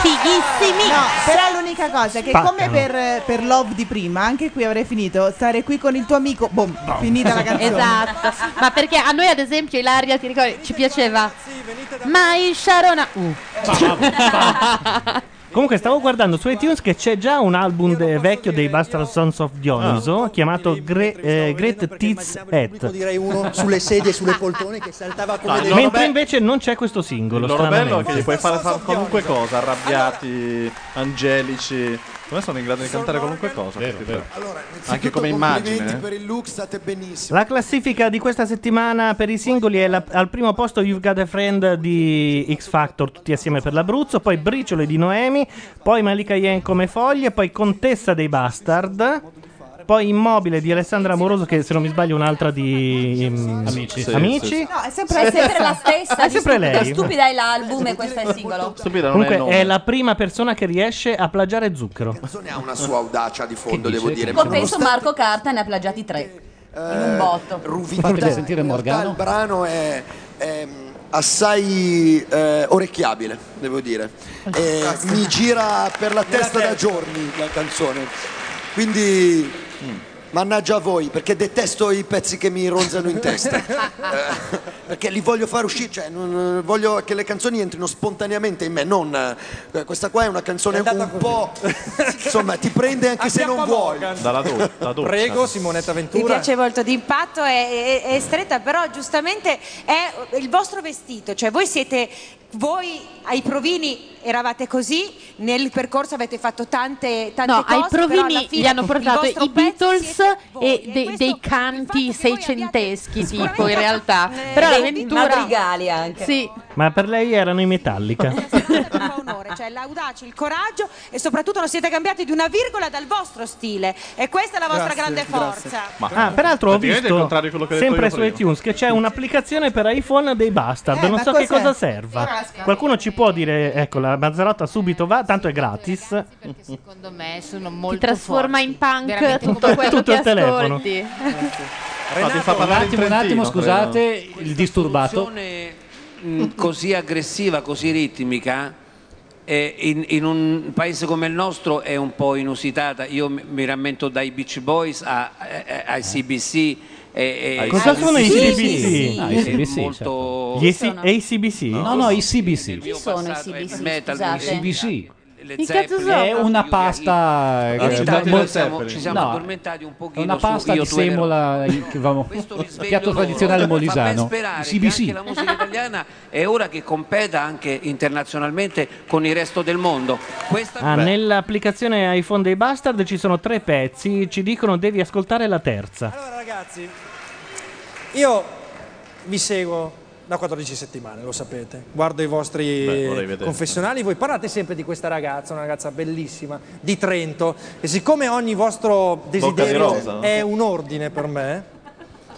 Fighissimi! No, però l'unica cosa è che Spaccano. come per, per Love di prima, anche qui avrei finito stare qui con il tuo amico. Boom, finita la canzone. Esatto, ma perché a noi ad esempio Ilaria, ti ricordi, ci piaceva My Sharona Uh. Comunque stavo guardando su iTunes che c'è già un album de- vecchio dei Bastard Sons of Dionyso Ah. chiamato Gre- eh, Great Tits Head. Direi uno sulle sedie (laughs) e sulle poltrone che saltava come dei Mentre invece non c'è questo singolo, Il loro bello è stranamente. che gli puoi fare fare qualunque cosa, arrabbiati, angelici. Come sono in grado di cantare qualunque cosa? capito? Anche come Complimenti immagine. eh. per il look, state benissimo. La classifica di questa settimana per i singoli è la- al primo posto You've Got a Friend di X Factor, tutti assieme per l'Abruzzo, poi Briciole di Noemi, poi Malika Yen come foglie, poi Contessa dei Bastard, poi Immobile di Alessandra Amoroso che se non mi sbaglio è un'altra di mm, Amici. Sì, sì, sì. No, è sempre, è sempre la stessa. (laughs) È di sempre stupida. lei. Stupida è l'album e questo è il singolo. Stupida non è Comunque il è nome. la prima persona che riesce a plagiare Zucchero. Ne ha una sua audacia di fondo, Che devo dice? dire. Che- Compenso Marco Carta ne ha plagiati tre. In un botto. Ruvidità. sentire Morgano. Il brano è, è, mm, assai eh, orecchiabile, devo (laughs) dire. Eh, mi gira per la testa da giorni la canzone. Quindi mannaggia a voi, perché detesto i pezzi che mi ronzano in testa. (laughs) (laughs) Eh, perché li voglio far uscire, cioè non- non- voglio che le canzoni entrino spontaneamente in me, non eh, questa qua è una canzone un po' insomma, ti prende Ah, anche se non vuoi. Dalla do- la doccia. Prego, Simonetta Ventura. Mi piace molto, d'impatto è, è- è stretta, però giustamente è il vostro vestito, cioè voi siete, voi ai provini eravate così, nel percorso avete fatto tante, tante No, cose. ai però alla provini fine gli hanno il portato vostro i Beatles e de- dei canti seicenteschi, tipo in realtà. eh, Però la dei Ventura madrigali anche. Sì. Ma per lei erano i Metallica. onore, cioè l'audacia, il coraggio e soprattutto non siete cambiati di una virgola dal vostro stile e questa è la vostra grande forza. Ah, peraltro ho Praticamente è il visto contrario di quello che ho detto sempre io su prima. iTunes che c'è un'applicazione per iPhone dei Bastard. Eh, non ma so che cos'è? cosa serva. Qualcuno ci può dire, ecco, la Mazzarotta subito va, tanto è gratis. Secondo me sono molto trasforma forti. Eh. in punk Veramente tutto molto quello Tutto che il telefono. ascolti. Infatti fa un parlare in attimo, un attimo, Trentino, scusate, il disturbato. Mm, così aggressiva, così ritmica, eh, in, in un paese come il nostro è un po' inusitata. Io mi- mi rammento dai Beach Boys a- a- a- ai CBC. e- e- Cosa ai sono i CBC? Ah, i CBC, certo. molto... Gli AC- ACBC? No, no, i CBC. Chi sono i CBC? Metal, I CBC. le Che Zeppelin. cazzo sono? È una pasta. Ogni eh, tanto mo- ci siamo, ci siamo No, addormentati un pochino È una su pasta Io, di tu ero- semola. eh, che vamo- piatto tradizionale molisano. sperare I CBC. che anche la musica italiana è ora che competa anche internazionalmente con il resto del mondo. Questa Ah, nell'applicazione iPhone dei Bastard ci sono tre pezzi, ci dicono devi ascoltare la terza. Ragazzi, io vi seguo da 14 settimane, lo sapete. Guardo i Beh, vorrei vostri vedere. confessionali, voi parlate sempre di questa ragazza, una ragazza bellissima di Trento e siccome ogni vostro desiderio rosa, no? è un ordine per me,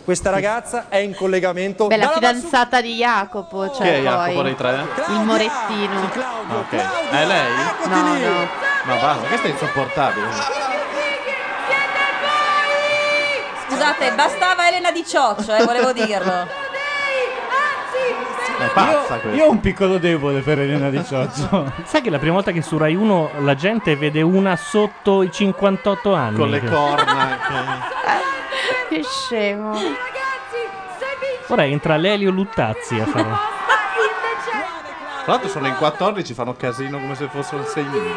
questa ragazza è in collegamento Beh, la dalla fidanzata di Jacopo, Chi è cioè Jacopo poi dei tre? il Morettino. Ah, ok. È lei? No, no. Ma basta, questa è insopportabile. Scusate, bastava Elena Di Cioccio, eh, volevo dirlo. È pazza Io- questa. Io ho un piccolo debole per Elena 18. (laughs) Sai che è la prima volta che su Rai 1 la gente vede una sotto i 58 anni? Con le corna. Che scemo. (laughs) Ora entra Lelio Luttazzi a fare. Tra l'altro sono in 14, fanno casino come se fossero il segnino.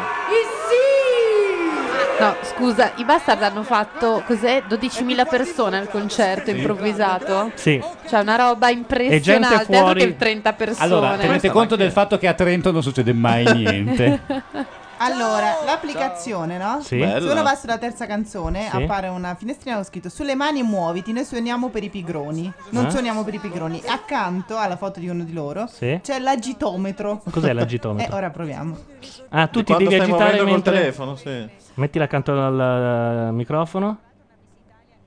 No, scusa, i Bastard hanno fatto cos'è? 12.000 persone al concerto Sì. improvvisato? Sì. Cioè una roba impressionante, altro che il 30 persone. (laughs) Cioè, Allora, tenete conto del fatto che a Trento non succede mai niente. (laughs) Allora, l'applicazione, no? Sì. Se Bella. uno va sulla terza canzone, Sì. appare una finestrina con scritto Sulle mani e muoviti, noi suoniamo per i pigroni. Non Ah. suoniamo per i pigroni. Accanto alla foto di uno di loro Sì. c'è l'agitometro. Cos'è l'agitometro? (laughs) eh, ora proviamo. Ah, tu Di ti quando devi stai agitare muovendo col mentre... telefono, sì. Mettila accanto al al eh, microfono.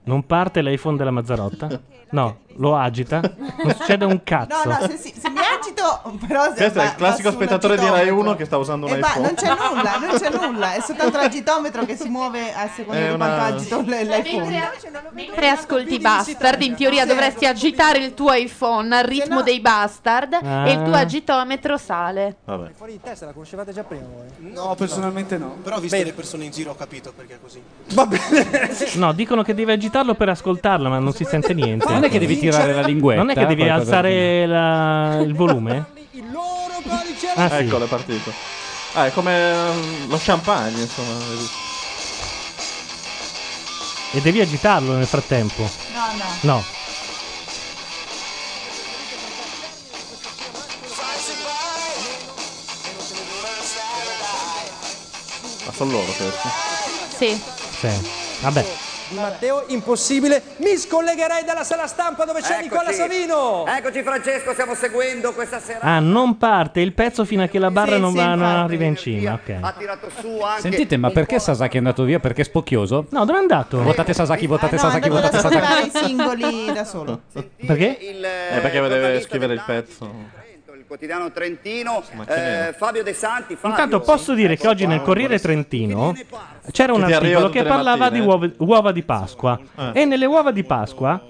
Non parte l'iPhone della Mazzarotta. No, lo agita. Non succede un (laughs) No, cazzo. no, se, si- se mi agito, però. se Questo va- è il classico va su un spettatore di Rai agitometro. 1 che sta (laughs) usando un E va- iPhone. non c'è nulla, non c'è nulla, è soltanto l'agitometro che si muove a seconda È di una- quanto agito l- l'iPhone. Mentre, mentre ascolti Bastard, in teoria dovresti agitare il tuo iPhone al ritmo dei Bastard Ah. e il tuo agitometro sale. Vabbè. Fuori di testa, la conoscevate già prima voi? No, personalmente no. Però ho visto Bene. le persone in giro ho capito perché è così. No, dicono che devi agitarlo per ascoltarlo, ma non si sente niente. Non è che devi tirare la linguetta, eh, Non è che devi qualcosa alzare la- il (laughs) volume? Ah, sì. Eccolo, è partito. Ecco, Ah, è come mm, lo champagne, insomma. Eh, E devi agitarlo nel frattempo. No, No. Ma sono loro certo. questi. Sì. Sì. Vabbè. Di Matteo, impossibile. Mi scollegherei dalla sala stampa dove c'è Nicola Savino. Eccoci Francesco, stiamo seguendo questa sera. Ah, non parte il pezzo fino a che la barra Sì, non, sì, va, non infatti. arriva in cima. Ok. Ha tirato su anche Sentite, ma un perché Sasaki è andato via? Perché è spocchioso? No, dove è andato? Votate Sasaki, votate Ah, No, Sasaki, andavo ad votate Sasaki. ascoltare i singoli da solo. Perché? Eh, perché deve scrivere il pezzo. po' il quotidiano Trentino, nera. eh, Fabio De Santi, Fabio. Intanto posso dire Ecco, che oggi nel Corriere Trentino c'era un Che ti arriva articolo tutte che le parlava di mattine, uova, uova di Pasqua. Eh. E nelle uova di Pasqua,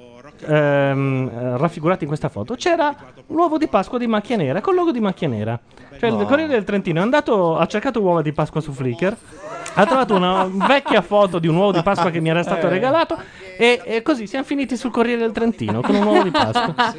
ehm, eh, raffigurate in questa foto, c'era l'uovo di Pasqua di Macchia Nera col logo di Macchia Nera. Cioè No. il Corriere del Trentino è andato, ha cercato uova di Pasqua su Flickr, ha trovato una vecchia foto di un uovo di Pasqua che mi era stato Eh. regalato e, e così siamo finiti sul Corriere del Trentino con un uovo di Pasqua.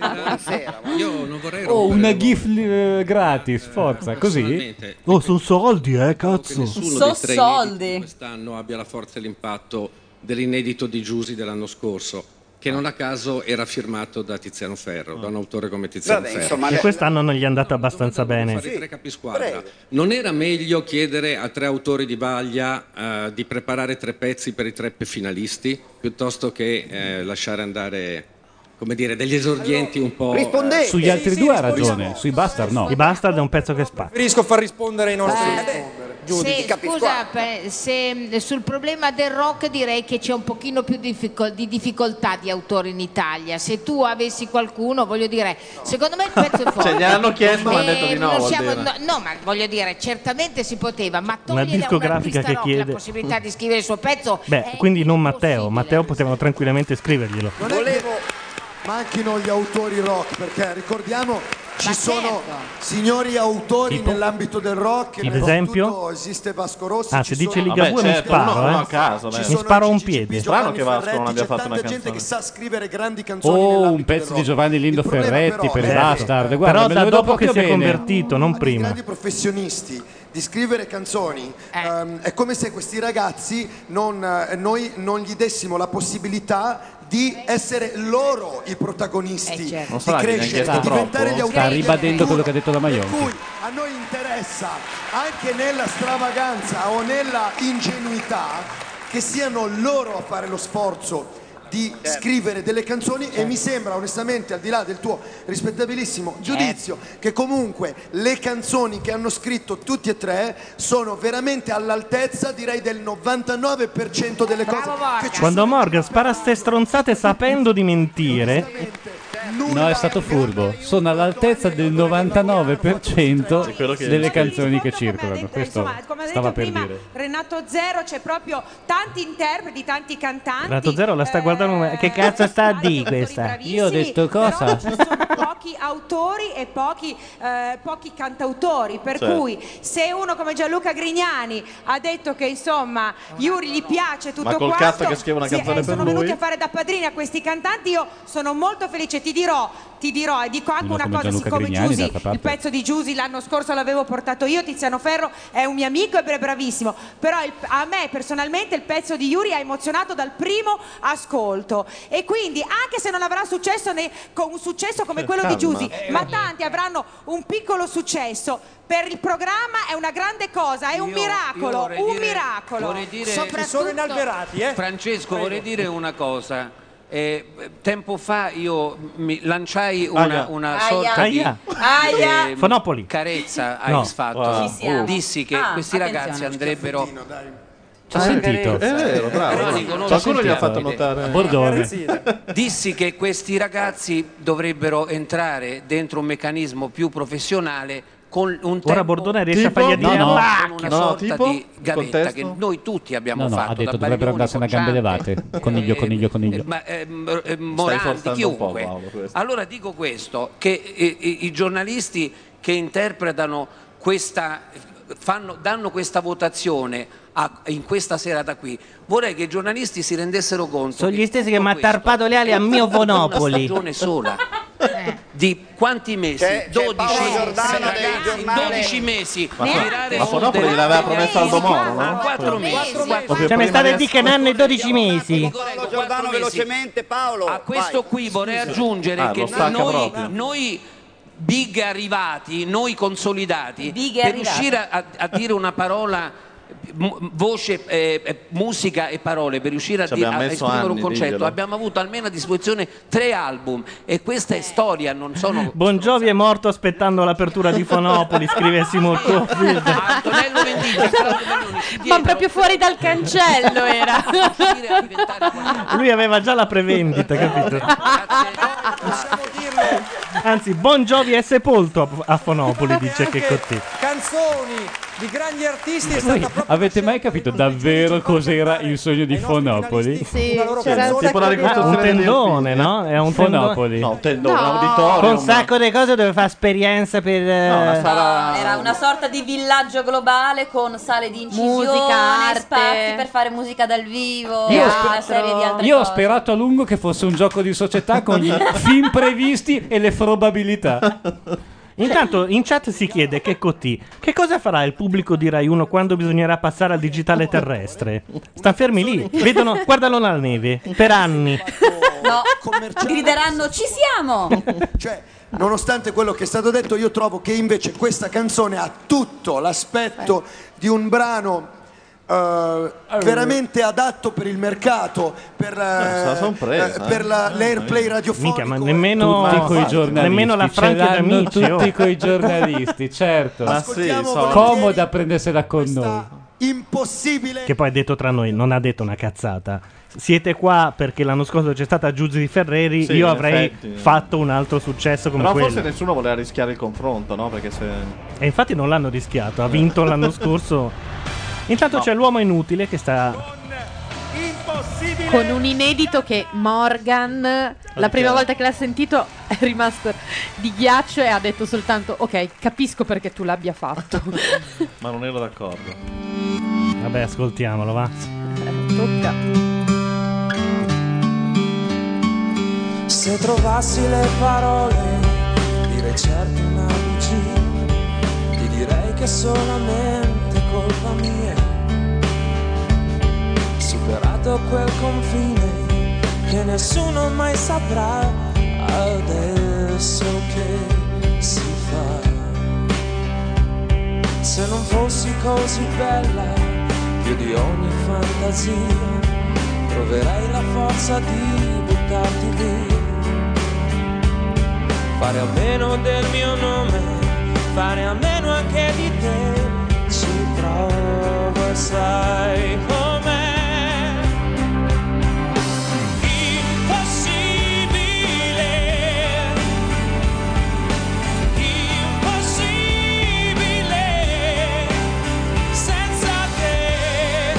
Io non vorrei Oh, una GIF eh, gratis, forza, così. Oh, sono soldi, eh, che nessuno cazzo. dei tre inediti di quest'anno abbia la forza e l'impatto dell'inedito di Giusi dell'anno scorso, che non a caso era firmato da Tiziano Ferro, da un autore come Tiziano Vabbè, Ferro. insomma, E quest'anno non gli è andata abbastanza bene. fare i tre capisquadra. Non era meglio chiedere a tre autori di Baglia eh, di preparare tre pezzi per i tre finalisti piuttosto che eh, lasciare andare come dire, degli esordienti un po'. eh, rispondete. Sugli altri Sì, due ha sì, rispondiamo. ragione, sui bastard no. I bastard è un pezzo che spacca. Preferisco far rispondere ai nostri giudici. Se, scusa, per- se, sul problema del rock direi che c'è un pochino più difficol- di difficoltà di autore in Italia. Se tu avessi qualcuno, voglio dire, secondo me il pezzo è forte. Cioè, gliel'hanno chiesto, ma ha detto di Eh, no, non vuol siamo- dire. no, no, ma voglio dire, certamente si poteva, ma Una togliere a un discografica artista che rock chiede. la possibilità di scrivere il suo pezzo Beh, quindi non Matteo. Matteo potevano tranquillamente scriverglielo. Volevo manchino gli autori rock perché ricordiamo ci sono signori autori nell'ambito del rock. Tipo? Innanzitutto Esempio? Esiste Vasco Rossi. Ah, ci se dice sono- Ligabue mi certo, sparo, uno- eh. uno a caso, mi dai. sparo un piede. Strano che Vasco non abbia c'è fatto una tanta gente canzone. che sa scrivere grandi canzoni. Oh, un pezzo di Giovanni Lindo Ferretti per i Certo. bastard. Però Guarda, me lo da vedo dopo che proprio si è bene. convertito, non prima. grandi professionisti di scrivere canzoni ehm, è come se questi ragazzi non, eh, noi non gli dessimo la possibilità di essere loro i protagonisti Non di sarà che crescere di diventare gli troppo. eh? Sta autori ribadendo del quello che ha detto la Maionchi. cui a noi interessa anche nella stravaganza o nella ingenuità che siano loro a fare lo sforzo di scrivere delle canzoni e mi sembra onestamente al di là del tuo rispettabilissimo giudizio che comunque le canzoni che hanno scritto tutti e tre sono veramente all'altezza direi del 99% delle cose che ci Quando Morgan spara ste stronzate sapendo di mentire, No, è stato furbo. Sono all'altezza del 99% che- delle canzoni che circolano. Questo come ha detto stava per prima dire. Renato Zero c'è proprio tanti interpreti, tanti cantanti. Renato Zero la sta guardando. ma Che cazzo sta a di questa? Io ho detto cosa? pochi autori e pochi, eh, pochi cantautori. Per Certo. cui se uno come Gianluca Grignani ha detto che insomma Yuri gli piace tutto Ma col quanto, cazzo che scrive una sì, canzone eh, per sono venuti lui. a fare da padrini a questi cantanti. Io sono molto felice, ti dirò dirò, ti dirò e dico anche Lo una commenta cosa, Luca siccome Grignani, Giusy, d'altra parte. il pezzo di Giusy l'anno scorso l'avevo portato io, Tiziano Ferro è un mio amico ed è bravissimo, però il- a me personalmente il pezzo di Yuri ha emozionato dal primo ascolto e quindi anche se non avrà successo ne- con un successo come quello di Calma. Giusy, Eh, ma eh. tanti avranno un piccolo successo. Per il programma è una grande cosa, è un Io- io miracolo, vorrei un dire- miracolo. vorrei dire- Soprattutto- Ci sono eh. inalberati, Francesco, vorrei dire una cosa. Eh, tempo fa io mi lanciai Aia. una, una Aia. sorta Aia. di Aia. ehm, Fonopoli. carezza a No. X Factor. Wow. Ci siamo. Dissi che Ah, questi ragazzi attenzione. andrebbero. Ho sentito. Carezza. È vero, bravo. Però dico, non lo Qualcuno gli ha sentiamo. fatto notare. Eh, A Bordone. Dissi che questi ragazzi dovrebbero entrare dentro un meccanismo più professionale con un tempo Ora Bordone riesce a fargli a dire no, "Ah!" con una No, sorta tipo? di gavetta Contesto? che noi tutti abbiamo No, no, fatto ha detto da dovrebbero andarsene Bariglioni, a gambe Cocciante, levate. (laughs) Coniglio, coniglio, coniglio. eh, ma, ehm, eh, forzando Morandi, un chiunque. po', Paolo, questo. allora dico questo, che eh, i, i giornalisti che interpretano questa, fanno- danno questa votazione a- in questa serata qui, vorrei che i giornalisti si rendessero conto Sono gli stessi che tutto mi ha questo tarpato le ali a mio Eh. Una Vonopoli. stagione (laughs) sola. Di quanti mesi? C'è- c'è 12 Paolo Eh, Giordano sì, del ragazzi, giornale. 12 mesi. Ma qua- Virare ma su Fonopoli delle- l'aveva promesso Aldo Moro, no? 4 mesi. Cioè, mi state a dire che ne hanno i 12 mesi. Paolo Giordano velocemente Paolo. A questo qui vorrei aggiungere Ah, che lo stacca noi, proprio. noi big arrivati, noi consolidati, Big per arrivati. riuscire a, a dire una parola, m- voce, eh, eh, musica e parole, per riuscire a, Ci dire- abbiamo a messo esprimere un anni, concetto, diglielo. abbiamo avuto almeno a disposizione tre album e questa è storia, non (laughs) sono... Bongiovi è morto aspettando l'apertura di Fonopoli, scrive Simon Cofield. Antonello Venditti, Ma proprio fuori dal cancello era. (laughs) Lui aveva già la prevendita, capito? Anzi, Bongiovi è sepolto a Fonopoli, dice che Cotti. Canzoni di grandi artisti è stata proprio Avete mai capito davvero cos'era il sogno di Fonopoli? una loro c'era canzone. tipo la ricostruzione un tendone, no? È un tendone. Fonopoli. No, tendone, No. Con un sacco di cose dove fa esperienza per... No, una eh, sala- Era una sorta di villaggio globale con sale di incisione, Musica, arte. spazi per fare musica dal vivo, Io una spero- serie di altre Io ho cose. sperato a lungo che fosse un gioco di società con (laughs) gli film previsti e le probabilità. Intanto in chat si chiede che Cotti, che cosa farà il pubblico di Rai 1 quando bisognerà passare al digitale terrestre? Sta fermi lì, vedono, guardano la neve per anni. No, grideranno ci siamo! (laughs) Cioè, Nonostante quello che è stato detto, io trovo che invece questa canzone ha tutto l'aspetto di un brano eh, veramente adatto per il mercato, per, eh, se la son presa, eh, per la- l'airplay radiofonico. Minchia, ma nemmeno, tutti coi giornalisti. nemmeno la ce Franca l'hanno d'Amici. oh. Tutti (laughs) coi giornalisti, certo. Ma sì, Ascoltiamo so. volentieri Comoda prendersela con noi. Impossibile Che poi ha detto tra noi, non ha detto una cazzata. Siete qua perché l'anno scorso c'è stata Giuzi Ferreri, Sì, io in avrei effetti. fatto un altro successo come Però quello. forse nessuno voleva rischiare il confronto, no? Perché se. E infatti non l'hanno rischiato, ha vinto l'anno scorso. Intanto c'è l'uomo inutile che sta Con un inedito che Morgan, la prima volta che l'ha sentito, è rimasto di ghiaccio e ha detto soltanto: Ok, capisco perché tu l'abbia fatto. Ma non ero d'accordo. Vabbè, ascoltiamolo, va. Tocca. Se trovassi le parole di recerte una bugia, ti direi che è solamente colpa mia. Superato quel confine che nessuno mai saprà, adesso che si fa. Se non fossi così bella, più di ogni fantasia, troverai la forza di buttarti lì. Fare a meno del mio nome, fare a meno anche di te, ci provo e sai com'è. Impossibile, impossibile, senza te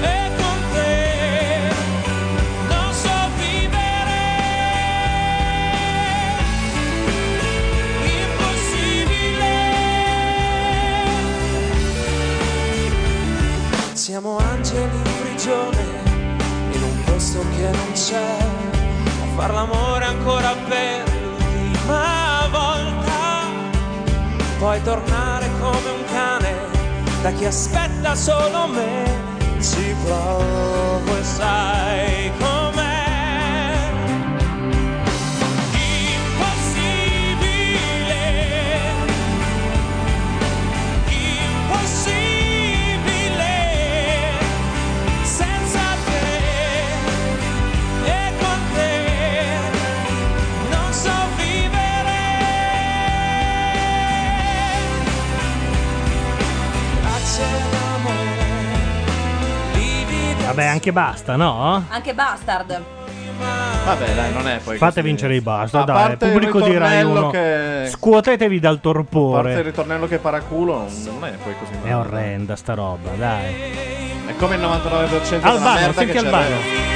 e con te non so vivere. Impossibile. Siamo angeli in prigione, in un posto che non c'è. A far l'amore ancora per l'ultima volta, poi tornare come un cane da chi aspetta solo me. Ci provo e sai com'è. Impossibile, impossibile, senza te e con te non so vivere. Accettiamo Vabbè, anche basta, no? Anche Bastard. Vabbè, dai, non è poi. Fate così. vincere i basta, A dai. parte il Pubblico di Rai ritornello 1. che- Scuotetevi dal A parte il torpore. ritornello che paraculo, non, non è poi così male. È orrenda sta roba, dai. È come il 99% della Albano, merda che senti c'è. Albano. dentro.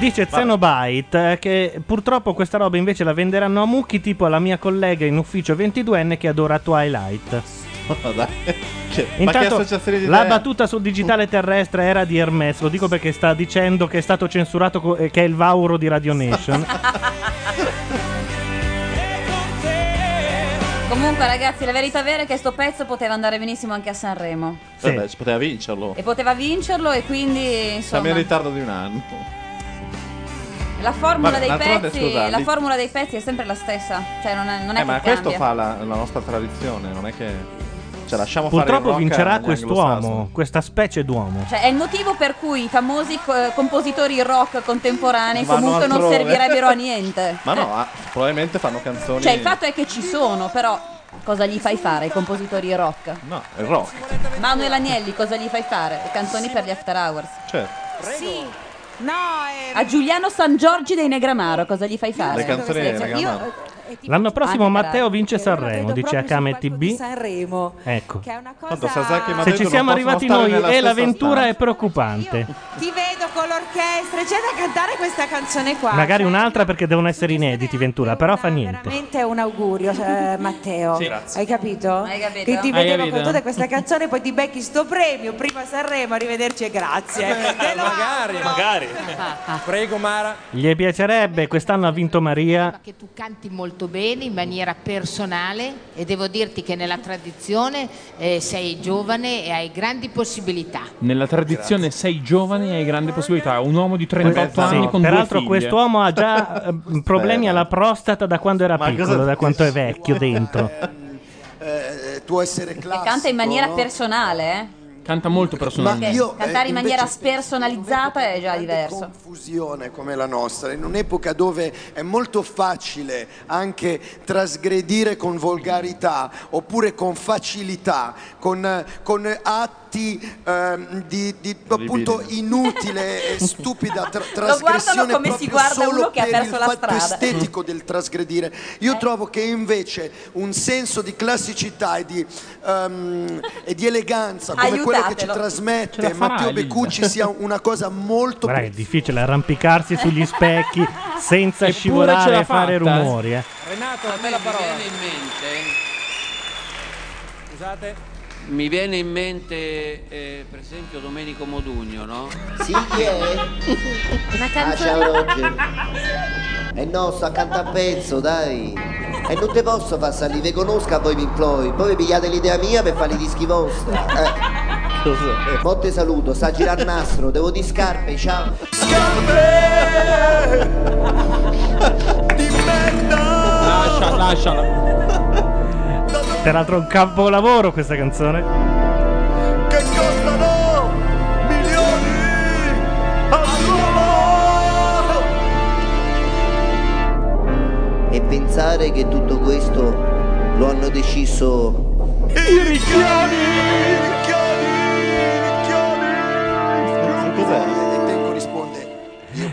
Dice Zenobite eh, che purtroppo questa roba invece la venderanno a mucchi tipo alla mia collega in ufficio 22enne che adora (laughs) Twilight. Oh, Cioè, Ma che Intanto associazione di la idee? battuta sul digitale terrestre era di Hermes, lo dico perché sta dicendo che è stato censurato, co- eh, che è il Vauro di Radio (laughs) Nation. Comunque, ragazzi, la verità vera è che sto pezzo poteva andare benissimo anche a Sanremo. Vabbè, si poteva vincerlo. E poteva vincerlo e quindi, Siamo in insomma, ritardo di un anno. la formula, Vabbè, dei d'altronde, pezzi, scusate. la formula dei pezzi è sempre la stessa. Cioè, non è, non è eh, che ma cambia. questo fa la, la nostra tradizione, non è che. Cioè, lasciamo fare il Purtroppo rock vincerà agli quest'uomo, anglosassoni. questa specie d'uomo. Cioè, è il motivo per cui i famosi co- compositori rock contemporanei Vanno comunque non altrove. servirebbero (laughs) a niente. Ma no, ah, probabilmente fanno canzoni. Cioè, il fatto è che ci sono, però cosa gli fai fare ai compositori rock? No, è eh, rock, Manuel Agnelli, cosa gli fai fare? Le canzoni per gli after hours. certo. Sì. No, A Giuliano San Giorgi dei Negramaro, cosa gli fai fare? Le canzoni dei Cioè, Negramaro. io- L'anno prossimo Anche Matteo vince Sanremo, dice proprio Akame TB. Sanremo. Ecco. Tanto Sasaki mi ha Se detto ci siamo non possono arrivati stare noi nella e stessa l'avventura stanza. è preoccupante. Ti vedo con l'orchestra, c'è da cantare questa canzone qua. Magari Cioè, un'altra perché devono essere inediti, Ventura, però fa niente. Veramente è un augurio, (laughs) eh, Matteo. Sì, grazie. Hai capito? capito? Che Hai ti vedevo capito? con tutta questa canzone, poi ti becchi sto premio. Prima Sanremo, arrivederci e Eh, grazie. (laughs) Te lo magari, magari. Eh, Prego, Mara. Gli piacerebbe, quest'anno ha vinto Maria. che tu canti molto bene in maniera personale e devo dirti che nella tradizione eh, sei giovane e hai grandi possibilità. Nella tradizione sei giovane e hai grande possibilità. Un uomo di 38 Sì, anni Esatto. con Peraltro due figlie. quest'uomo ha (laughs) già eh, problemi alla prostata da quando era Ma cosa piccolo, da dici? quanto è vecchio (laughs) dentro. Eh, tuo essere classico. Canta in maniera no? personale, eh? (laughs) Canta molto personalmente. Ma io, eh, Cantare in maniera invece- spersonalizzata è già diverso. confusione come la nostra, in un'epoca dove è molto facile anche trasgredire con volgarità oppure con facilità, con, eh, con atti ehm, di, di, appunto (laughs) inutile e stupida tra- trasgressione come si proprio guarda solo uno che ha per perso il la fatto strada. Eh. estetico del trasgredire. Io trovo che invece un senso di classicità e di, ehm, e di eleganza come quello che ci Aiutatelo. trasmette Ce la farà, Matteo Elisa. Beccucci sia una cosa molto Guarda, è difficile arrampicarsi sugli (laughs) specchi senza Eppure ce scivolare l'ha e fare fatta, eh. rumori. eh. Renato, a me la parola. Mi viene in mente, Scusate. mi viene in mente eh, per esempio Domenico Modugno, no? Sì, chi è? Una Ah, ciao Roger. E Eh no, sto accanto a pezzo, dai. E non te posso far salire, vi conosco a voi Pink Floyd. Poi vi pigliate l'idea mia per fare i dischi vostri. Eh. Mo te saluto, sta a girare il nastro, devo di scarpe, ciao. Lascia, lasciala. Peraltro è un capolavoro questa canzone. che costano milioni all'uomo. E pensare che tutto questo lo hanno deciso I ricchioni, i ricchioni, Cos'è? Tenco risponde.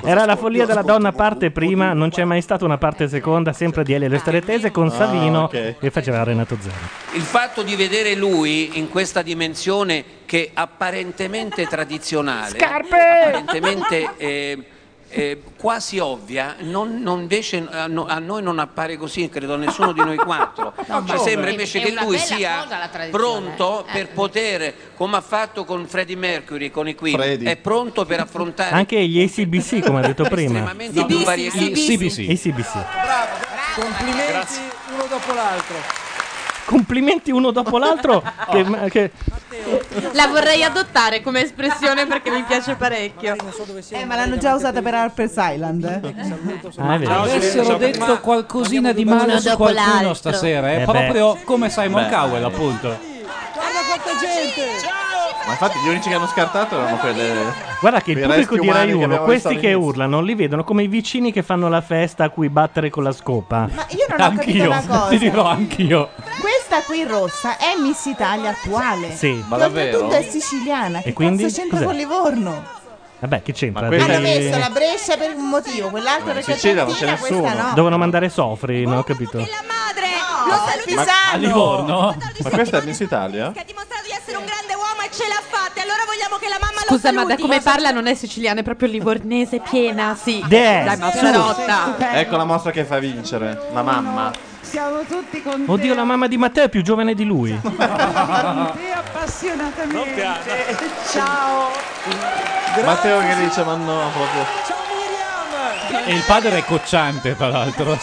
Era la follia della donna parte prima, non c'è mai stata una parte seconda, sempre di Elio Lesteretese con Ah, Savino ok. che faceva Renato Zero. Il fatto di vedere lui in questa dimensione che apparentemente tradizionale, Scarpe! apparentemente eh, eh, quasi ovvia, non, non invece a, no- a noi non appare così, credo a nessuno di noi quattro. No, Ci ma- sembra è- invece è che una lui bella sia cosa la tradizione, pronto eh. per poter, come ha fatto con Freddie Mercury, con i Queen, è pronto per affrontare Anche gli (laughs) ACBC, come ho detto prima. estremamente più variegati. ACBC. Complimenti uno dopo l'altro. Complimenti uno dopo (laughs) l'altro. che- che- La vorrei adottare come espressione perché mi piace parecchio. Eh, ma l'hanno già usata per Harper's Island. eh? Ah, è vero. Avessero detto qualcosina di dobbiamo- male uno su dopo qualcuno l'altro. stasera, eh, Eh beh. proprio come Simon Beh. eh. Cowell, appunto. Guarda quanta gente! Ma infatti gli unici che hanno scartato erano quelle. Guarda che il quei pubblico resti di umani Rai che 1, abbiamo ecco questi visto che all'inizio. urlano, li vedono come i vicini che fanno la festa a cui battere con la scopa. Ma io non ho capito (laughs) una cosa. Ti dirò anch'io. Questa qui rossa è Miss Italia attuale. Sì. Ma Che oltretutto davvero? è siciliana. Che quindi? cazzo c'entra Cos'è? con Livorno? Vabbè, che c'entra? Hanno Devi- messo la Brescia per un motivo, quell'altro perché è Cortina, questa no. Dovevano mandare Sofri, Oh, non ho capito. Lo sa Pisano. Livorno? Ma questa è Miss Italia? Scusa, ma da come parla non è siciliana, è proprio livornese piena, sì. Ah, Dai, Dai, ma Mazzarotta. Ecco la mostra che fa vincere. La mamma. Siamo tutti con Oddio, (laughs) la mamma di Matteo è più giovane di lui. te appassionatamente. Ciao. Matteo che dice, ma no, proprio. E il padre è cocciante, tra l'altro.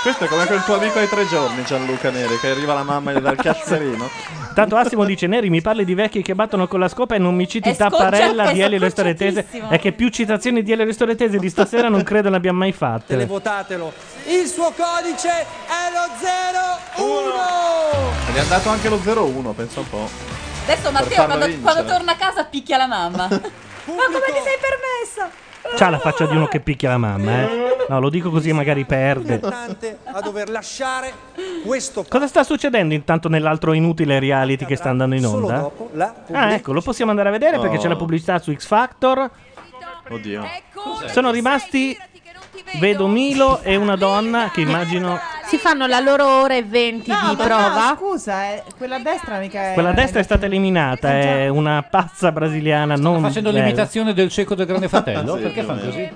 Questo è come quel tuo amico ai tre giorni, Gianluca Neri, che arriva la mamma dal cazzerino. Tanto Assimo dice: Neri, mi parli di vecchi che battono con la scopa e non mi citi È tapparella scoccia- di è Elio Storetese. scocciatissimo. È che più citazioni di Elio Storetese di stasera non credo ne abbiamo mai fatte. Televotatelo. Il suo codice è lo 01. Ed è andato anche lo 0-1, pensa un po'. Adesso Per Matteo farla quando, vincere. quando torna a casa picchia la mamma. Ma come ti sei permessa? C'ha la faccia di uno che picchia la mamma, eh? No, lo dico così magari perde. Tante a dover lasciare questo Cosa sta succedendo intanto nell'altro inutile reality che sta andando in solo onda? dopo la Ah, pubblicità. ecco, lo possiamo andare a vedere perché Oh. c'è la pubblicità su X Factor. Oddio. Sono rimasti. Vedo Milo e una donna che immagino. Si fanno la loro ora e 20 No, di ma prova. no, scusa, eh, quella a destra mica è... Eh, Quella a destra è stata eliminata, Eh, è una pazza brasiliana. Non Facendo bella. l'imitazione del cieco (laughs) del Grande Fratello, Sì, perché più o fanno meno. così?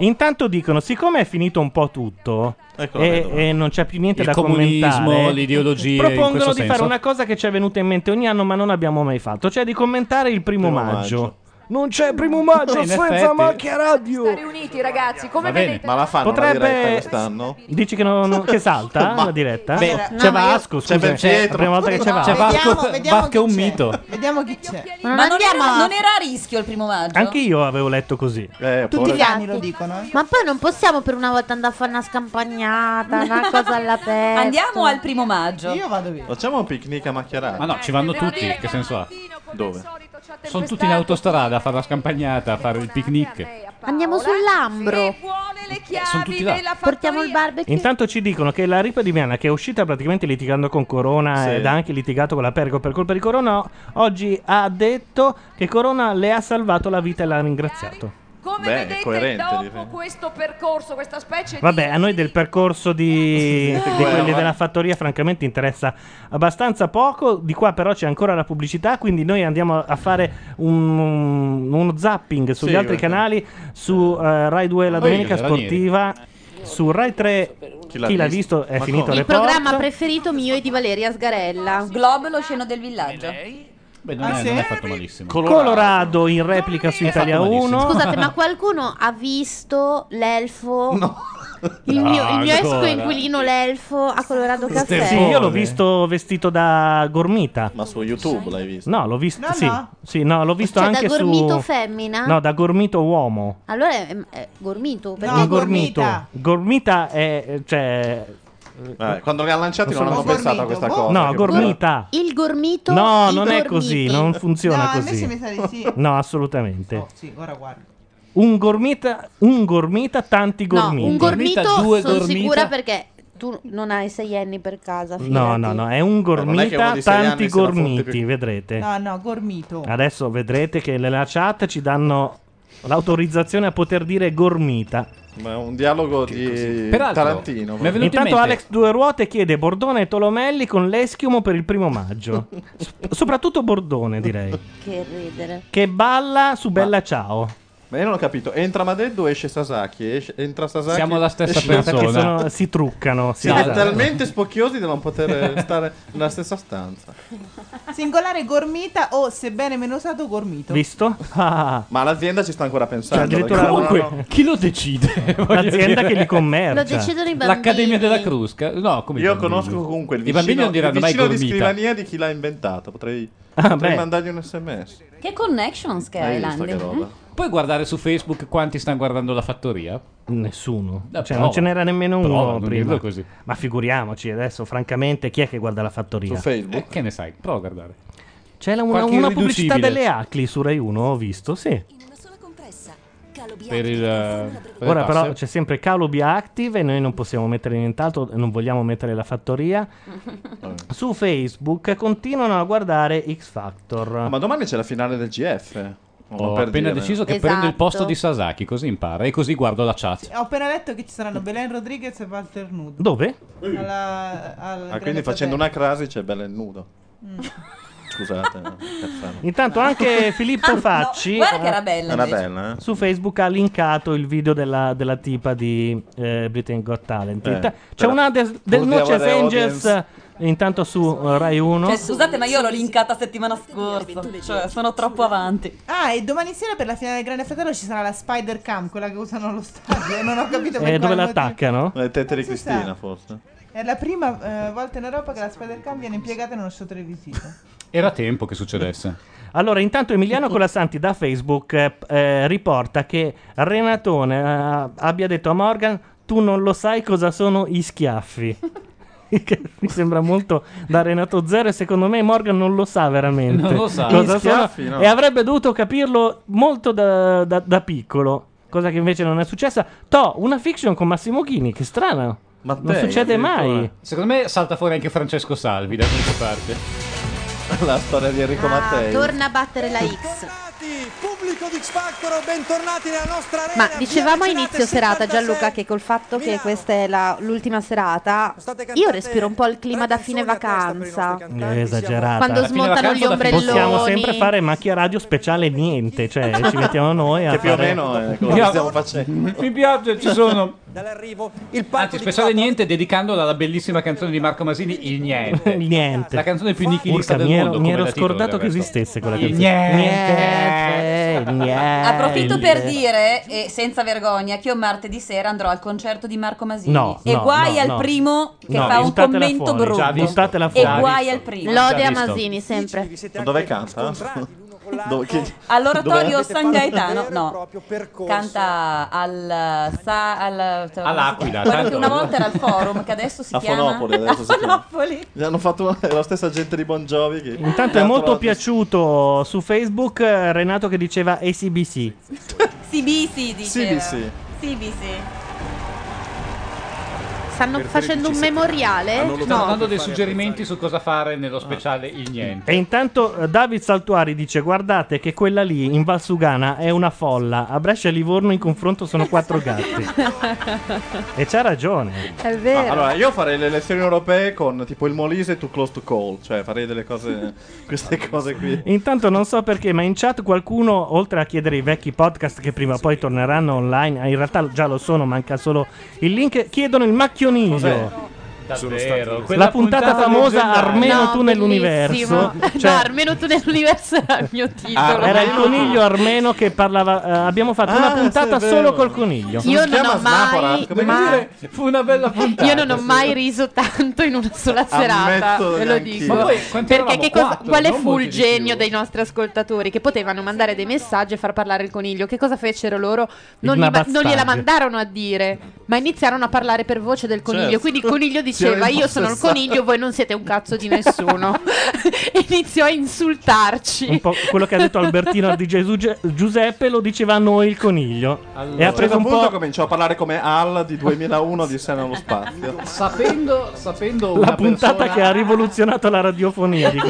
Intanto dicono: siccome è finito un po' tutto Eccolo, e, vedo. e non c'è più niente Il da comunismo, commentare, l'ideologia, in propongono questo di fare senso. una cosa che ci è venuta in mente ogni anno, ma non abbiamo mai fatto, cioè di commentare il primo, Primo maggio. maggio. Non c'è primo maggio In senza effetti. macchia radio. riuniti ragazzi, come vedete ma la fanno Potrebbe- la diretta quest'anno? Dici che, non- non- che salta Ma- la diretta? Beh, c'è no, ma io- Vasco, scusa, C'è Ben è la Pietro. prima volta che c'è No, Vasco. vediamo, Vasco- vediamo Vasco è un mito. Vediamo chi c'è. Ma non era, andiamo a- non era a rischio il primo maggio? Anche io avevo letto così. Eh, Tutti gli anni lo dicono. eh. Ma poi non possiamo per una volta andare a fare una scampagnata, (laughs) una cosa all'aperto. Andiamo al primo maggio. Io vado via. Facciamo un picnic a macchierare. Ma no, ci vanno tutti, che senso ha? Dove? Sono tutti in autostrada a fare la scampagnata, a fare il picnic. Andiamo sull'ambro. Sono tutti là. Portiamo il barbecue. Intanto ci dicono che la Ripa di Miana, che è uscita praticamente litigando con Corona Sì. ed ha anche litigato con la Pergo per colpa di Corona, oggi ha detto che Corona le ha salvato la vita e l'ha ringraziato. Come Beh, è vedete coerente, dopo direi. questo percorso, questa specie Vabbè, a noi del percorso di, di guerra. quelli della fattoria, francamente, interessa abbastanza poco. Di qua, però, c'è ancora la pubblicità. Quindi, noi andiamo a fare un- uno zapping sugli Sì, altri guarda. canali. Su eh, Rai 2 la Oi, domenica Ranieri. sportiva. Su Rai 3, chi l'ha, visto, è Ma finito come? le Il programma preferito mio è di Valeria Sgarella. Globo lo sceno del villaggio. Beh, Ah, non, è, sì? non è fatto malissimo. Colorado in replica su Italia fatto 1. malissimo. Scusate, (laughs) ma qualcuno ha visto l'elfo? Il mio, il mio ex coinquilino l'elfo a Colorado Caffè. Ah, Sì, io l'ho visto vestito da gormita. Ma su YouTube l'hai visto? No, l'ho visto. No, sì. no. Sì, no, l'ho visto Cioè, da anche su. gormito femmina? No, da gormito uomo. Allora è, è gormito. Perché Un gormito. Gormita è. Cioè. Eh, quando li ha lanciati Non non, so- hanno pensato a questa cosa. No, che gormita. Il gormito. No, il non è gormiti. così, non funziona No, così. invece mi sa di (laughs) sì. No, assolutamente. Oh, Sì, ora guardo. Un gormita, un gormita, tanti No, gormiti. un gormito sono sicura perché tu non hai sei anni per casa. No, fidati. no, no, è un Beh, non è che uno gormita, di sei tanti anni se la fonte gormiti, più- vedrete. No, no, gormito. Adesso vedrete che nella chat ci danno l'autorizzazione a poter dire gormita. Ma è un dialogo di Peraltro, Tarantino. mi è venuto Intanto Alex Due Ruote chiede Bordone e Tolomelli con l'eschimo per il primo maggio. (laughs) S- soprattutto Bordone, direi. Che ridere. Che balla su Bella Ciao. Ma io non ho capito. Entra Madeddu, esce Sasaki. esce- entra Sasaki. Siamo la stessa esce- persona. Sono- si truccano. Sì, Siamo esatto. talmente spocchiosi da non poter stare nella stessa stanza. Singolare gormita o, sebbene meno usato, gormito. Visto? (laughs) Ah. Ma l'azienda ci sta ancora Cioè, pensando. Cioè, addirittura- ragazzi. Comunque, (laughs) chi lo decide? L'azienda che li commercia. Lo decidono i bambini. L'Accademia della Crusca? No, come Io i bambini? conosco comunque il I vicino, bambini non diranno il mai vicino di gormita. scrivania di chi l'ha inventata. Potrei, beh. potrei mandargli un (laughs) sms. Che connections che Hai hai, visto Landi? che roba? Puoi guardare su Facebook quanti stanno guardando la fattoria? Nessuno. Ah, Cioè, prova. non ce n'era nemmeno Prova, uno non prima. dirlo così. Ma figuriamoci adesso, francamente, chi è che guarda la fattoria? Su Facebook? Eh, che ne sai? Prova a guardare. C'è la- una, Qualche una pubblicità irriducibile. delle Acli su Rai 1, ho visto, sì. Per il... per le Ora però tasse. c'è sempre Calubia Active e noi non possiamo mettere nient'altro, non vogliamo mettere la fattoria. Su Facebook continuano a guardare X Factor. ma domani c'è la finale del GF. Ho per appena dire. deciso che Esatto. prendo il posto di Sasaki, così impara e così guardo la chat. Ho appena letto che ci saranno Belen Rodriguez e Walter Nudo. Dove? Alla, al Mm. Ah, quindi Gran facendo Fratello. una crasi c'è bello e nudo. Scusate. no, cazzate. Intanto (laughs) anche Filippo Facci Ah, guarda che era bella Era invece. bella, eh? su Facebook ha linkato il video della, della tipa di eh, Britain Got Talent. Eh, Inta- c'è però- una des- del Vogliamo Noches le Angels audience. eh, intanto su eh, Rai 1. Cioè, scusate, ma io l'ho linkata settimana scorsa. Cioè, sono troppo avanti. Ah, e domani sera per la finale del Grande Fratello ci sarà la Spider Cam, quella che usano allo stadio. Non ho capito per Eh, dove quale l'attaccano? Le tette di Non si sa. Eh, Cristina, forse. motivo. È la prima eh, volta in Europa che la Spider Cam viene impiegata in uno show televisivo. Era tempo che succedesse. Allora, intanto (laughs) Emiliano Colasanti da Facebook eh, p- eh, riporta che Renatone eh, abbia detto a Morgan: Tu non lo sai cosa sono i schiaffi. (laughs) Che Mi sembra molto da Renato Zero e secondo me Morgan non lo sa veramente. Non lo sa. cosa Gli schiaffi, sono, no. E avrebbe dovuto capirlo molto da, da- da piccolo, cosa che invece non è successa. To, una fiction con Massimo Chini, che strana. non Dai, succede addirittura. mai. Secondo me salta fuori anche Francesco Salvi da qualche parte. (laughs) la storia di Enrico Ah, Mattei. Ah, Torna a battere la X. Pubblico di X Factor, bentornati nella nostra arena. Ma Via dicevamo a Mecenate inizio serata 76. Gianluca che col fatto che questa è la- l'ultima serata io respiro un po' il clima da fine vacanza. È esagerata. Quando Alla fine smontano vacanza gli alla fine- ombrelloni. Possiamo sempre fare macchia radio speciale niente, cioè (laughs) ci mettiamo noi a Che più o fare- meno è quello (laughs) che stiamo facendo. Mi piace, ci sono. Dall'arrivo Anzi, speciale niente dedicandola alla bellissima canzone di Marco Masini, Il Niente. Il Niente. La canzone più nichilista Urca, del mi ero- mondo. mi come ero da titolo, scordato del che resto. esistesse quella Il canzone. Niente. Niente. Approfitto per dire, e senza vergogna, che io martedì sera andrò al concerto di Marco Masini. No, e no, guai no, al no. primo che No, fa un buttatela commento fuori, brutto. già visto. Buttatela E fuori. guai al primo. Lode a visto. Masini, sempre. Dove canta? (laughs) Dove- chi- All'oratorio dov'è? San Gaetano, no, canta al, sa, al cioè, All'Aquila, quello certo. che tanto- una volta era al forum, che adesso si A chiama Fonopoli adesso si chiama. Fonopoli. Gli hanno fatto una- è la stessa gente di Bon Jovi che... Intanto è molto piaciuto su Facebook eh, Renato che diceva ACBC. CBC diceva. CBC. CBC. Stanno Per 13 facendo un secondi. memoriale? Stanno dando Eh? No. dei suggerimenti su cosa fare Ah. nello speciale Il Niente. E intanto eh, David Saltuari dice guardate che quella lì in Valsugana è una folla, a Brescia e Livorno in confronto sono quattro (laughs) gatti. E c'ha ragione. È vero. Ah, allora, io farei le elezioni europee con tipo il Molise too close to call, cioè farei (laughs) delle cose, queste cose qui. Intanto non so perché, ma in chat qualcuno, oltre a chiedere i vecchi podcast che prima o poi torneranno online, eh, in realtà già lo sono, manca solo il link, chiedono il macchioniglio. Davvero. La puntata, famosa Armeno No, tu nell'universo. bellissimo. Cioè, Ah, no, Armeno tu nell'universo era il mio titolo. era il coniglio armeno che parlava. eh, abbiamo fatto una puntata solo col coniglio. Io non ho mai, mai- Fu una bella puntata. io non ho mai riso tanto in una sola serata, Ammetto ve lo neanch'io. dico. Ma poi quanti Perché eravamo? che cosa- Quattro, quale non fu molti il di genio dei nostri ascoltatori che potevano mandare dei messaggi e far parlare il coniglio? Che cosa fecero loro? Non, Una li ma- non bastardia. gliela mandarono a dire, ma iniziarono a parlare per voce del coniglio. Certo. Quindi il coniglio Si era diceva: Io sono il impossessato." coniglio, voi non siete un cazzo di nessuno. (laughs) E Iniziò a insultarci. Un po' quello che ha detto Albertino di Gesù Ge- Giuseppe lo diceva a noi il coniglio. E a ha un certo preso un punto po'. cominciò a parlare come Al di 2001 di Sena nello spazio. Sapendo, sapendo La una puntata persona- che ha rivoluzionato la (laughs) radiofonia. dico.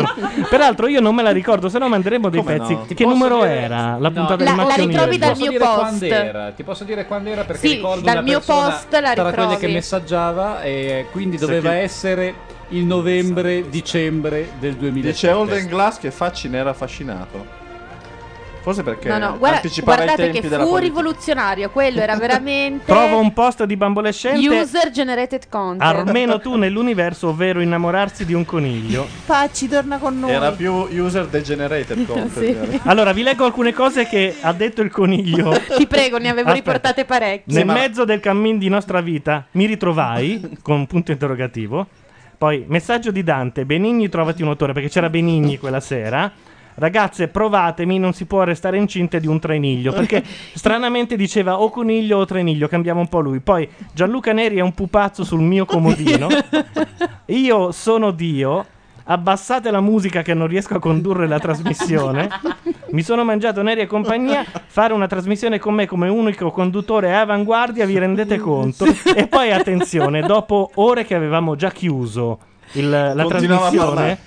Peraltro, io non me la ricordo, se no manderemo dei Come no? pezzi. Ti Che posso numero dire- era? La puntata No, del la- la macchionismo. ritrovi dal Posso mio dire post. quando era? Ti posso dire quando era perché Sì, ricordo dal una mio persona post la tra quelle ritrovi. che messaggiava e quindi Sai doveva chi- essere il Esatto. novembre dicembre del 2000. Dice Holden Glass che Facci ne era affascinato. Forse perché No, no, guarda- anticipare i guardate tempi che della fu politica. rivoluzionario, quello era veramente Trova un post di bambole scelte. user generated content. (laughs) Almeno tu nell'universo, ovvero innamorarsi di un coniglio. Pacci torna con noi. Era più user (laughs) degenerated content. Allora, vi leggo alcune cose che ha detto il coniglio. (laughs) Ti prego, ne avevo Aspetta. riportate parecchie. Nel mezzo del cammin di nostra vita mi ritrovai con un punto interrogativo. Poi messaggio di Dante, Benigni trovati un autore perché c'era Benigni quella sera. Ragazze, provatemi, non si può restare incinte di un treniglio. Perché stranamente diceva o coniglio o treniglio, cambiamo un po' lui. Poi Gianluca Neri è un pupazzo sul mio comodino. Io sono Dio. Abbassate la musica che non riesco a condurre la trasmissione. (laughs) Mi sono mangiato Neri e compagnia. Fare una trasmissione con me come unico conduttore è avanguardia, vi rendete conto? E poi attenzione, dopo ore che avevamo già chiuso il- la Continuava a trasmissione, parlare.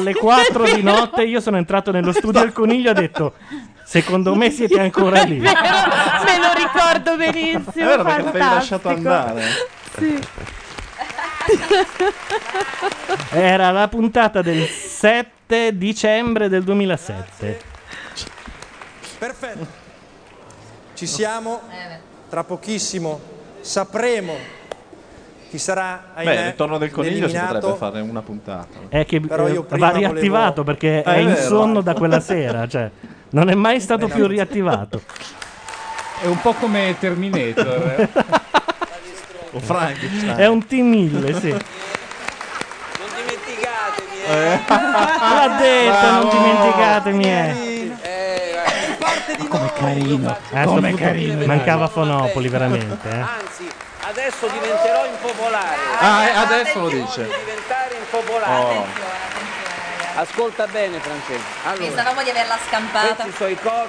alle 4 di notte io sono entrato nello studio al coniglio e ho detto: Secondo me siete ancora lì. Me lo ricordo benissimo. È vero, perché l'avevi fantastico. lasciato andare. Sì. Era la puntata del 7 dicembre del 2007. Perfetto. Ci siamo. Tra pochissimo sapremo chi sarà ahimè, Beh, il ritorno del coniglio si potrebbe eh, eliminato. fare una puntata. È che Però eh, io prima va volevo- Eh, riattivato perché Ah, è è in vero. sonno da quella sera. Cioè, non è mai stato più (laughs) riattivato. È un po' come Cioè, Terminator. eh. (laughs) o cioè. Frankenstein. È un T1000, sì. (laughs) Eh, L'ha detto, non dimenticatemi. Eh. Come carino, come carino. Mancava Fonopoli, veramente. eh. Anzi, adesso diventerò impopolare. Ah, eh, adesso lo dice. Diventare impopolare. Oh. Ascolta bene, Francesco. Esatto. Allora, Pensavamo di averla scampata. questi sono i coach,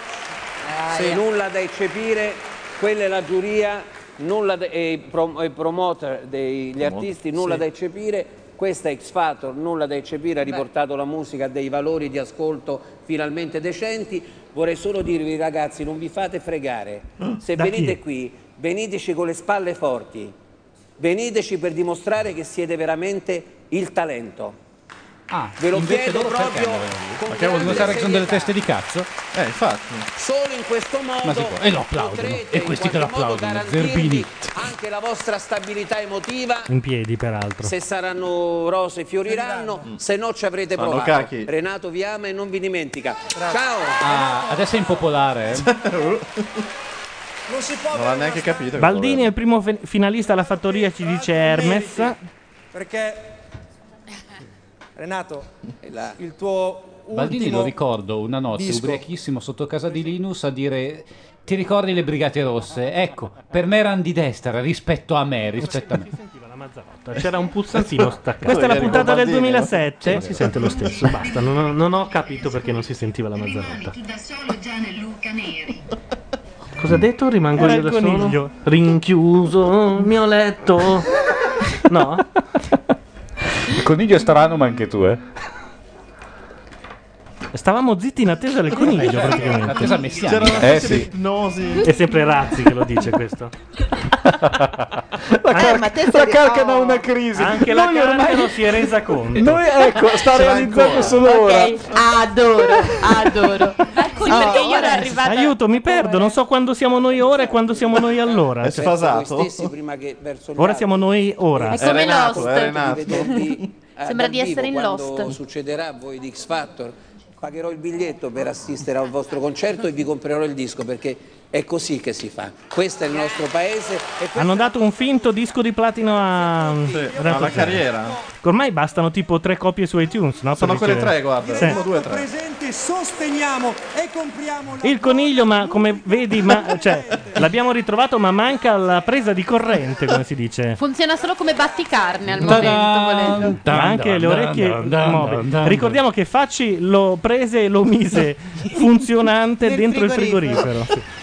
se yeah. nulla da eccepire, quella è la giuria, nulla da- e i prom- e i promoter degli Promoter, artisti, nulla sì. da eccepire. Questa è X Factor, nulla da eccepire, ha riportato la musica a dei valori di ascolto finalmente decenti. Vorrei solo dirvi ragazzi, non vi fate fregare. Se Da chi? venite qui, veniteci con le spalle forti. Veniteci per dimostrare che siete veramente il talento. Ve lo Ah, invece chiedo loro perché proprio hanno- con Perché vuol grande notare che sono delle serietà. teste di cazzo? Eh, infatti. Solo in questo modo Ma si può. E lo applaudono. potrete E questi in che lo qualche modo applaudono, garantirvi Zerbini. Anche la vostra stabilità emotiva In piedi, peraltro. se saranno rose fioriranno, se no ci avrete Sanno provato. cachi. Renato vi ama e non vi dimentica. Ciao. Ah, adesso è impopolare. eh. Non si può (laughs) Non l'ha neanche capito. che Baldini è il primo fe- finalista alla fattoria, ci dice Hermes. perché Renato, il tuo Baldini ultimo lo ricordo una notte disco. ubriachissimo sotto casa di Linus a dire ti ricordi le brigate rosse? Ecco, per me erano di destra rispetto a me, rispetto a me. C'era un (laughs) pulsantino staccato. Questa è la puntata del 2007. si sente lo stesso. Basta, non, non ho capito perché non si sentiva la Mazzarotta. da solo già nel Luca Neri. Cosa ha detto? Rimango Era io da il coniglio. solo. Rinchiuso il mio letto. No? Il coniglio è strano, ma anche tu, eh. Stavamo zitti in attesa del coniglio, praticamente. Attesa messianica. C'era una Eh, specie sì. di ipnosi. È sempre Razzi che lo dice questo. La, Ah, car- ma te la sei- carcano ha una crisi. Anche la Noi carta ormai- non si è resa conto. Noi, ecco, sta Ce l'ha realizzando ancora. solo ora. Adoro, (laughs) adoro. Ecco, perché io ero arrivata Aiuto, mi perdo. eh. Non so quando siamo noi ora e quando siamo noi allora. Verso voi stessi prima che verso gli Ora altri. siamo noi ora. È È come Renato, Lost. è Renato. (laughs) Vedervi, eh, Sembra dal di essere vivo, in quando Lost. succederà a voi di X Factor, pagherò il biglietto per assistere al vostro concerto e vi comprerò il disco perché è così che si fa. Questo è il nostro paese e questo Hanno dato un finto disco di platino a. Renato alla Zero. carriera. Ormai bastano tipo tre copie su iTunes, no? Sono Per quelle ricevere. tre, guarda. Sì. Uno, due, tre. presente, sosteniamo e compriamo la Il coniglio, ma come vedi, ma, cioè, l'abbiamo ritrovato, ma manca la presa di corrente, come si dice. Funziona solo come batticarne al Ta-da! momento, volendo. Ma anche le orecchie mobili. Ricordiamo che Facci lo prese e lo (laughs) mise funzionante Nel dentro il frigorifero. frigorifero.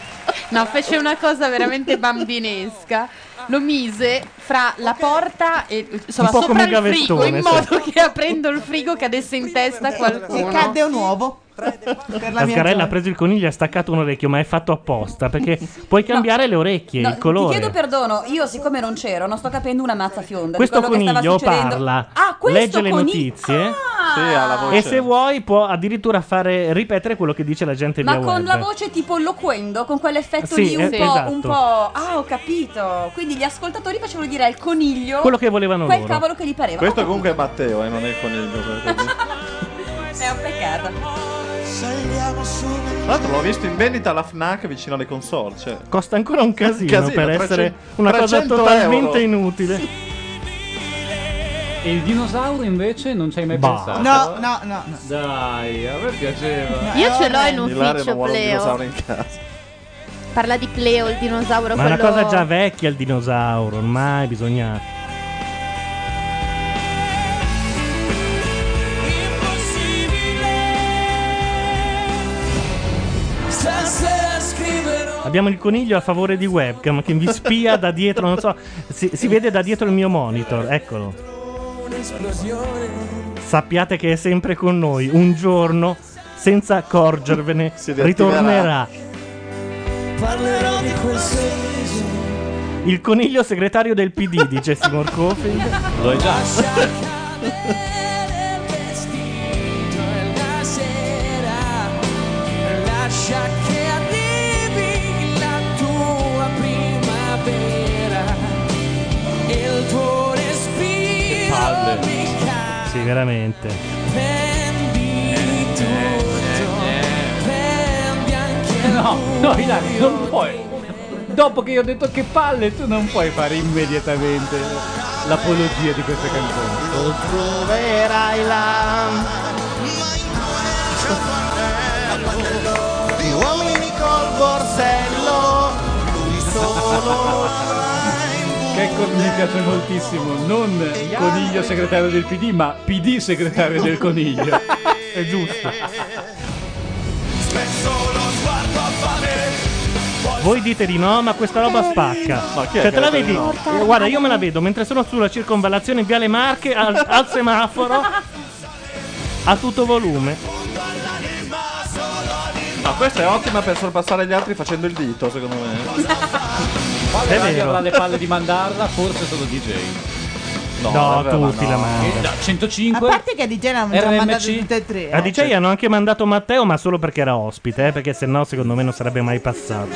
No, fece una cosa veramente bambinesca. Lo mise fra la porta e insomma, Un po' sopra come il frigo Gavettone, in sì. modo che aprendo il frigo cadesse in testa qualcuno. E cadde un uovo. Per la La mia sgarella ha gioia. preso il coniglio e ha staccato un orecchio, ma è fatto apposta (laughs) perché puoi cambiare le orecchie, No, il Ti colore. chiedo perdono, io siccome non c'ero, non sto capendo una mazza fionda. di Questo quello che stava coniglio succedendo. parla, Ah, questo legge le coni- notizie E se vuoi può addirittura fare ripetere quello che dice la gente Ma via con web. la voce tipo loquendo, con quell'effetto Sì, lì un, eh, po', esatto. un po'. Ah, ho capito. Quindi gli ascoltatori facevano dire al coniglio Quello che volevano quel loro. cavolo che gli pareva. Questo Ho comunque è Matteo, eh, non è il coniglio. capito. È un peccato. Tra l'altro l'ho visto in vendita alla FNAC vicino alle console. Cioè. Costa ancora un casino, Casino, per 300 essere una cosa 300 totalmente euro. inutile. eh. E il dinosauro invece non ci hai mai Bah. pensato? No, no, no. no. Dai, a me piaceva. Io ce l'ho in Ilaria ufficio, non vuole un Pleo. dinosauro in casa. Parla di Pleo, il dinosauro. Ma è quello... una cosa già vecchia il dinosauro, ormai bisogna... Stasera scriverò Abbiamo il coniglio a favore di webcam che vi spia da dietro, non so, si, si vede da dietro il mio monitor, eccolo. un'esplosione. Sappiate che è sempre con noi, un giorno, senza (laughs) accorgervene, ritornerà. Parlerò di quel sorriso. Il coniglio segretario del PD, dice Simon Cofield. Lo è già. Lascia che arrivi la tua primavera e il tuo respiro palle. mi cambia. Sì, veramente. Eh, Eh, No, no, Ilaria, non puoi. Dopo che io ho detto che palle, tu non puoi fare immediatamente l'apologia di questa canzone. Troverai là di uomini col borsello lui solo Ecco, mi piace moltissimo, non coniglio segretario del PD, ma PD segretario del coniglio. È giusto. Voi dite di no, ma questa roba spacca. chi è cioè, che te la ha detto vedi? di no? Eh, Guarda, io me la vedo mentre sono sulla circonvallazione in Viale Marche al, al semaforo a tutto volume. Ma Ah, questa è ottima per sorpassare gli altri facendo il dito, secondo me. È vero. avrà le palle di mandarla, forse solo DJ. No, tutti la mandano. Da A 105 parte che a DJ l'hanno già RMC? mandato tutte e tre. A eh. DJ hanno anche mandato Matteo, ma solo perché era ospite, eh, perché sennò secondo me non sarebbe mai passato.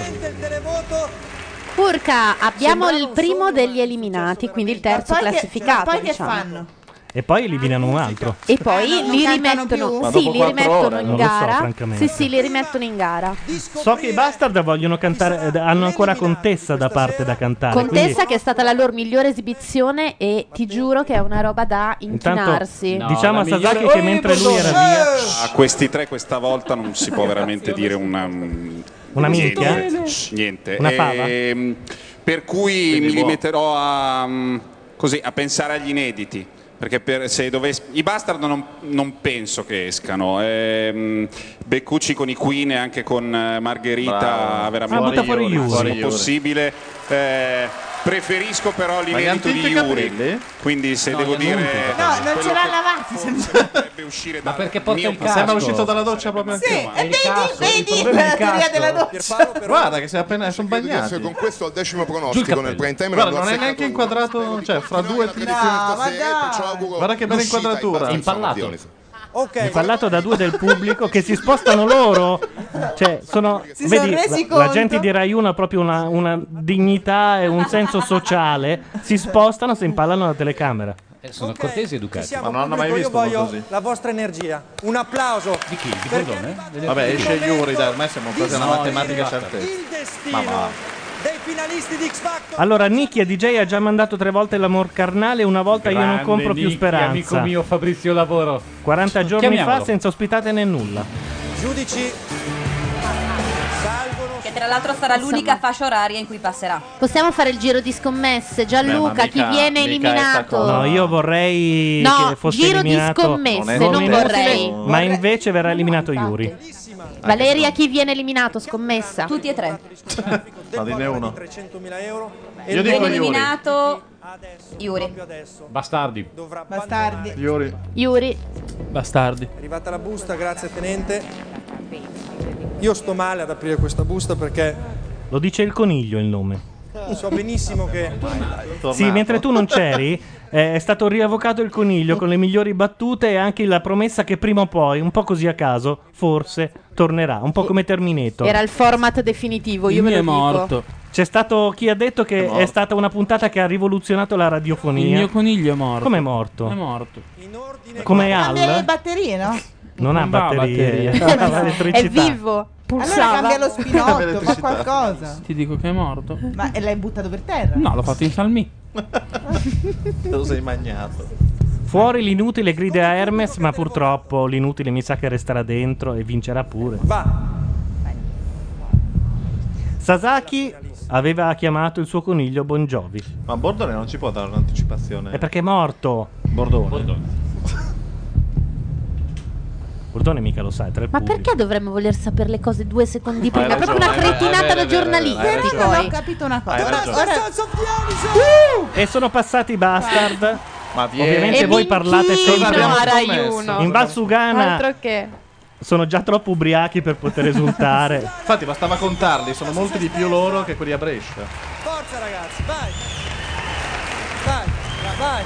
Urca, abbiamo il primo eh, degli eliminati, quindi il terzo Poi che- classificato. Poi che diciamo. fanno? E poi eliminano un altro. E poi Ah, non li cantano rimettono, più? Ma sì, dopo li quattro rimettono ore? in Non lo so, gara. francamente. sì, sì, li rimettono in gara. So che i Bastard vogliono cantare, eh, hanno ancora Contessa da parte da cantare. Contessa quindi- che è stata la loro migliore esibizione e ti giuro che è una roba da Intanto inchinarsi. diciamo a Sasaki che mentre lui era via A questi tre questa volta non si può veramente dire una... mm, Una minchia? Niente. Shh, niente. Una fava? Ehm, per cui mi limiterò a, mm, così, a pensare agli inediti. Perché per- se dovessi- I Bastard non, non penso che escano. Ehm, Beccucci con i Queen e anche con eh, Margherita Bravo. veramente Ah, butta fuori il massimo Yuri. possibile. Eh, preferisco però l'inedito gli di ha tinto i Yuri. Quindi se devo dire. No, non ce l'ha lavati. sembra. Ma perché porta il casco? Sembra uscito dalla doccia proprio Sì, anche e vedi, problema è vedi, il la teoria casco. della doccia. Guarda che si è appena sono Adesso bagnati. Con questo al decimo Giù il pronostico cappello. nel prime time Guarda, non l'hanno è azzeccato neanche inquadrato, cioè fra due tiri. No, ma Guarda che bella l'uscita ai inquadratura. Bastard, Impallato. Impallato da due del pubblico che si spostano loro. Cioè, sono. Si vedi, son resi la- la, conto? gente di Rai 1 ha proprio una, una dignità e un senso sociale. Si spostano se impallano la telecamera. Eh, sono cortesi ed educati. Ci siamo, pubblico, io voglio la vostra energia. Un applauso. Di chi? Di Vabbè, esce Yuri, dai, ormai siamo quasi alla No, matematica esce certezza. destino Ma va. dei finalisti di X Factor. Allora, Nicchia DJ ha già mandato tre volte l'amor carnale. Una volta io non Grande compro più Nicky, speranza. Amico mio Fabrizio Lavoro. 40 giorni fa Chiamiamolo. senza ospitate né nulla. Giudici. Che tra l'altro sarà Insomma. l'unica fascia oraria in cui passerà. Possiamo fare il giro di scommesse. Gianluca, Beh, ma mica- chi viene mica eliminato? No, io vorrei No, che fosse giro di eliminato. scommesse, non Come vorrei. inutile, Ma invece verrà eliminato Yuri. Valeria, chi viene eliminato? Scommessa. Tutti e tre. Ma dinne uno. 300.000 euro. Io dico Viene Yuri. eliminato Yuri. Bastardi. Bastardi. Yuri. Yuri. Bastardi. È arrivata la busta, grazie tenente. Io sto male ad aprire questa busta perché Lo dice il coniglio il nome. So benissimo che. Sì, mentre tu non (laughs) c'eri, eh, è stato riavvocato il coniglio con le migliori battute e anche la promessa che prima o poi, un po' così a caso, forse tornerà. Un po' come Terminator. Era il format definitivo, io ve lo dico. C'è stato chi ha detto che è, morto. stata una puntata che ha rivoluzionato la radiofonia. Il mio coniglio è morto. Come è morto? È morto. Come Al? Cambia le batterie, no? Non ha Non va (laughs) a batterie. batterie. Ha (laughs) È elettricità. vivo. Allora cambia (laughs) lo spinotto, fa qualcosa. Ti dico che è morto. Ma e l'hai buttato per terra? No, l'ho fatto in salmì. (laughs) Te lo sei magnato. Fuori l'inutile grida a Hermes, ma purtroppo l'inutile mi sa che resterà dentro e vincerà pure. Sasaki aveva chiamato il suo coniglio Bon Jovi. Ma Bordone non ci può dare un'anticipazione. È perché è morto. Bordone. Bordone mica lo sa, è tra il Ma pubblico. perché dovremmo voler sapere le cose due secondi prima? È ragione, proprio una hai- hai- cretinata da hai- Eh, hai- giornalisti. hai- hai- hai- poi. Non ho capito una cosa. Hai Ora, ragione. ora- E sono passati i bastard. Ma Ovviamente E voi parlate minchino sempre a Rai Uno. In Valsugana Altro che. sono già troppo ubriachi (laughs) per poter esultare. Infatti bastava contarli, sono molti di più loro che quelli a Brescia. Forza ragazzi, vai! Vai, vai!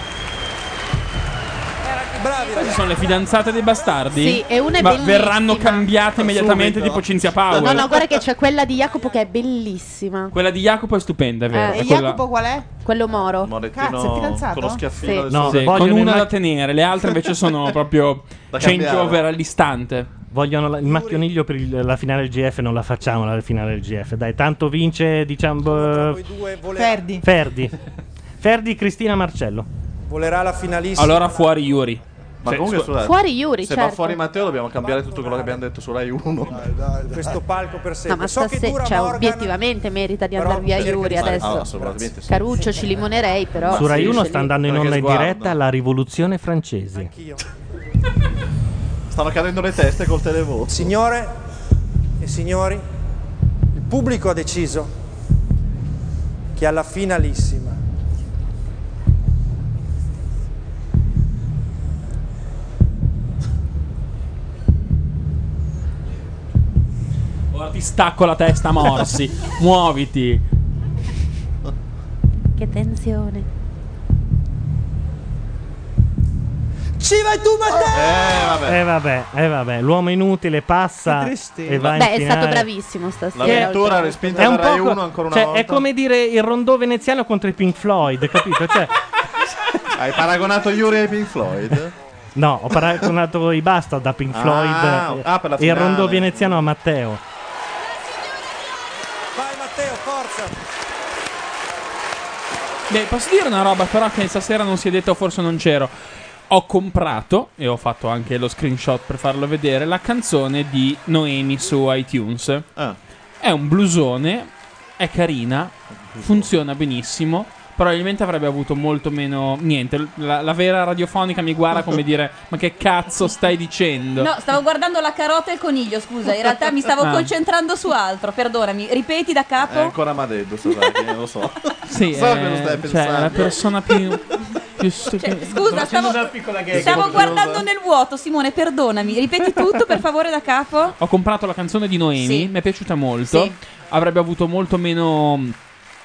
Bravi Queste ragazzi! sono le fidanzate dei bastardi? Sì, e una è Ma bellissima. verranno cambiate immediatamente Subito. tipo Cinzia Power. No, no, guarda che c'è quella di Jacopo che è bellissima. Quella di Jacopo è stupenda, è vero? Eh, È quella- qual è? Quello Moro. Cazzo, è fidanzato? con lo schiaffino Sì. del- No, Sì, con vogliono una il da tenere, le altre invece sono proprio Da change cambiare. over all'istante. Vogliono la- il macchioniglio per il- la finale del GF, non la facciamo la finale del GF. Dai, tanto vince, diciamo... eh, Perdi. Ferdi. Ferdi Cristina Marcello. Volerà la finalissima. Allora fuori Cioè, Yuri. Ma Se- comunque scu- scusate, Fuori Yuri, Se va certo. fuori Matteo dobbiamo cambiare tutto quello che abbiamo detto su Rai 1. Questo palco per No, ma sempre. so che stasera, dura cioè, Morgan. obiettivamente merita di andare via cerca di Yuri fare- adesso. Ah, assolutamente sì. Caruccio ci limonerei, però. Su Rai 1 sta Ah, Sì, andando in Perché onda in sguardo. diretta la rivoluzione francese. Stanno cadendo le teste col televoto. Signore e signori, il pubblico ha deciso che alla finalissima Ora ti stacco la testa, morsi. Muoviti. Che tensione. Ci vai tu, Matteo! Eh vabbè. E vabbè, eh, vabbè, l'uomo inutile passa Che e va in Beh, è stato finale. bravissimo stasera. L'avventura oltre. respinta da Rai 1 ancora una cioè, volta. È come dire il rondò veneziano contro i Pink Floyd, capito? (laughs) Cioè, Hai paragonato Yuri ai Pink Floyd? Ecco. no, ho paragonato i Basta da Pink Ah, Floyd eh, ah, per la e il finale. rondò veneziano a Matteo. Vai Matteo, forza! Beh, posso dire una roba però che stasera non si è detto, forse non c'ero. Ho comprato, e ho fatto anche lo screenshot per farlo vedere, la canzone di Noemi su iTunes. Ah. È un blusone, è carina, funziona benissimo. Probabilmente avrebbe avuto molto meno. Niente, la, la vera radiofonica mi guarda come dire: Ma che cazzo stai dicendo? No, stavo guardando la carota e il coniglio, scusa. In realtà mi stavo Ah. concentrando su altro, perdonami. Ripeti da È capo. ancora Madeddo, Sasaki, non lo so. Sì, so eh, che lo stai cioè, pensando. è la (laughs) persona più. più Cioè, stupida. Cioè, Scusa, stavo, eh, stavo eh. guardando nel vuoto, Simone, perdonami. Ripeti tutto per favore da capo. Ho comprato la canzone di Noemi, Sì. mi è piaciuta molto. Sì. Avrebbe avuto molto meno.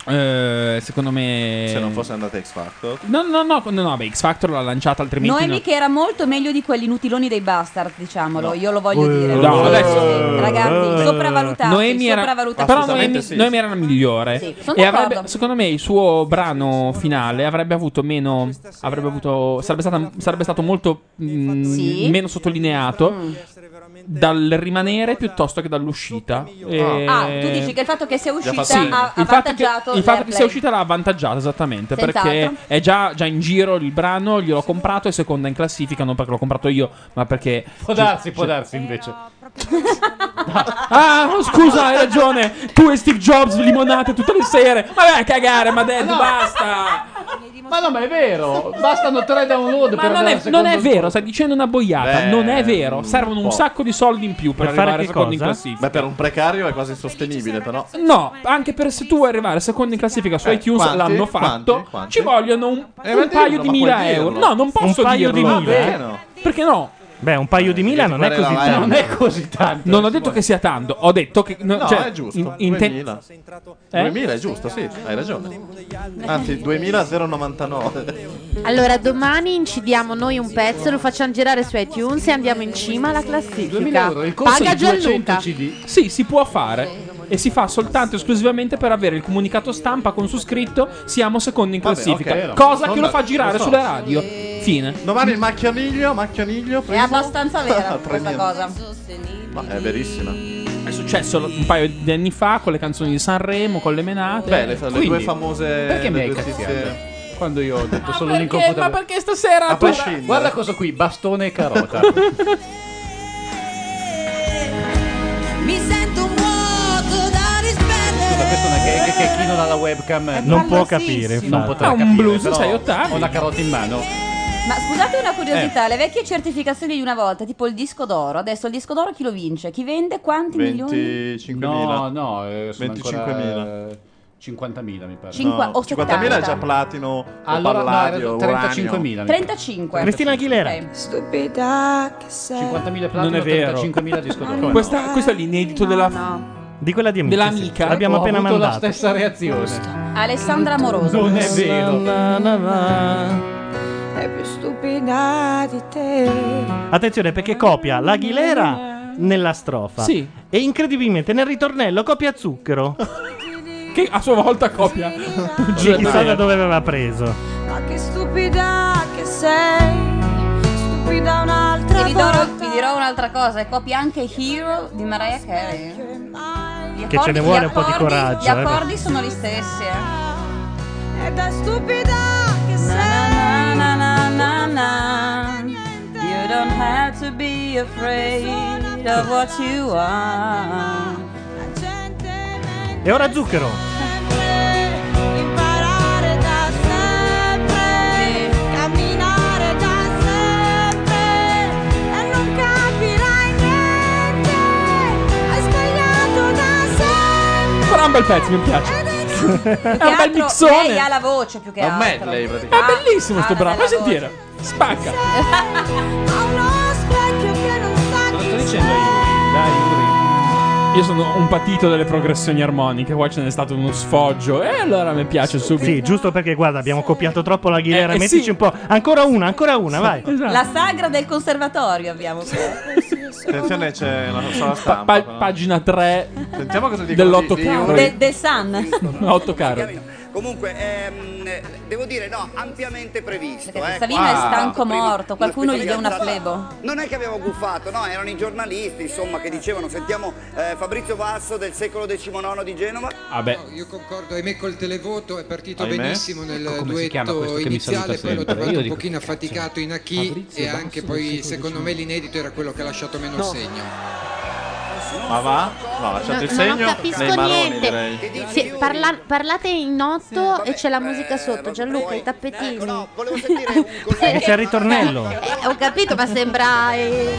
eh, secondo me. Se non fosse andata X Factor. No, no, no, no, no, beh, X Factor l'ha lanciata altrimenti. Noemi no. che era molto meglio di quelli nutiloni dei bastard, diciamolo, io lo voglio dire. Eh. No, adesso- Eh. Ragazzi, sopravvalutati, Noemi era, sopravvalutati. però Noemi, Noemi era la migliore. Sì, sono e avrebbe, d'accordo. secondo me il suo brano finale avrebbe avuto meno. Avrebbe avuto, sarebbe, stata- sarebbe stato molto mm, Sì. Mm. meno sottolineato dal rimanere piuttosto che dall'uscita. E- Ah, tu dici che il fatto che sia uscita Sì, ha ha il fatto che, avvantaggiato il fatto che l'airplay. sia uscita l'ha avvantaggiata esattamente Senz'altro. perché è già, già in giro il brano gliel'ho comprato e seconda in classifica non perché l'ho comprato io ma perché Può darsi, può darsi invece. (laughs) ah no, scusa hai ragione tu e Steve Jobs limonate tutte le sere ma vai a cagare ma dai, No. basta Ma no, ma è vero. Bastano tre download ma per non andare è, al secondo non è posto. vero stai dicendo una boiata Beh, non è vero servono un un po'. sacco di soldi in più per, Per fare arrivare che secondo in cosa? classifica Beh, per un precario è quasi insostenibile, però. No, anche per se tu vuoi arrivare secondo in classifica su Eh, iTunes quanti? l'hanno fatto, Quanti? Quanti? ci vogliono un, Eh, un ma dillo, paio di ma puoi mila dirlo. euro. Eh, No, non Ah, Un posso paio di eh? dirlo. mila? Va bene. Perché no? eh? Beh, un paio di mila non è così tanto. Non è così tanto. Non ho detto che sia tanto, ho detto che. No, cioè, è giusto. in- in te- 2000. Eh? 2000 è giusto, sì, hai ragione. Anzi, 2000,099. Allora, domani incidiamo noi un pezzo, lo facciamo girare su iTunes e andiamo in cima alla classifica. 2000 euro, il costo Paga di 200 Gianluca. CD. Sì, si può fare. E si fa soltanto e esclusivamente per avere il comunicato stampa con su scritto siamo secondi in Vabbè, classifica. ok, no. cosa che Non- lo fa girare lo so. sulle radio. Fine. Domani il macchianiglio, macchianiglio. È abbastanza vera questa Premiere. cosa. Ma è verissima. È successo un paio di anni fa con le canzoni di Sanremo, con le menate. Beh, le, le Quindi, due famose. Perché mi le hai due tizie- cazziato? Quando io ho detto solo perché- ma l'incomputabilità. perché stasera A tu- prescindere. Guarda cosa qui, bastone e (laughs) carota. Mi sento un vuoto da rispendere. Questa è una gag che chi non ha la webcam Non può capire, infatti. Non Ah, potrà Ha un capire, blues, però sei ottavi. Ho la carota in mano. Ma scusate una Eh. curiosità, le vecchie certificazioni di una volta, tipo il disco d'oro, adesso il disco d'oro chi lo vince? Chi vende? Quanti milioni? 25.000. No, no, eh, sono 25.000. ancora, eh, 50.000 mi pare. Cinqua- o 50.000 è 70. già platino. o Allora, no, era palladio, 35.000 mi uranio. 35. Cristina Aguilera. Ok. Stupida che sei. 50.000 Non è platino, vero. 35.000 disco d'oro. Questa- Ah, questo è l'inedito della. Di quella di amici, Dell'amica. sì. L'abbiamo Ho appena avuto la mandato. stessa reazione. Alessandra Amoroso. Non è vero. Ah, È più stupida di te. Attenzione perché copia l'Aguilera nella strofa. Sì. E incredibilmente nel ritornello copia Zucchero. che a sua volta copia. Di chissà da dove aveva preso. Ma che stupida che sei. Stupida un'altra E vi, darò- volta. vi dirò un'altra cosa, e copia anche Hero di Mariah Carey. Gli Che ce ne accordi- vuole gli un po' di accordi- coraggio, Gli eh, accordi sono gli stessi. eh. Ed è stupida che sei. Na na na na. You don't have to be afraid of what you are. E ora Zucchero. Imparare da sempre. Camminare da sempre. E non capirai niente. Hai sbagliato (laughs) da sempre. Però è un bel pezzo, mi piace. Più è che un bel altro, mixone. Lei ha la voce più che È un altro. medley, praticamente. È bellissimo sto ha una brano, bella fai sentire. Spacca. (laughs) Ha uno specchio che non sa chi Io sono un patito delle progressioni armoniche. Qua ce n'è stato uno sfoggio. E allora mi piace subito. Sì, giusto perché guarda, abbiamo copiato troppo l'Aguilera. Eh, eh, Mettici sì. un po'. Ancora una, ancora una, Ah, vai. La sagra del conservatorio abbiamo. Attenzione, c'è la sala stampa. Pa- però. pagina 3 Sentiamo cosa dicono dell'otto di- di caro. un- De- del Sun. 8 caro. Comunque, ehm, devo dire, no, ampiamente previsto. Perché eh, Savino qua- Ah. è stanco prima- morto, qualcuno gli dia una fidanzata- flebo. Non è che abbiamo buffato, no, erano i giornalisti, insomma, che dicevano, sentiamo eh, Fabrizio Basso del secolo XIX di Genova. Vabbè. Io concordo, ahimè col televoto è partito Ahimè? benissimo nel Ecco come si chiama questo duetto che mi iniziale, saluta poi l'ho sempre. trovato Io un dico, pochino affaticato in Aki Fabrizio e Basso anche del poi secolo secondo me l'inedito era quello che ha lasciato meno il segno. Ma va? No, lasciate il No, no, segno non capisco nei maroni, niente. direi. Sì, parla- parlate in otto e c'è la musica sotto, Gianluca, i tappetini. (laughs) E c'è il ritornello. Eh, ho capito, ma sembra. eh,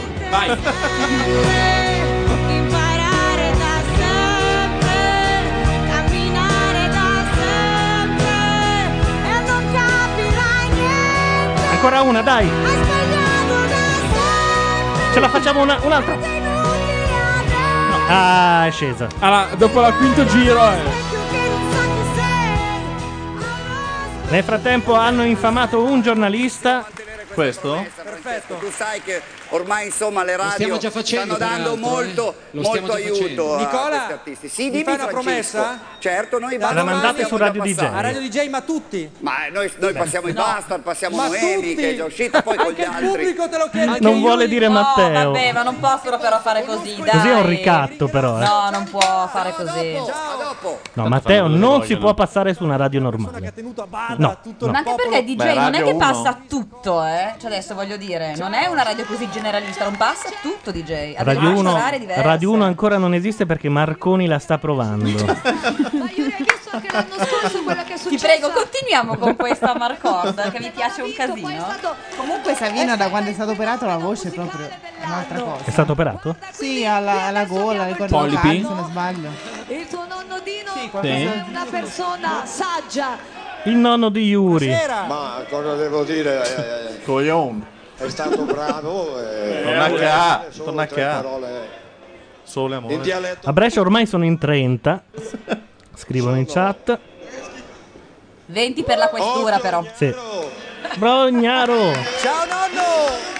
Imparare da sempre, camminare da sempre e non capirai niente. Ancora una, dai. Ce la facciamo una- un'altra. No, Ah, è scesa. Allora, dopo il quinto giro. eh. eh. Nel frattempo hanno infamato un giornalista. Questo? Perfetto. Tu sai che ormai insomma le radio stiamo già facendo, tra stanno dando l'altro, molto, eh. Lo stiamo molto già aiuto facendo. a Nicola, questi artisti. Sì, mi dimmi fai una Francesco. promessa? Certo, noi La basta- mandate siamo su Radio già DJ. passati. A Radio DJ ma tutti. Ma noi, noi passiamo i No. bastard, passiamo Ma Noemi tutti? che è già uscita, poi con gli Anche il altri. pubblico te lo chiede. Non vuole dire no, Matteo. "Oh, Vabbè, ma non possono però fare così, dai. Così è un ricatto, però. Eh. No, non può fare così. No, Matteo non si può passare su una radio normale. No, no. Ma anche perché DJ Beh, non è Radio che uno. passa tutto, eh. Cioè adesso voglio dire, non è una radio così generalista, non passa tutto DJ. Ha delle Radio fasce 1, orarie diverse. Radio 1 ancora non esiste perché Marconi la sta (laughs) provando. Ti prego, continuiamo con (laughs) questa Marcord che mi piace un casino. Comunque Savino da quando è stato operato la voce è proprio un'altra cosa. È stato operato? Sì, alla, alla gola, le corde Polipi? vocali, se non sbaglio. Il tuo nonno Dino Sì. è una persona saggia. Il nonno di Yuri. Buonasera. Ma cosa devo dire? Coglione. è stato bravo. E... Torna a ca, Solo torna a tre ca. parole Sole amore. In dialetto. A Brescia ormai sono in 30. Scrivono in chat. 20 per la questura però. Sì. Brognaro. Ciao nonno!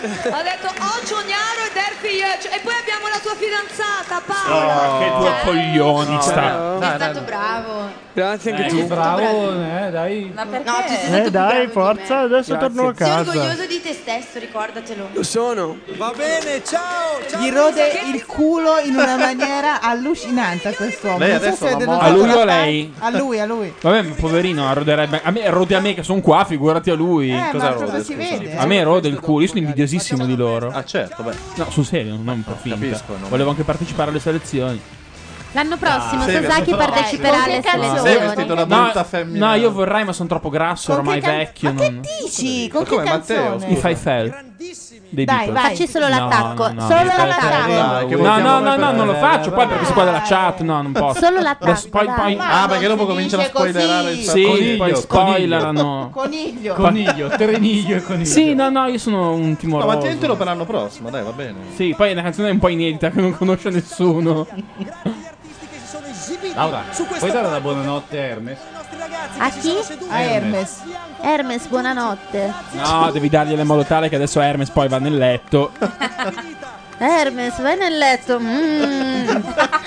Ho detto ho Giugnaro e Derfi Iec. e poi abbiamo la tua fidanzata Paola. Ah, Ah, che due coglioni sta. Sei stato bravo. Grazie anche tu. Bravo, eh, dai. Ma perché? No, No, ci sei Eh dai, forza, adesso Grazie. torno a Sei casa. orgoglioso di te stesso, ricordatelo. Lo sono. Va bene, ciao! ciao Gli rode il culo in una maniera allucinante a quest'uomo. Lei Non so adesso se è la denotato morte. A lui o da parte- lei? A lui, a lui. Vabbè, ma poverino, a roderebbe. A me rode a me che sono qua, figurati a lui. Eh, ma Cosa proprio rode? si scusa? vede. A me rode il culo, io sono invidiosissimo di loro. Ah, certo, beh. No, sul serio, non per finta. capisco, non- Volevo anche partecipare alle selezioni. L'anno prossimo Ah, sì, Sasaki vestito da- parteciperà Con alle che calzoni? selezioni. Sei vestito da brutta femmina. No, io vorrei, ma sono troppo grasso, ormai vecchio. non... Dici, Ma con che come, Matteo? canzone? I Five Fell. Dei Dai, Beatles. vai. Facci solo No, l'attacco, no, no, solo aspetta, l'attacco. dai, che No, no, vogliamo no, no, ripetere. non lo faccio poi perché si poi della chat. No, non posso. Solo l'attacco, Adesso Poi, dai. poi... Ma Ah, perché dopo cominciano a dice così. spoilerare il Sì, Coniglio, poi spoilerano. (laughs) Coniglio. Coniglio, treniglio e coniglio. Sì, no, no, io sono un timoroso. No, ma tientelo per l'anno prossimo, dai, va bene. Sì, poi è una canzone un po' inedita che non conosce nessuno. Laura, puoi dare la buonanotte a Hermes? A chi? A Hermes. Hermes, buonanotte. No, devi dargliela in modo tale che adesso Hermes poi va nel (laughs) letto. Hermes, vai nel letto. Mm.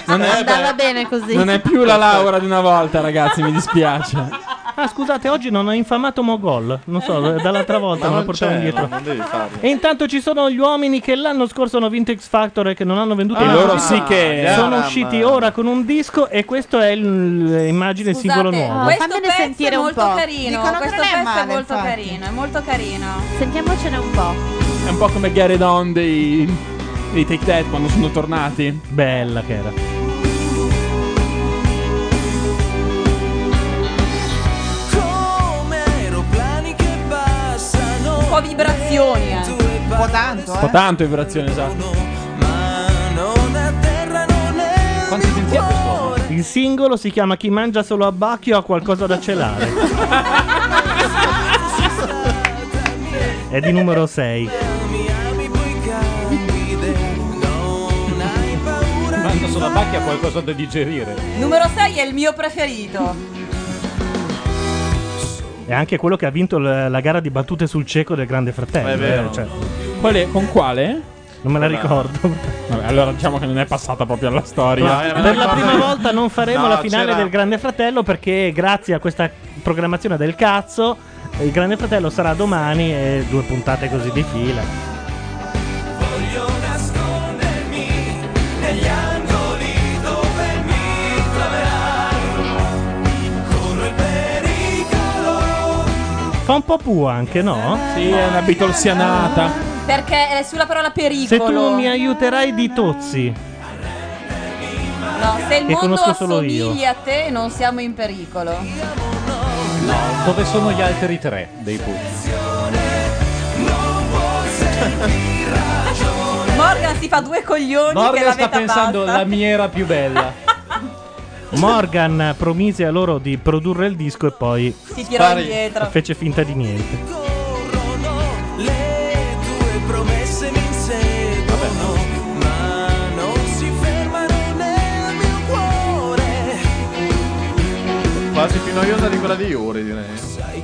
Non è- Andava bene così. Non è più la Laura di una volta, ragazzi, mi dispiace. Ah, scusate, oggi non ho infamato Mogol. Non so, eh, dall'altra volta me lo portavo indietro. devi farlo. E intanto ci sono gli uomini che l'anno scorso hanno vinto X Factor e che non hanno venduto E un Ah, loro disco. sì che- sono Caramba. usciti ora con un disco e questo è il- l'immagine il singolo nuovo. questo Oh, Fammene pezzo sentire è un molto po'. carino. Dicono che questo non è pezzo male, è molto infatti. carino, è molto carino. Sentiamocene un po'. È un po' come Get It On dei, dei Take That quando sono tornati. Bella che era. Come aeroplani che passano. Un po' vibrazioni, eh. Un po' tanto, eh. Fa tanto vibrazione, esatto. Non a terra, non è. Quanti senti Il singolo si chiama Chi mangia solo a Bacchio ha qualcosa da celare. è di numero 6. Manda sulla pacchia qualcosa da digerire. Numero 6 è il mio preferito. È anche quello che ha vinto l- la gara di battute sul cieco del Grande Fratello. È vero. eh, cioè, Quale- con quale? non me la ricordo. Vabbè, allora diciamo che non è passata proprio alla Ma storia. per la prima volta non faremo No, la finale c'era- del Grande Fratello perché grazie a questa programmazione del cazzo il Grande Fratello sarà domani e due puntate così di fila. Voglio nascondermi negli angoli dove mi troverai. Corro il pericolo. Fa un po' pu anche, no? Sì, è una bitolsianata. Perché è sulla parola Se pericolo. tu mi aiuterai di tozzi. No, se il Che mondo conosco solo io. assomiglia a te, non siamo in pericolo. Dove sono gli altri tre dei Pooh? Morgan si fa due coglioni che Morgan la sta metà pensando basta. la miera più bella. Morgan promise a loro di produrre il disco e poi Si tirò Spari. indietro. fece finta di niente. Le tue promesse mi inseguono, ma non si fermano nel mio cuore. Quasi più noiosa di quella di Iuri, direi.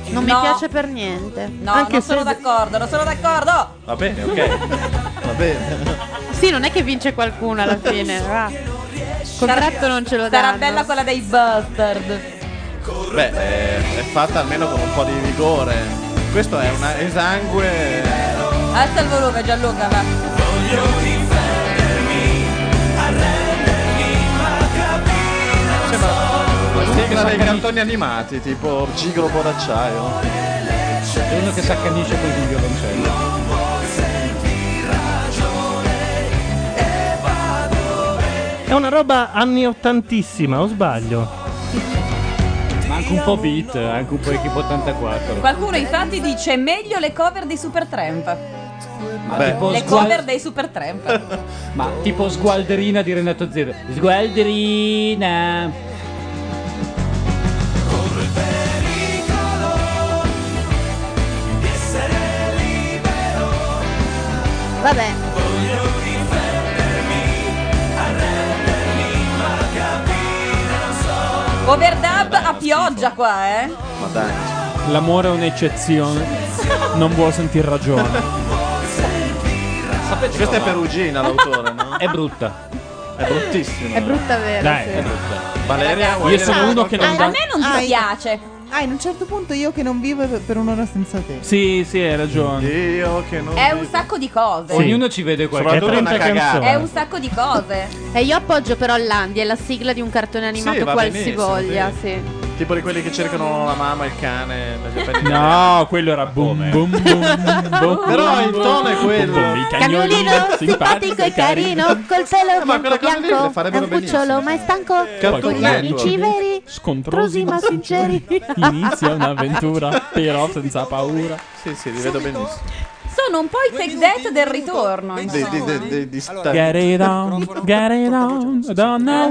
Non mi No. piace per niente. No, non sono d'accordo, non sono d'accordo. Va bene, ok. Va bene. Sì, non è che vince qualcuno (laughs) alla fine. va. Contratto non ce lo dà. Sarà bella quella dei Bastard. Beh, eh, è, è fatta almeno con un po' di vigore. Questo è una esangue. Alza il volume, Gianluca, va. Sembra dei cantoni animati, tipo Cigro d'acciaio È uno che si accanisce con il violoncello. È una roba anni ottantissima, o sbaglio? Ma anche un po' beat, anche un po' Equipo 84. Qualcuno infatti dice meglio le cover di Supertramp. Ma Le tipo cover sgual- dei Supertramp. Ma tipo sgualderina di Renato Zero. Sgualderina. Di essere libero, Vabbè. Overdub a pioggia qua, eh. Ma dai. L'amore è un'eccezione. Non vuol sentir ragione. Questa è perugina l'autore, no? È brutta. È bruttissima. È brutta vera. Dai, sì. è brutta. Valeria, vuoi dire qualcosa? A me non Ai. dispiace. Ah, in un certo punto io che non vivo per un'ora senza te. Sì, sì, hai ragione. Io che non. È un sacco di cose. Ognuno ci vede qualche Soprattutto una cagata. È un sacco di cose. E io appoggio però Landia, è la sigla di un cartone animato Sì, va qualsivoglia, benissimo, sì. Tipo di quelli che cercano la mamma, il cane, la giapponese. No, quello era boom, boom, boom, (laughs) boom, Però boom, il tono è boom, quello. boom, boom, il Cagnolino Simpatico e carino, col pelo bianco lì le bianco, è farebbero un cucciolo ma è stanco, Cartoon con gli Network. amici veri, trosi Scontrosi ma sinceri. Inizia un'avventura, però senza paura. Sì, sì, li vedo benissimo. Sono un po' i fake death del ritorno. Dei, insomma. dei, dei, dei, di sta- Get it on, get it on, donna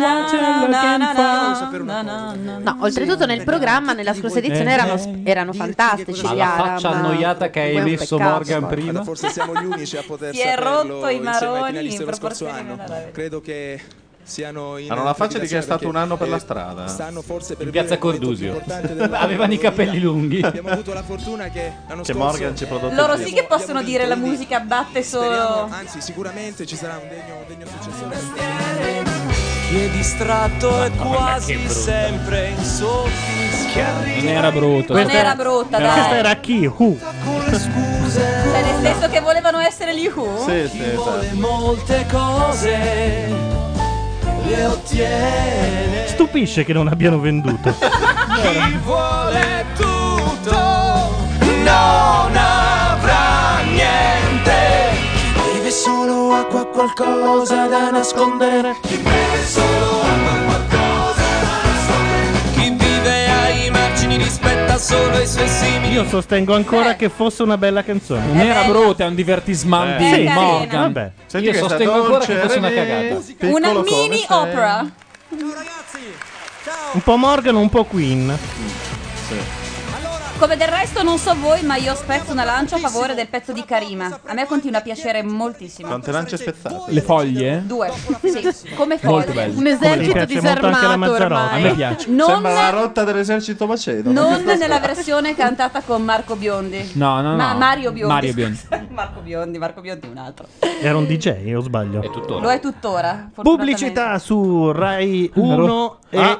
what you're looking for. No, oltretutto nel programma, nella scorsa edizione erano, erano fantastici Ma gli la Aram. Eh, faccia annoiata che hai Poi è un messo peccato. Morgan prima. Forse siamo gli unici a poter Si è rotto saperlo i insieme ai maroni finalisti in dello scorso proporzione anno. Credo che siano in Hanno Ah, la faccia di chi è liquidazione stato un anno per la perché, eh, strada. (laughs) Stanno forse per In piazza vivere il momento più Cordusio. (laughs) importante della loro Avevano i vita. capelli lunghi. Abbiamo avuto la fortuna che l'anno Che scorso Morgan ci ha prodotto Loro il sì video. che possono dire la musica batte Speriamo, solo. anzi sicuramente ci sarà un degno, un degno successore. Chi è distratto è Madonna, che quasi brutta. sempre in soffischia. Non era brutto. Non era brutta, dai. Questa era chi? Who? Cioè, nel senso che volevano essere gli Who? Sì, sì, esatto. Molte cose le ottiene. Stupisce che non abbiano venduto. Chi vuole tutto non avrà niente. Chi vive solo acqua ha qualcosa da nascondere. Chi beve solo acqua ha qualcosa da nascondere. Chi vive ai margini rispetta solo i suoi simili. Io sostengo Eh. ancora che fosse una bella canzone. Non era brutta, è un divertisman Eh, di sì. Morgan. Vabbè. Senti Io questa sostengo ancora che dolce fosse una Renée, cagata. piccolo Una come mini sei. opera. Un po' Morgan, un po' Queen. Come del resto non so voi, ma io spezzo una lancia a favore del pezzo di Karima. A me continua a piacere moltissimo. Quante lance spezzate. Le foglie? Due. Sì, come Molto folle. bello. Un esercito Come piace molto anche la disarmato Mazzarotta. ormai. A me piace. Non- Sembra la rotta dell'esercito macedo. Non nella versione cantata con Marco Biondi. No, no, Ma no. Mario Biondi. Mario Biondi. (laughs) scusa. Marco Biondi, Marco Biondi è un altro. Era un DJ, o sbaglio. Lo è tuttora. Pubblicità su Rai 1 e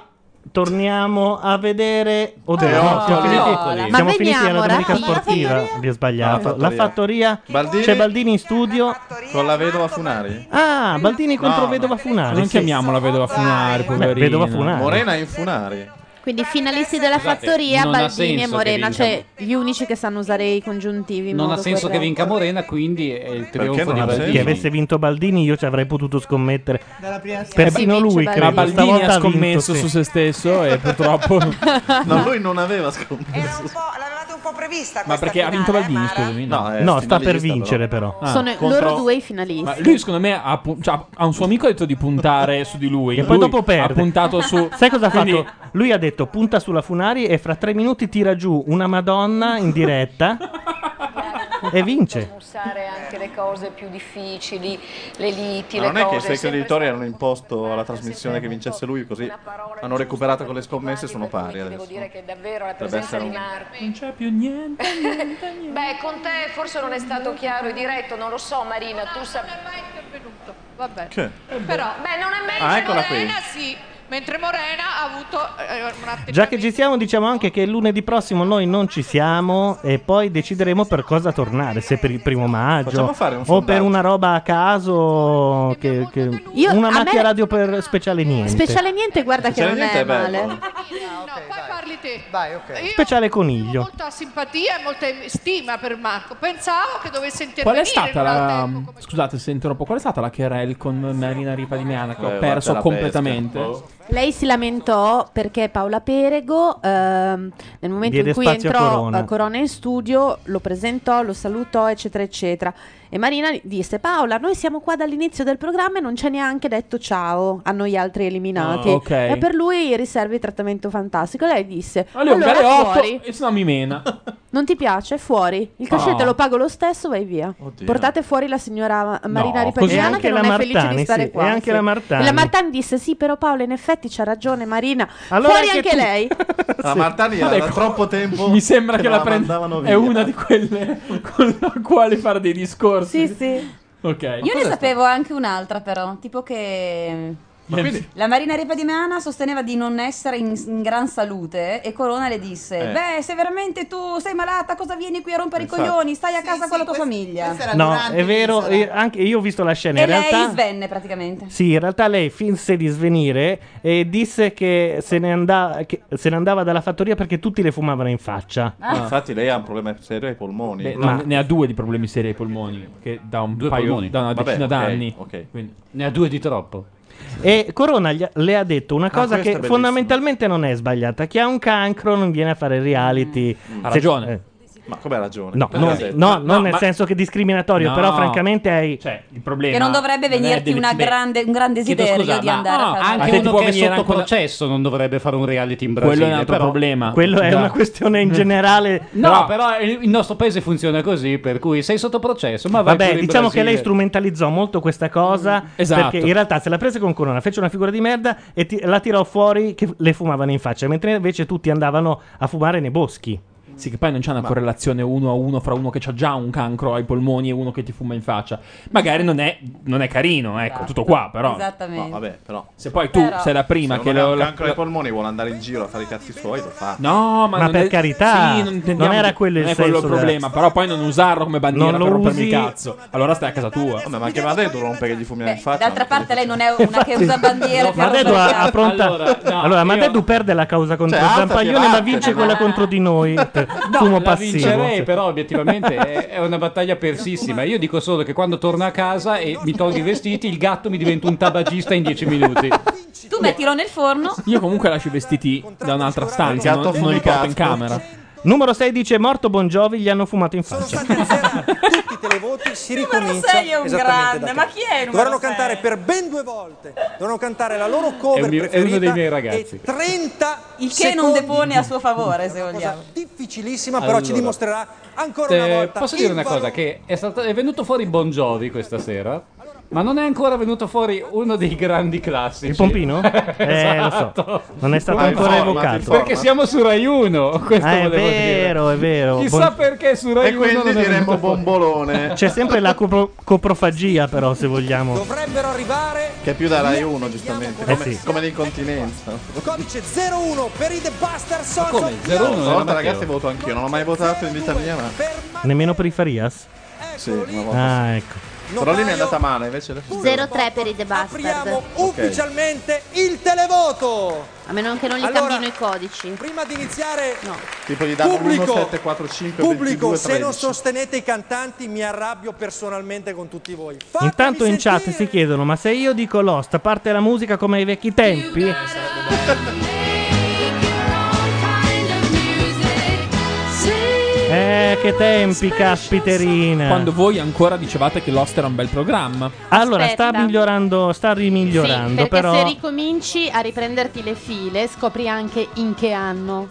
torniamo a vedere Oddio, Teopoli. siamo Teopoli. finiti, Ma siamo finiti veniamo, alla domenica Rai. sportiva. Vi ho sbagliato. La La fattoria. Baldini? C'è Baldini in studio. Con la vedova Funari. Ah, Baldini contro No, Vedova Funari. Non sì. chiamiamola vedova funare, poverina. vedova funare. Morena in Funari. Quindi finalisti della Scusate, fattoria, non ha Baldini e senso Morena, che cioè gli unici che sanno usare i congiuntivi. in Non ha modo senso che corretto. vinca Morena, quindi è il trionfo No, di perché Baldini. avesse vinto Baldini io ci avrei potuto scommettere. prima serata. Persino Sì, vince lui, Baldini. credo. Ma Baldini stavolta ha ha vinto, scommesso sì. su se stesso e purtroppo... No, lui non aveva scommesso. Ma perché ha vinto Baldini, scusami. No, è No, sta per finalista, vincere però. Ah. Sono loro Contro- due i finalisti. Ma lui, secondo me, ha, pu- cioè, ha un suo amico ha detto di puntare su di lui. E poi Lui dopo perde. Ha puntato su. (laughs) Sai cosa ha fatto? Quindi- Lui ha detto punta sulla Funari e fra tre minuti tira giù una Madonna in diretta e vince. usare anche le cose più difficili, le liti, Ma le non è che i cose. secoli editori erano imposto alla trasmissione che vincesse lui, così hanno recuperato con le scommesse e sono pari adesso. Devo dire che davvero la Dovrebbe presenza essere di un- Marco. Non c'è più niente. (laughs) Beh, con te forse non è stato chiaro e diretto, non lo so Marina, tu sai. Non è mai intervenuto, vabbè. Cioè. Che? Però, beh, non è Ah, eccola qui. sì, mentre Morena ha avuto eh, un attimo. Già che ci siamo, diciamo anche che lunedì prossimo noi non ci siamo e poi decideremo per cosa tornare, se per il primo maggio Facciamo fare un o sondaggio. per una roba a caso, che- che- Io- una a macchia me- radio per speciale niente. Speciale niente, guarda Speciale che non niente è, è bello. male. No, poi parli te. Speciale coniglio. molta simpatia e molta stima per Marco. Pensavo che dovesse Qual è intervenire. stata in una- la. Scusate se interrompo. Qual è stata la querel con Marina Ripa di Meana che Eh, ho perso guarda la completamente? pesca. Oh. Lei si lamentò perché Paola Perego, ehm, nel momento Diede in cui spazio a entrò eh, Corona. Corona. in studio, lo presentò, lo salutò, eccetera, eccetera. E Marina gli disse: Paola, noi siamo qua dall'inizio del programma e non ci ha neanche detto ciao a noi altri eliminati. Ah, ok. E per lui riservi il trattamento fantastico. Lei disse: disse: Alle ungare Allora, otto, fuori. e se no (laughs) mi mena. Non ti piace? Fuori. Il cachet Ah. lo pago lo stesso, vai via. Portate fuori la signora Marina No, così. E Ripagliana anche che non la è felice Martani, di stare sì, qua. e anche sì. la Martani. E la Martani disse: Sì, però Paola, in effetti c'ha ragione Marina. Allora fuori anche anche, tu. lei. La Martani era da Ecco, troppo tempo. Mi sembra che, la prendano. prendavano via. È una di quelle (laughs) con la quale fare dei discorsi. Sì, sì. Ok. Io ne sapevo anche un'altra, però, tipo che. Ma quindi- La Marina Repadimana sosteneva di non essere in, in gran salute e Corona le disse: Eh. Beh, se veramente tu sei malata, cosa vieni qui a rompere Infatti. i coglioni? Stai a casa con la tua famiglia. No, è vero, eh, anche io ho visto la scena. E in realtà, lei svenne praticamente. Sì, in realtà lei finse di svenire e disse che se ne, andava, che se ne andava dalla fattoria perché tutti le fumavano in faccia. Ah, Infatti, lei ha un problema serio ai polmoni. Beh, no, Ne ha due di problemi seri ai polmoni. Che da un Due paio polmoni? da una Vabbè, decina ok, d'anni. ok. Ne ha due di troppo. E Corona gli- le ha detto una cosa questa è che bellissima. fondamentalmente non è sbagliata: chi ha un cancro non viene a fare reality. Ha Se- ragione. eh, Ma come ha ragione? No, Perché non, ha detto- no, non No, nel ma- senso che è discriminatorio, No. però francamente hai... Cioè, il problema... Che non dovrebbe venirti una grande- un gran desiderio di andare a ah, fare anche uno Ah, che è sotto processo non dovrebbe fare un reality in Brasile. Quello è un altro però- problema. Quello è No. una questione in generale. No, però il il nostro paese funziona così, per cui sei sotto processo, ma vai Vabbè, pure in diciamo che lei Brasile. strumentalizzò molto questa Mm, cosa. esatto. Perché in realtà se la prese con Corona, fece una figura di merda e ti- la tirò fuori che le fumavano in faccia, mentre invece tutti andavano a fumare nei boschi. Sì, che poi non c'è una correlazione uno a uno fra uno che ha già un cancro ai polmoni e uno che ti fuma in faccia. Magari non è, non è carino, ecco, tutto qua, però. Esattamente. No, vabbè, però. Se poi tu sei la prima se che uno lo- ha un la- cancro ai polmoni vuole andare in giro a fare i cazzi suoi, lo fa. No, ma, Ma non per è- carità, sì, non intendiamo- era quello il non è quello senso della- problema. Però poi non usarlo come bandiera Non lo per rompermi usi- il cazzo. Allora stai a casa tua. ma anche Madeddu rompe che gli fumiamo in faccia. D'altra parte, lei non è una che usa bandiere. Ma per Deddu ha, ha rompere- pronta. Allora, Allora, no, Madeddu perde la causa contro Cioè, alzati, Zampaglione, ma vattene, vince quella ma- contro di (laughs) noi. per No, fumo la passivo. vincerei, però obiettivamente è, è una battaglia persissima. Io dico solo che quando torno a casa e mi tolgo i vestiti, il gatto mi diventa un tabagista in 10 minuti. Tu mettilo nel forno. Io comunque lascio i vestiti da un'altra stanza, non, non li porto in camera. Numero 6 dice: Morto Bon Jovi, gli hanno fumato in faccia. tutti i televoti si ricomincia sei è un esattamente grande, da ma capo. chi è il numero Dovranno sei? cantare per ben due volte dovranno cantare la loro È cover un mio- è preferita uno dei miei ragazzi. e 30 Il che non secondi. depone a suo favore, se vogliamo. difficilissima però ci Allora. dimostrerà ancora una Eh, volta posso dire il una valore. cosa che è, stato- è venuto fuori Bon Jovi questa sera ma non è ancora venuto fuori uno dei grandi classici Esatto. il (laughs) pompino? Eh, lo so. Non è stato Ah, il ancora format, evocato. il format. perché siamo su Rai 1 questo Ah, è volevo dire. vero, è vero. chissà Bon- perché su Rai E 1 non quindi è diremmo venuto fuori. bombolone. C'è sempre la copro- coprofagia, però, se vogliamo. dovrebbero arrivare Che è più da Rai 1, giustamente. Eh Come, sì. come l'incontinenza. codice 01 per i The Buster Sons Come? of 0 Love. volta, ragazzi, voto anch'io. Non ho mai votato in vita mia, ma. Nemmeno per i Farias? Sì, una volta. Ah, ecco. Però lì mi è andata male, invece. adesso- 0-3 per i The apriamo Bastard. ufficialmente il televoto A meno che non li Allora, cambino i codici. Prima di iniziare, Tipo gli danno Pubblico! 1, 7, 4, 5, pubblico 22, se non 13. sostenete i cantanti mi arrabbio personalmente con tutti voi (laughs) Intanto in chat si chiedono: ma se io dico Lost, parte la musica come ai vecchi tempi? Eh, che tempi, caspiterina. Quando voi ancora dicevate che Lost era un bel programma. Allora, sta Aspetta. migliorando, sta Sì, rimigliorando, perché però. se ricominci a riprenderti le file, scopri anche in che anno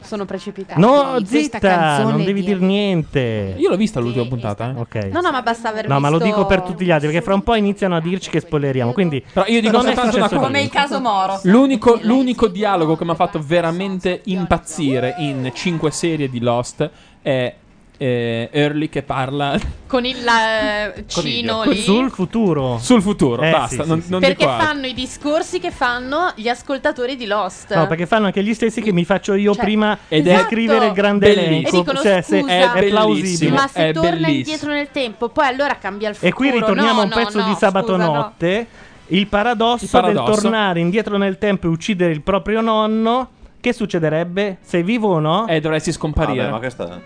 sono precipitati. No, in questa zitta, canzone non devi di- dir niente. Io l'ho vista l'ultima puntata, eh. Ok. No, no, ma basta aver No, ma lo visto- dico per tutti gli altri, perché fra un po' iniziano a dirci che spoileriamo. Quindi, Però io dico non è soltanto una successo cosa. Come il caso Moro. L'unico, l'unico dialogo che mi ha fatto veramente impazzire in cinque serie di Lost è eh, Early che parla Con il la- cino lì. sul futuro. sul futuro. Eh, basta, sì, non, sì, sì. non perché dico altro. fanno i discorsi che fanno gli ascoltatori di Lost. No, perché fanno anche gli stessi che mi faccio io Cioè, prima ed di è scrivere il grande bellissimo. elenco. E dicono, Cioè, se- scusa, è, è plausibile. ma se torna indietro nel tempo, poi allora cambia il futuro. E qui ritorniamo No, a un no, pezzo no, di sabato scusa, no. notte. Il, paradosso Il paradosso. del tornare indietro nel tempo e uccidere il proprio nonno. Che succederebbe? Sei vivo o no? Eh, dovresti scomparire. Vabbè, ma questa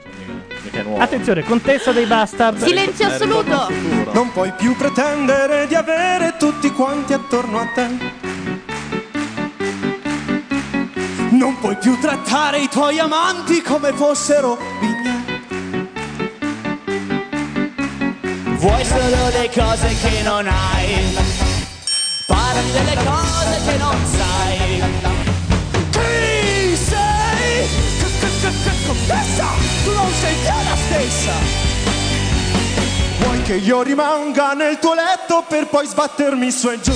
mica è nuova. Attenzione, contessa dei bastard. Silenzio Eh, assoluto. Non puoi più pretendere di avere tutti quanti attorno a te. Non puoi più trattare i tuoi amanti come fossero vigne. Vuoi solo le cose che non hai. Parli delle cose che non sai. Chi sei? confessa, tu non sei più la stessa. Vuoi che io rimanga nel tuo letto per poi sbattermi su e giù?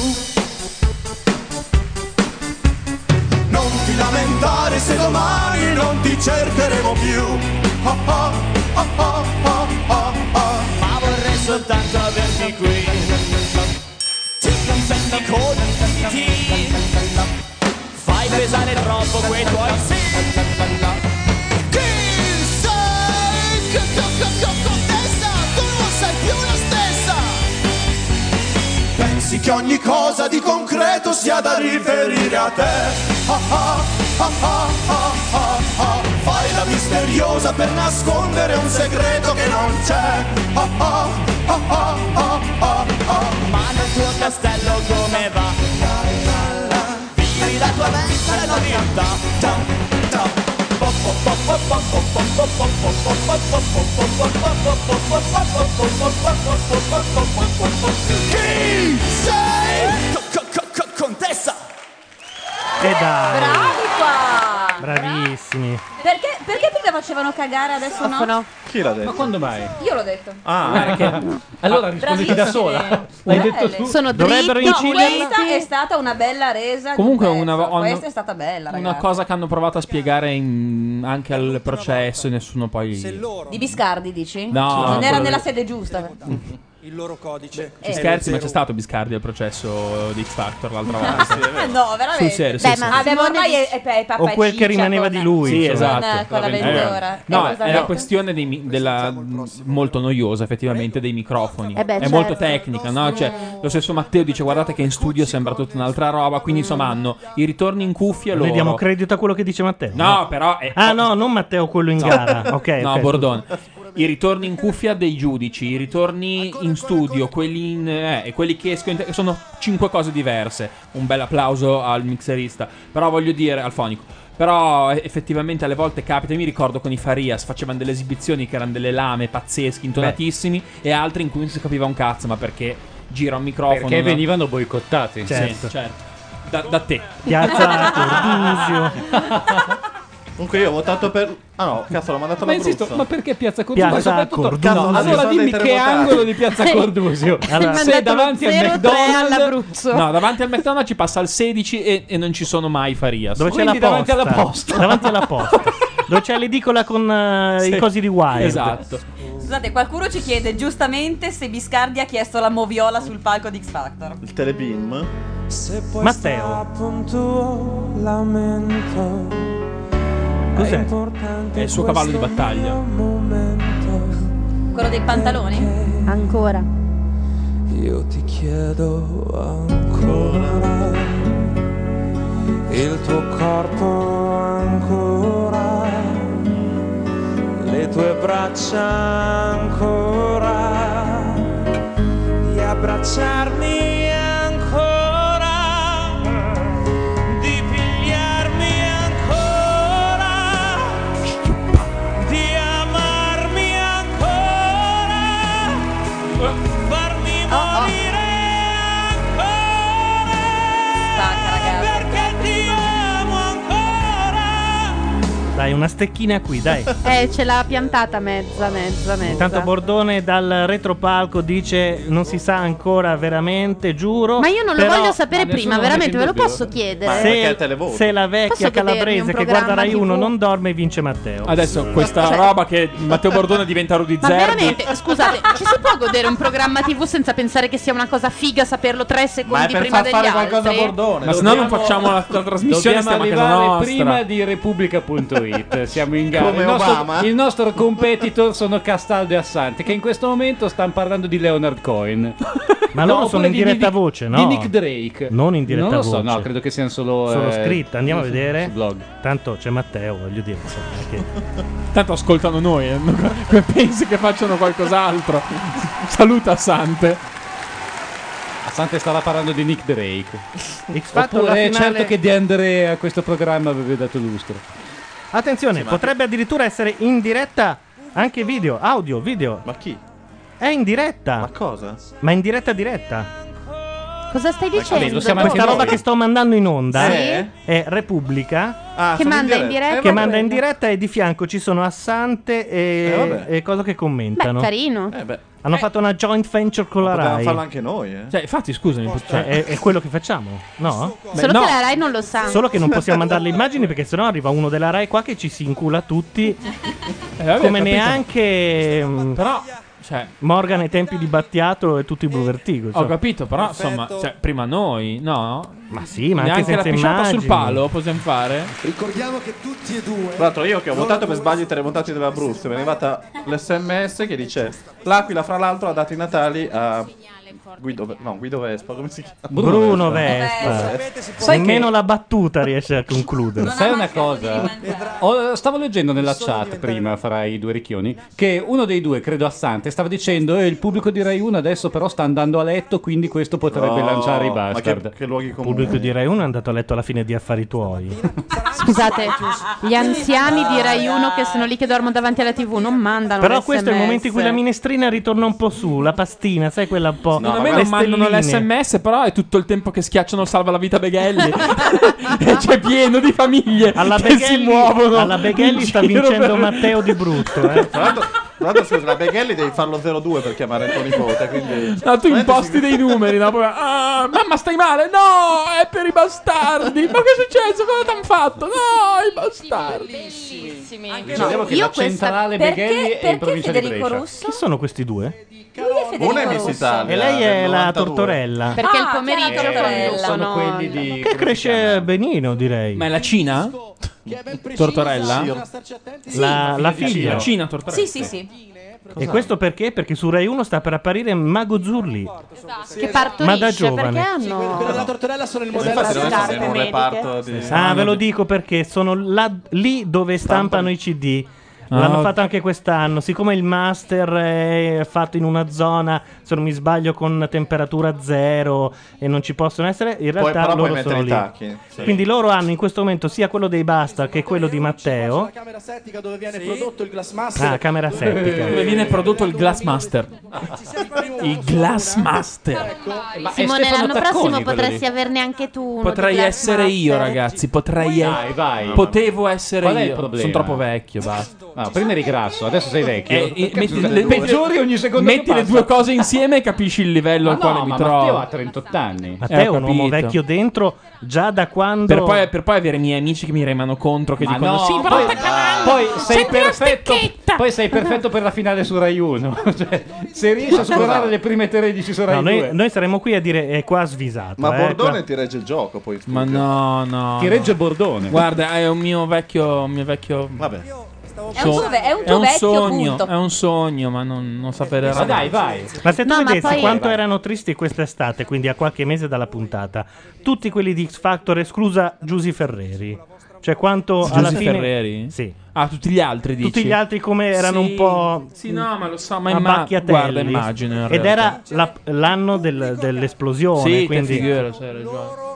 Non ti lamentare se domani non ti cercheremo più. Oh, oh, oh, oh, oh, oh, oh. Ma vorrei soltanto averti qui. Ti confetti con ti. Fai pesare troppo quei tuoi sì. Chi sei che co- co- co- contesta? Tu non sei più la stessa Pensi che ogni cosa di concreto sia da riferire a te Ah, ah, ah, ah, ah, ah, ah. Fai la misteriosa per nascondere un segreto che non c'è Ah, ah, ah, ah, ah, ah, ah. Ma nel tuo castello come va? Vivi la tua vita e la vita Ta, ta, chi sei? Co- co- co- Contessa! E Eh, dai, Bravi qua! bravissimi. Perché, perché prima facevano cagare adesso no? Chi l'ha detto? Ma quando mai? Io l'ho detto. Ah, Allora risponditi da sola. L'hai detto Belle. tu. Dovrebbero inciderla. Questa è stata una bella resa. Comunque diversa. una vo- Questa hanno- è stata bella, Una ragazzi. cosa che hanno provato a spiegare in- anche al processo e nessuno poi... Di Biscardi, dici? No, Non era quello- nella sede giusta. Il loro codice. Eh, Ci scherzi, ma c'è stato Biscardi al processo di X Factor l'altra volta. Ah, no, veramente. Sul serio, sì, Beh, sì. ma abbiamo ormai è, è, è papà o e quel che ciccia rimaneva con- di lui Sì, insomma. esatto. Con la ventura. Eh, no E cosa ha è la detto? questione dei mi- della molto noiosa effettivamente dei microfoni Eh beh, è certo. molto tecnica no? Cioè, lo stesso Matteo dice guardate che in studio sembra tutta un'altra roba quindi insomma hanno i ritorni in cuffia loro Noi diamo credito a quello che dice Matteo. No, però. Ah, no, non Matteo, quello in No. (laughs) gara. Ok, no, ok, Bordone. scusa. I ritorni in cuffia dei giudici, i ritorni in studio, quelli, in, eh, e quelli che escono in te- sono cinque cose diverse. Un bel applauso al mixerista. Però voglio dire, al fonico. Però eh, effettivamente alle volte capita, io mi ricordo con i Farias facevano delle esibizioni che erano delle lame pazzeschi, intonatissimi, e altre in cui non si capiva un cazzo, ma perché gira un microfono. Perché no? venivano boicottati. Sì, certo. Da, da te. Ti (laughs) alza Comunque io ho votato per... Ah no, cazzo, l'ho mandato Ma all'Abruzzo. insisto, ma perché Piazza Cordusio? Piazza Ma soprattutto- Cordusio. No, Cazzo, Oh, allora sono dei dimmi che terremotati. angolo di Piazza Cordusio. Allora, se davanti al McDonald's No, davanti al McDonald's ci passa al 16 e, e non ci sono mai Farias. Dove c'è Quindi la davanti posta. alla posta. Davanti alla (laughs) posta. Dove c'è l'edicola con eh, Sì. i cosi di Wild. Esatto. Scusate, qualcuno ci chiede giustamente se Biscardi ha chiesto la moviola sul palco di X Factor. Il telebeam. Matteo. Appunto lamento. Cos'è? Eh, importante È il suo cavallo di questo battaglia. Quello dei pantaloni? Ancora. Io ti chiedo ancora il tuo corpo ancora le tue braccia ancora di abbracciarmi ancora di pigliarmi ancora di amarmi ancora farmi Oh, morire perché ti amo Dai, una stecchina qui, dai. Eh, ce l'ha piantata mezza, mezza, mezza. Intanto boh, Bordone dal retropalco dice non si sa ancora veramente, giuro. Ma io non lo però- voglio sapere prima, veramente, ve lo posso chiedere. Se, se la Posso vecchia vedermi calabrese un che guarda programma Rai TV? 1 non dorme vince Matteo. Adesso questa Cioè- roba che Matteo Bordone diventa Rudy Ma Zerbi. veramente, scusate, ci si può godere un programma TV senza pensare che sia una cosa figa saperlo tre Ma è secondi per prima far degli fare altri? qualcosa a Bordone. Ma se no dobbiamo- non facciamo la, (laughs) la trasmissione, stiamo Dobbiamo anche la arrivare nostra. prima (laughs) di Repubblica.it. Siamo in gara. Come il, nostro, Obama. il nostro competitor sono Castaldo e Assanti, che in questo momento stanno parlando di Leonard Cohen. Ma loro No, sono in oppure di- diretta di- voce, no? Di Nick Drake. Non in diretta Non lo so, voce. no, credo che siano solo. Sono eh, scritta, andiamo a su- vedere. su blog. Tanto c'è Matteo, voglio dire. insomma, perché- Tanto ascoltano noi, eh, come (laughs) pensi che facciano qualcos'altro. Saluta Sante. Assanti stava parlando di Nick Drake. X Factor, Oppure la è finale- certo che De Andrea a questo programma aveva dato lustro. Attenzione, Sì, ma- potrebbe addirittura essere in diretta anche video, audio, video. Ma chi? È in diretta. Ma cosa? Ma in diretta diretta. Cosa stai dicendo? Questa roba che sto mandando in onda Sì. è Repubblica. Ah, Che sono in manda in diretta. diretta? Che manda in diretta e di fianco ci sono Assante Eh, e, vabbè. e cosa che commentano. Beh, carino. Eh, beh. Hanno fatto una joint venture con la Potevamo Rai. farlo anche noi, eh. Cioè, infatti, scusami, cioè- è, è quello che facciamo, no? Solo che la Rai non lo sa. Solo che non possiamo (laughs) mandare le immagini perché sennò arriva uno della Rai qua che ci si incula tutti. vabbè, come capito. neanche. mm, Però, cioè, Morgan ai tempi di Battiato e tutti i Blu Vertigo. Ho insomma. capito, però insomma, cioè, prima noi, no? Cioè, Ma sì, ma anche Neanche la senza pisciata sul immagini. palo possiamo fare? Ricordiamo che tutti e due. Tra l'altro, io che ho votato per sbaglio i terremotati della Bruce, mi è arrivata l'SMS che dice: L'Aquila, fra l'altro, ha dato i Natali a Guido, Ve- no, Guido Vespa. Come si chiama? Bruno, Vespa. Sai che- Nemmeno la battuta riesce a concludere. Sai una cosa? Ho- stavo leggendo nella chat prima fra i due ricchioni che uno dei due, credo Assante, stava dicendo "Eh, il pubblico di Rai 1 adesso però sta andando a letto, quindi questo potrebbe No, lanciare i ma che- bastard. che luoghi Il pubblico di Rai 1 è andato a letto alla fine di Affari Tuoi. Scusate, gli anziani di Rai 1 che sono lì che dormono davanti alla TV non mandano Però un questo è il SMS. momento in cui la minestrina ritorna un po' su, la pastina, sai quella un po'. Secondo me non mandano l'SMS, però è tutto il tempo che schiacciano il salva la vita Beghelli. (laughs) e c'è pieno di famiglie Alla che si Beghelli, muovono. alla Beghelli in sta giro vincendo per- Matteo di brutto. Eh. Tra l'altro, tra l'altro, scusa, la Beghelli devi farlo 02 per chiamare il tuo nipote. Quindi. (laughs) No, tu imposti dei numeri, no? Proprio, "Ah, mamma stai male? No, è per i bastardi. Ma che è successo? Cosa t'hanno fatto? No, i bastardi. Bellissimi. Ricordiamo che Io la questa- centrale Beghelli è in provincia di Federico Brescia. Russo? Chi sono questi due? Una è Miss Italia E lei è del la 92. tortorella. Perché il Ah, pomeriggio Chiara quello Tortorella. sono quelli di Che cresce benino, direi. Ma è la Cina? Tortorella? La, la figlia. La Cina Tortorella. Sì, sì, sì. E questo perché? Perché su Rai 1 sta per apparire Mago Zurli. Esatto. che Ma da partorisce giovane. perché Sì, hanno Quelli della tortorella sono il Ma modello infatti, non della so se è in un reparto di. Ah, ve lo dico perché sono là- lì dove stampano i CD. L'hanno Ah, ok. fatto anche quest'anno, siccome il master è fatto in una zona, se non mi sbaglio, con temperatura zero e non ci possono essere, in Poi- realtà però puoi loro sono mettere i lì. tacchi, sì. Quindi loro hanno in questo momento sia quello dei Basta che quello di Matteo. camera settica dove viene prodotto il glassmaster. Ah, camera settica. Dove viene prodotto il Glassmaster? il Glassmaster. Simone, l'anno prossimo potresti averne anche tu uno. di Potrei Glass essere io, Master. ragazzi. Potrei. Vai, vai. Potevo essere Qual è il io. problema? Sono troppo vecchio. Basta. No, Ah, prima eri grasso, adesso sei vecchio. Eh, eh, Perché metti tutte e le, due? peggiori ogni secondo che Metti le passa. due cose insieme e capisci il livello Ma al quale no, mi ma trovo. Matteo ha 38 anni. Matteo è ho un uomo capito. vecchio dentro già da quando... Per poi, per poi avere i miei amici che mi remano contro, che Ma dicono: no, Sì, però poi, sta cavando, poi sei senti la perfetto, stecchetta!" poi sei perfetto per la finale su Rai 1. Cioè, se riesci Esatto. a superare le prime 13 su Rai No, 2. noi, noi saremmo qui a dire è qua svisato. Ma eh, Bordone qua- ti regge il gioco poi. Ma no, no. Ti no. regge Bordone. Guarda, è un mio vecchio. Mio vecchio... Vabbè. È un tuo ve- è un tuo vecchio sogno, punto. è un sogno, ma non, non saperei. Ma dai, vai. Ma se tu No, ma vedessi poi- quanto Vai. erano tristi quest'estate, quindi a qualche mese dalla puntata, tutti quelli di X Factor, esclusa Giusy Ferreri. Cioè quanto Giusy alla fine... Ferreri? Sì. Ah, tutti gli altri dici? Tutti gli altri come erano Sì, un po'... sì, no, ma lo so, ma a imma- macchiatelli. guarda, immagino, in Ed realtà. era la- l'anno del- dell'esplosione, Sì, te quindi... figura, c'hai ragione.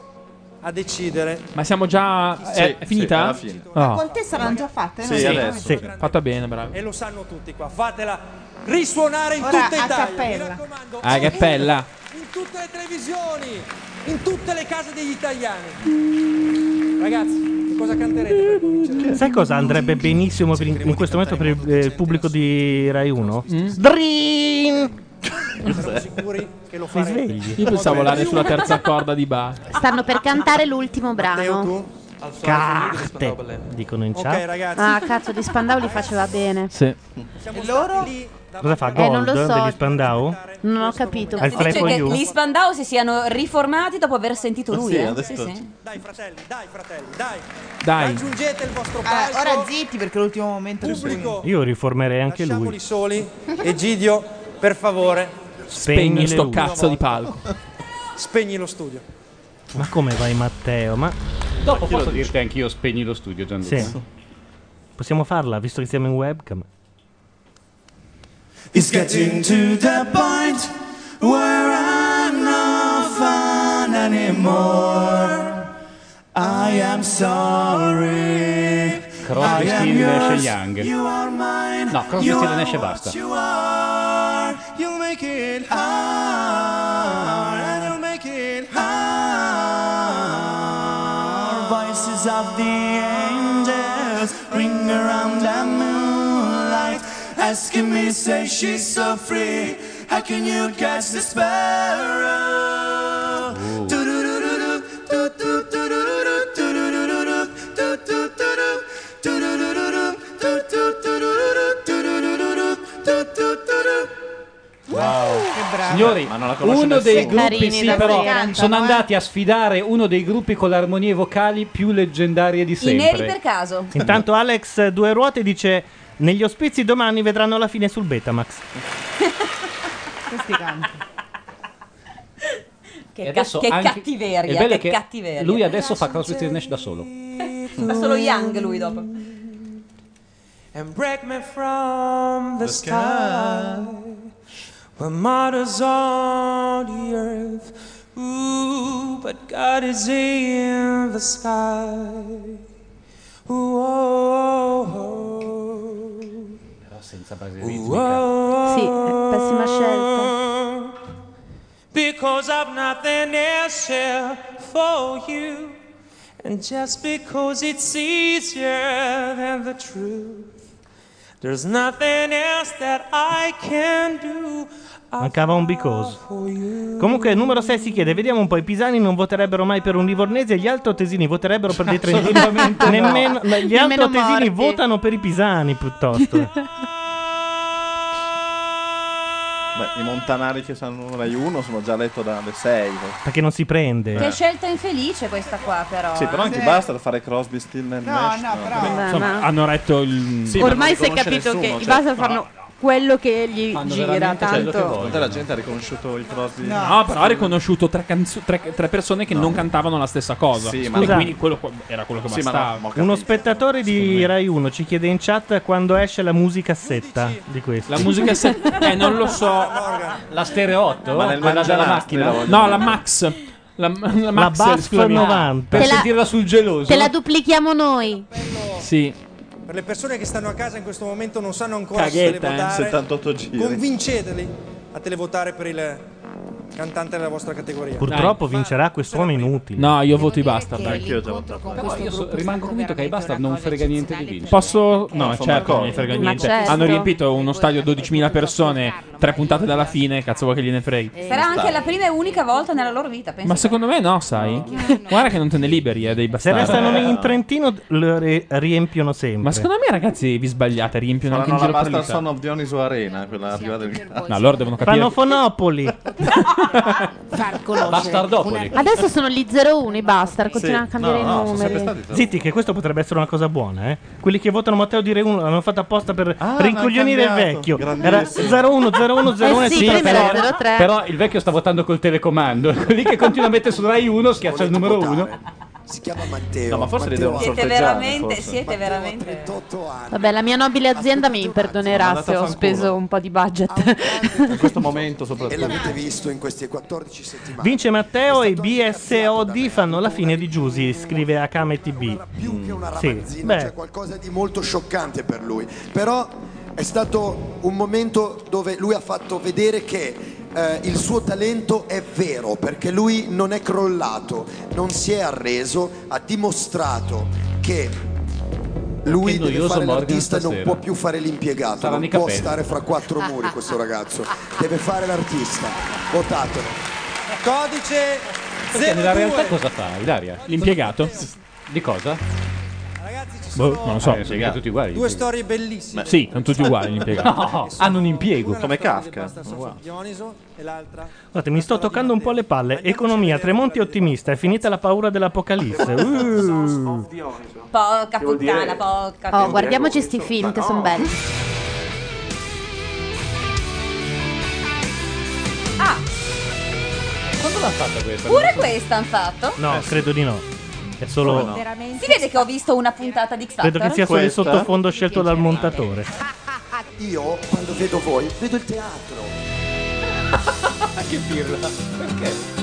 a decidere. Ma siamo già. Sì, Ah, è, è sì, finita? alla fine. Ah. Quante saranno già fatte? Sì, adesso. Sì. Fatta bene, bravo. E lo sanno tutti qua. Fatela risuonare in Ora, tutta a Italia. cappella. Mi raccomando. Ah, che bella. In tutte le televisioni, in tutte le case degli italiani. Ragazzi, che cosa canterete per cominciare? Sai cosa andrebbe benissimo per- in questo momento per il, eh, il pubblico di Rai 1? Mm? Drin! Siamo sicuri che lo Si svegli. Io pensavo volare sulla terza corda di Bach. Stanno per cantare l'ultimo brano. Catte, dicono in chat. ragazzi. Ah, cazzo, di Spandauli faceva bene. Sì. E loro? Cosa fa? Eh, non Gold lo so. degli Spandau? Non ho capito. Al Si Fray dice for che You? gli Spandau si siano riformati dopo aver Ah, sentito lui. Sì, eh. adesso- Sì, sì. Dai, fratelli, dai, fratelli, dai. Dai. Raggiungete il vostro Ah, palco. ora zitti perché è l'ultimo momento. Pubblico. Io riformerei anche Lasciamoli lui. soli. Egidio, per favore, Spegni le sto luci. cazzo di palco. spegni lo studio. Ma come vai Matteo? Ma Dopo posso dirti anch'io spegni lo studio, Gianluca. Sì. possiamo farla visto che siamo in webcam? It's getting to the point where I'm no fun anymore. I am sorry. I Crosby, am Stills, Nash e yours. Young. You are mine. No, Crosby, You Stills, are Nash e what basta. You are. You'll make it hard. And you'll make it asking me, say she's so free. How can you catch the sparrow? Do-do-do-do-do, do-do-do-do-do, do-do-do-do-do, do-do-do-do, do-do-do-do-do, do-do-do-do-do, do-do-do-do-do. Wow. Signori, Ma non la conosce uno dei nessuno. gruppi, Carini, sì, davvero. però, Cantano, sono eh. andati a sfidare uno dei gruppi con le armonie vocali più leggendarie di I neri sempre. per caso. Intanto Alex Due Ruote dice negli ospizi domani vedranno la fine sul Betamax. Questi canti. E Che, ca- adesso che anche- cattiveria, il bello è che cattiveria. Lui adesso fa CrossFit Nash da solo. Fa solo Young lui dopo. and break me from the, The sky. Where martyrs on the earth, ooh, but God is in the sky. Ooh, oh, oh, Però senza base oh. Sì, eh, pessima scelta. Because I've nothing else here for you. And just because it's easier than the truth, there's nothing else that I can do. Mancava un because. Comunque, numero 6 si chiede: vediamo un po'. I pisani non voterebbero mai per un livornese, e gli altoatesini voterebbero per dei trentini. (laughs) Assolutamente no. Nemmeno- Gli Nemmeno morti. altoatesini votano per i pisani (laughs) piuttosto. Beh, i montanari che sanno Rai 1 sono già letto dalle 6. Perché non si prende. Che scelta infelice questa qua però. eh. Sì, però anche basta da fare Crosby, Still and No, Nash. no, però- Vabbè. Insomma, hanno retto il. Sì, ma non Ormai si è riconosce capito che nessuno, i cioè, Basel fanno quello che gli Fanno gira, veramente quello che tanto. vogliono. Tutta la gente ha riconosciuto il Ah, Crosby. No, però ha riconosciuto tre, canzo- tre- tre persone che non cantavano la stessa cosa. Sì, e ma- Scusa. quindi quello qua- era quello che Sì, ma no, bastava. ma ho Uno spettatore di Rai 1 ci chiede in chat quando esce la musicassetta di questo. La musica se- eh, non lo so. La Stereo 8? Ma nel quella della mangianastri macchina? la voglio No, la Max. La, la La Max Buff scusami. 90. Per Te la- sentirla sul geloso. Te la duplichiamo noi. Sì. Per le persone che stanno a casa in questo momento non sanno ancora se Caghetta, eh, televotare, 78 giri. convinceteli a televotare per il cantante della vostra categoria. (laughs) Purtroppo vincerà quest'uomo inutile. No, io voto i bastard. Anch'io ho già votato. Però io so- rimango convinto che ai Bastard non frega niente di vincere. Posso? No, sono certo, d'accordo. non gli frega Ma niente. certo. Hanno riempito uno stadio 12.000 persone, tre puntate dalla fine, cazzo vuoi che gliene freghi? Eh, Sarà anche la prima e unica volta nella loro vita, penso. Ma secondo me no, sai? Guarda che non te ne liberi eh, dei Se bastardi. Eh. restano in (laughs) Trentino lo ri- riempiono sempre. Ma secondo me, ragazzi, vi sbagliate, riempiono anche in Faranno la giro per Bastard l'Italia. Son of Dioniso Arena, quella arrivata del cioè. No, loro devono capire. Panofonopoli. Far Bastardopoli. Adesso sono gli 01 i bastard, continuano a cambiare i numeri. Zitti, che questo potrebbe essere una cosa buona, eh? Quelli che votano Matteo di Re 1 l'hanno fatto apposta per Ah, rincoglionire il l'hanno vecchio. cambiato. Era 01 01 01 Eh sì, e prima era 03. 03. Però il vecchio sta votando col telecomando. (laughs) Quelli che continua a mettere su Rai 1 schiaccia il numero 1. Si chiama Matteo. No, ma forse li devono Matteo. Siete sorteggiare, veramente- forse. siete veramente- 38 anni. Vabbè, la mia nobile azienda mi perdonerà andata se a ho fanculo. speso un po' di budget. In questo momento E soprattutto. l'avete visto in queste 14 settimane. Vince Matteo e i BSOD fanno la fine di Giusy, scrive Akame TB. Mm, Sì, Zina, beh, c'è cioè qualcosa di molto scioccante per lui. Però è stato un momento dove lui ha fatto vedere che eh, il suo talento è vero, perché lui non è crollato, non si è arreso, ha dimostrato che lui Che deve noioso fare Morgan l'artista, non stasera. può più fare l'impiegato, Saranno non i può capelli. stare fra quattro muri (laughs) questo ragazzo, deve fare l'artista. Votatelo. Codice Perché nella 02. realtà cosa fa, Ilaria? L'impiegato? Di Eh, cosa? Boh, non lo so. Eh, sono mica tutti uguali. Due storie bellissime. Beh, Sì, sono tutti uguali gli impiegati. (laughs) No, hanno un impiego. Come Kafka. Dioniso e l'altra guardate, mi sto toccando un po' le palle. Economia, Tremonti è ottimista, è finita la paura dell'apocalisse. Uh. Porca Devo dire- puttana, porca Oh, guardiamoci sti film che sono belli. Ah, Quando l'ha fatta questa? pure questa hanno fatto? No, credo di no. È Eh, solo... Si vede che ho visto una puntata di X Factor. Credo che sia solo il sottofondo scelto dal montatore. Io quando vedo voi vedo (laughs) il teatro. che pirla? Perché?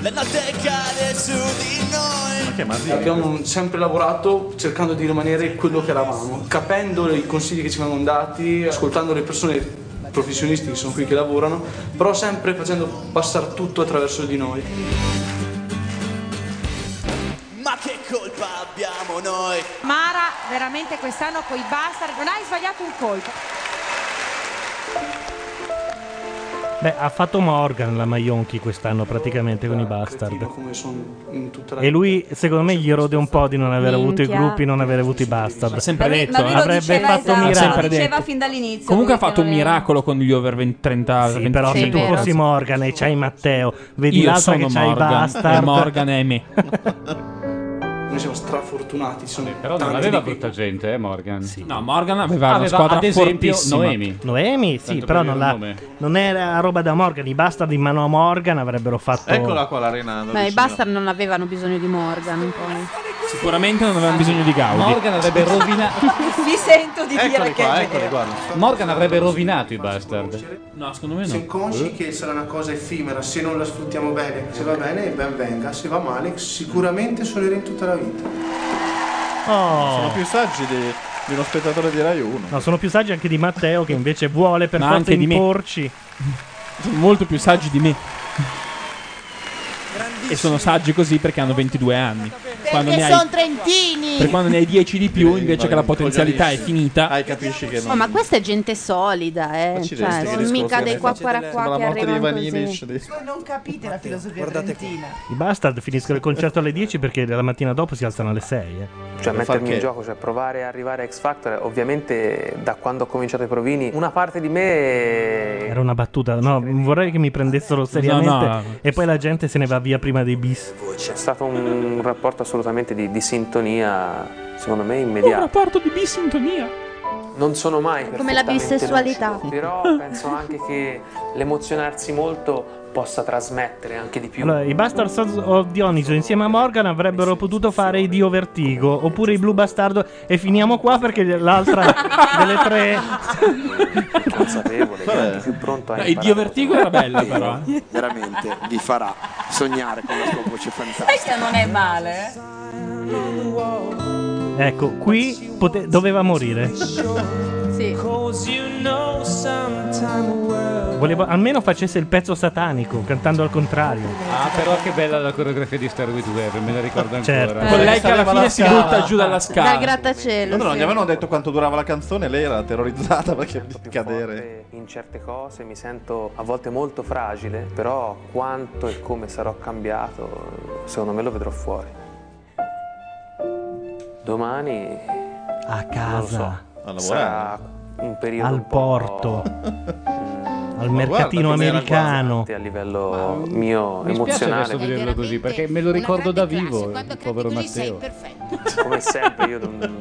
La notte cade su di noi. Abbiamo sempre lavorato cercando di rimanere quello che eravamo, capendo i consigli che ci vengono dati, ascoltando le persone professionisti che sono qui che lavorano, però sempre facendo passare tutto attraverso di noi. Ma che colpa abbiamo noi? Mara veramente quest'anno coi bastard, non hai sbagliato un colpo. Beh, ha fatto Morgan la Maionchi quest'anno praticamente con i Bastard. come sono in tutta la E lui, secondo me, gli rode un po' di non aver avuto i Minchia. gruppi, non aver avuto i Bastard. sempre Ma lui- detto, ma lui eh. lo Avrebbe diceva, fatto esatto, miracolo. ecco. sempre Diceva fin dall'inizio. Comunque ha lui che fatto un non era- miracolo con gli over 20, 30 Sì, però se tu fossi Morgan e c'hai Matteo, vedi Io l'altra che sono c'hai i Morgan, Bastard. e Morgan è me. Noi siamo strafortunati, ci sono Però non tanti aveva di quei- brutta gente, eh, Morgan? No, Morgan aveva una Aveva, squadra ad esempio, fortissima. Noemi. Noemi, sì, Tanto però per non, dire la- un nome. non era roba da Morgan. I Bastard in mano a Morgan avrebbero fatto. Eccola qua la Renata. Ma i Bastard non avevano bisogno di Morgan. eh. Poi. Sicuramente non avevano bisogno di Gaudi. Morgan avrebbe rovinato. (laughs) Mi sento di dire che è vero. Morgan avrebbe rovinato i bastard. No, secondo me Siamo consci che sarà una cosa effimera se non la sfruttiamo bene. Se va bene, ben venga. Se va male, sicuramente suonerà in tutta la vita. Oh. Sono più saggi di, di uno spettatore di Rai 1. No, sono più saggi anche di Matteo che invece vuole per Ma forza anche di me. imporci. Sono molto più saggi di me. E sono saggi così perché hanno 22 anni. Quando ne Perché hai- sono trentini. per quando ne hai 10 di più, invece che la potenzialità è finita. Hai capisci che Oh, ma questa è gente solida, eh. ci Cioè, resti che sono discorsi mica che dei ne qua faccio qua delle- qua sembra che la morte di arrivano Vanini, così. Voi non capite la filosofia argentina. I Bastard finiscono il concerto alle 10 perché la mattina dopo si alzano alle 6. eh. Cioè mettermi in gioco, cioè provare a arrivare a X Factor, ovviamente da quando ho cominciato i provini, una parte di me Era una battuta, no, vorrei che mi prendessero seriamente no. e poi la gente se ne va via prima dei bis. c'è stato un rapporto assolutamente di, di sintonia, secondo me Un immediata. rapporto di bisintonia. Non sono mai Come la perfettamente bisessualità. lucido, però penso anche che l'emozionarsi molto possa trasmettere anche di più. Allora, i Bastard Sons of Dioniso insieme a Morgan avrebbero potuto fare i Dio Vertigo oppure i Blue Bastardo e finiamo qua perché l'altra delle tre consapevole, che anche più pronto a No, il imparare. Dio Vertigo era bella, però. Veramente vi farà sognare con la sua voce Sai fantastica. che non è male. eh. Ecco, qui pote- doveva morire. Volevo almeno facesse il pezzo satanico cantando al contrario. Ah, però che bella la coreografia di Star With Whoever, me la ricordo ancora. Certo. Con Eh, lei che alla fine si butta giù dalla Dal scala. grattacielo. Loro non sì. gli avevano detto quanto durava la canzone, lei era terrorizzata perché di cadere. forte in certe cose, mi sento a volte molto fragile, però quanto e come sarò cambiato, secondo me lo vedrò fuori. Domani A non lo so, casa, sarà un periodo al un po' porto, al Ma mercatino guarda com'era americano. a livello mio Mi spiace adesso emozionale. vederlo così, perché me lo ricordo da vivo, il povero Matteo. Come sempre io non,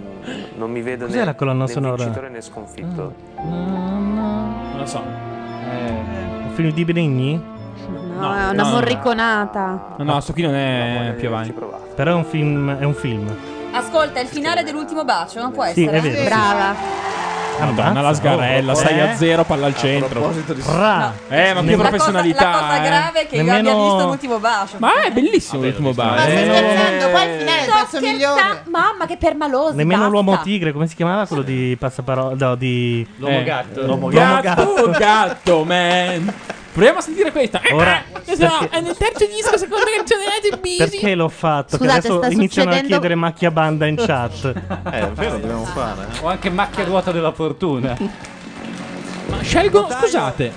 non mi vedo Cos'è né, la colonna né sonora? Ah. vincitore né sconfitto. Non lo so. Eh, Un film di Brigni? No, è una no, no. morriconata. No, no, sto qui non è più avanti. Però è un film. È un film. Ascolta, il finale dell'ultimo bacio non può Sì, essere. è vero, sì. Brava. Ah, Madonna, la oh, sgarella, eh? stai a zero, palla al centro. Ra. Eh, ma No. che La cosa- professionalità. La cosa eh. grave è che io abbia visto l'ultimo bacio. Ma è bellissimo l'ultimo bar. Ma stai scherzando? Poi il finale è il pezzo migliore. Eh, Mamma che permalosi. Nemmeno basta. l'uomo tigre, come si chiamava quello di passaparola? No, di. Eh, L'uomo gatto. gatto. Gatto, gatto, man. Proviamo a sentire questa. Eh, esatto, Ora, perché- è nel terzo disco, seconda canzone di Perché l'ho fatto? Scusate, che adesso sta iniziano succedendo- a chiedere macchia banda in chat. Eh, è vero, dobbiamo fare. Ho anche macchia ruota della fortuna. Ma scelgono, scusate.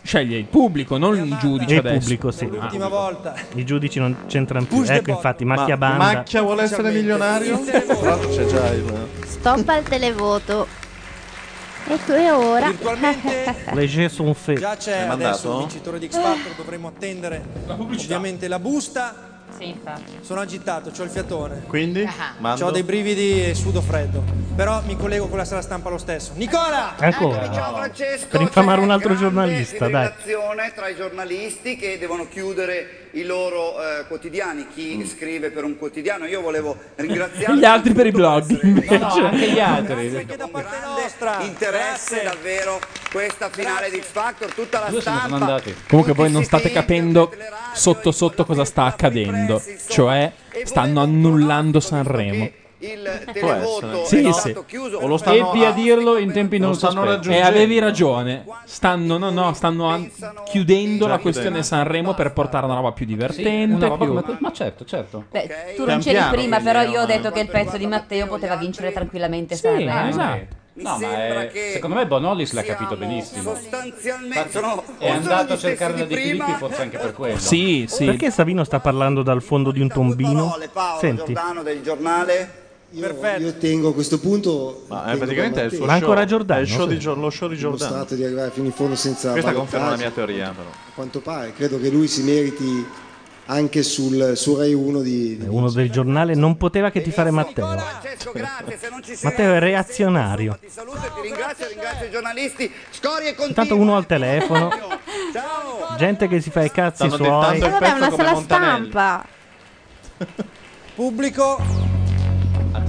Sceglie il pubblico, non il giudice Il adesso. pubblico, sì. L'ultima volta. I giudici non c'entrano più. Ecco, infatti, macchia Ma- banda. Macchia vuole essere milionario? Però c'è già il. Stop al televoto. E tu e ora. (laughs) Le Jeux sont faits. Già c'è L'hai adesso il mandato? vincitore di X Factor, dovremo attendere ovviamente la busta. Sono agitato, ho il fiatone. Quindi? Mando? Ho dei brividi e sudo freddo. Però mi collego con la sala stampa lo stesso. Nicola! Ancora. Ciao, Francesco. Per infamare un altro giornalista, dai. relazione tra i giornalisti che devono chiudere i loro eh, quotidiani, chi scrive per un quotidiano. Io volevo ringraziare Gli altri per i blog. invece. interesse davvero questa finale di X Factor, tutta la Due se ne sono stampa andati. Comunque voi non state capendo sotto sotto cosa sta accadendo. Cioè, stanno annullando Sanremo. il Può televoto essere. Sì, è stato sì. chiuso. O lo stanno- Ebbi a dirlo in tempi non E avevi ragione. Stanno, no, no, stanno an- chiudendo la questione Sanremo per portare una roba più divertente. una roba- più- ma- ma certo, certo. Beh, tu Pian non c'eri piano, prima, quindi, però io no, ho detto che il pezzo di Matteo poteva vincere tranquillamente Sì, eh, Sanremo. esatto. No, ma è- secondo me Bonolis l'ha capito benissimo. Sostanzialmente sono, È andato a stessi cercare la di De prima. Filippi forse anche per quello. Sì, sì. Perché Savino sta parlando dal fondo di un tombino? Paolo Senti, Giordano del giornale. Io, io tengo a questo punto. Ma, eh, praticamente è il suo Ma show. ancora È Giordano, il show sì. di Gio- lo show di Giordano. Ho di arrivare fino in fondo senza. Questa conferma la ballottaggio. mia teoria, però. A quanto pare, credo che lui si meriti anche sul, su Rai 1 di, di uno del giornale non poteva che ti fare Matteo. Matteo è reazionario. Ti ringrazio, ringrazio i giornalisti. Scorie con Intanto uno al telefono. Gente che si fa i cazzi Stanno suoi. dettando il Eh, Vabbè, pezzo una come sala Montanelli. stampa. (laughs) Pubblico,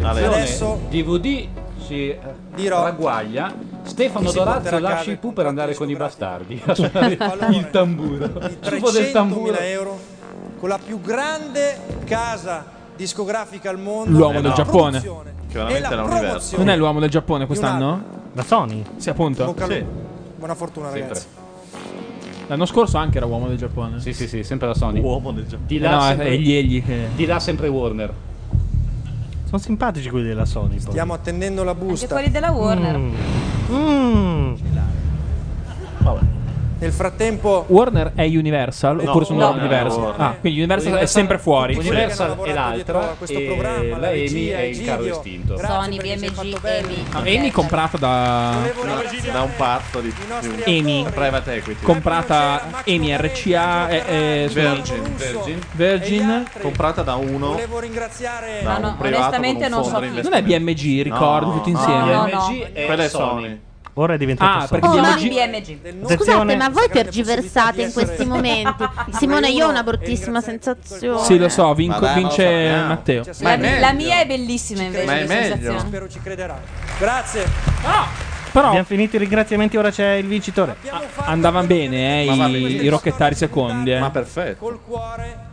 adesso DVD si Dirò. ragguaglia. Stefano Mi si Dorazzo porterà a lascia casa i Pooh per andare con i bastardi. (laughs) A suonare il tamburo. Il tubo del tamburo. 300.000 euro con la più grande casa discografica al mondo. L'uomo Eh del no. Giappone. Produzione. Che veramente era un universo. Non è l'uomo del Giappone quest'anno? Da Sony? Sì, appunto. Bocca al lupo. Buona fortuna, Sempre. ragazzi. L'anno scorso anche era uomo del Giappone. Eh, Sì, sì, sì, sempre la Sony. Uomo del Giappone. Di là no, sempre- è gli egli che... Di là sempre Warner. Sono simpatici quelli della Sony. poi. Stiamo attendendo la Anche busta. quelli della Warner. Mm. Nel frattempo, Warner è Universal No, oppure sono no, Universal? no, Warner. ah, quindi Universal, è sempre fuori. Universal è l'altra. E la Emi è il caro estinto. Sony, BMG, Emi. Ah, Emi comprata da da un pazzo di, di un Emi private equity. comprata Emi RCA eh, eh, scusa. Virgin, Virgin. Virgin comprata da uno ringraziare da Ma un no, privato onestamente con un non fondo so di chi. investimento. Non è BMG, ricordo, tutti insieme. no, BMG no. quella è Sony. Ora è diventato Ah, Sony. perché Oh, ma- Attenzione. Scusate, ma voi tergiversate in questi momenti. (laughs) Simone, io ho una bruttissima sensazione. Sì, lo so, vinco- Ma dai, ma lo vince sappiamo. Matteo. La, la mia è bellissima invece. Ma è di meglio? sensazione. spero ci crederà. Grazie. Ah! Abbiamo finito i ringraziamenti, ora c'è il vincitore. Andavano Ah, bene eh, Ma va bene. i, i rocchettari secondi. eh. Ma perfetto.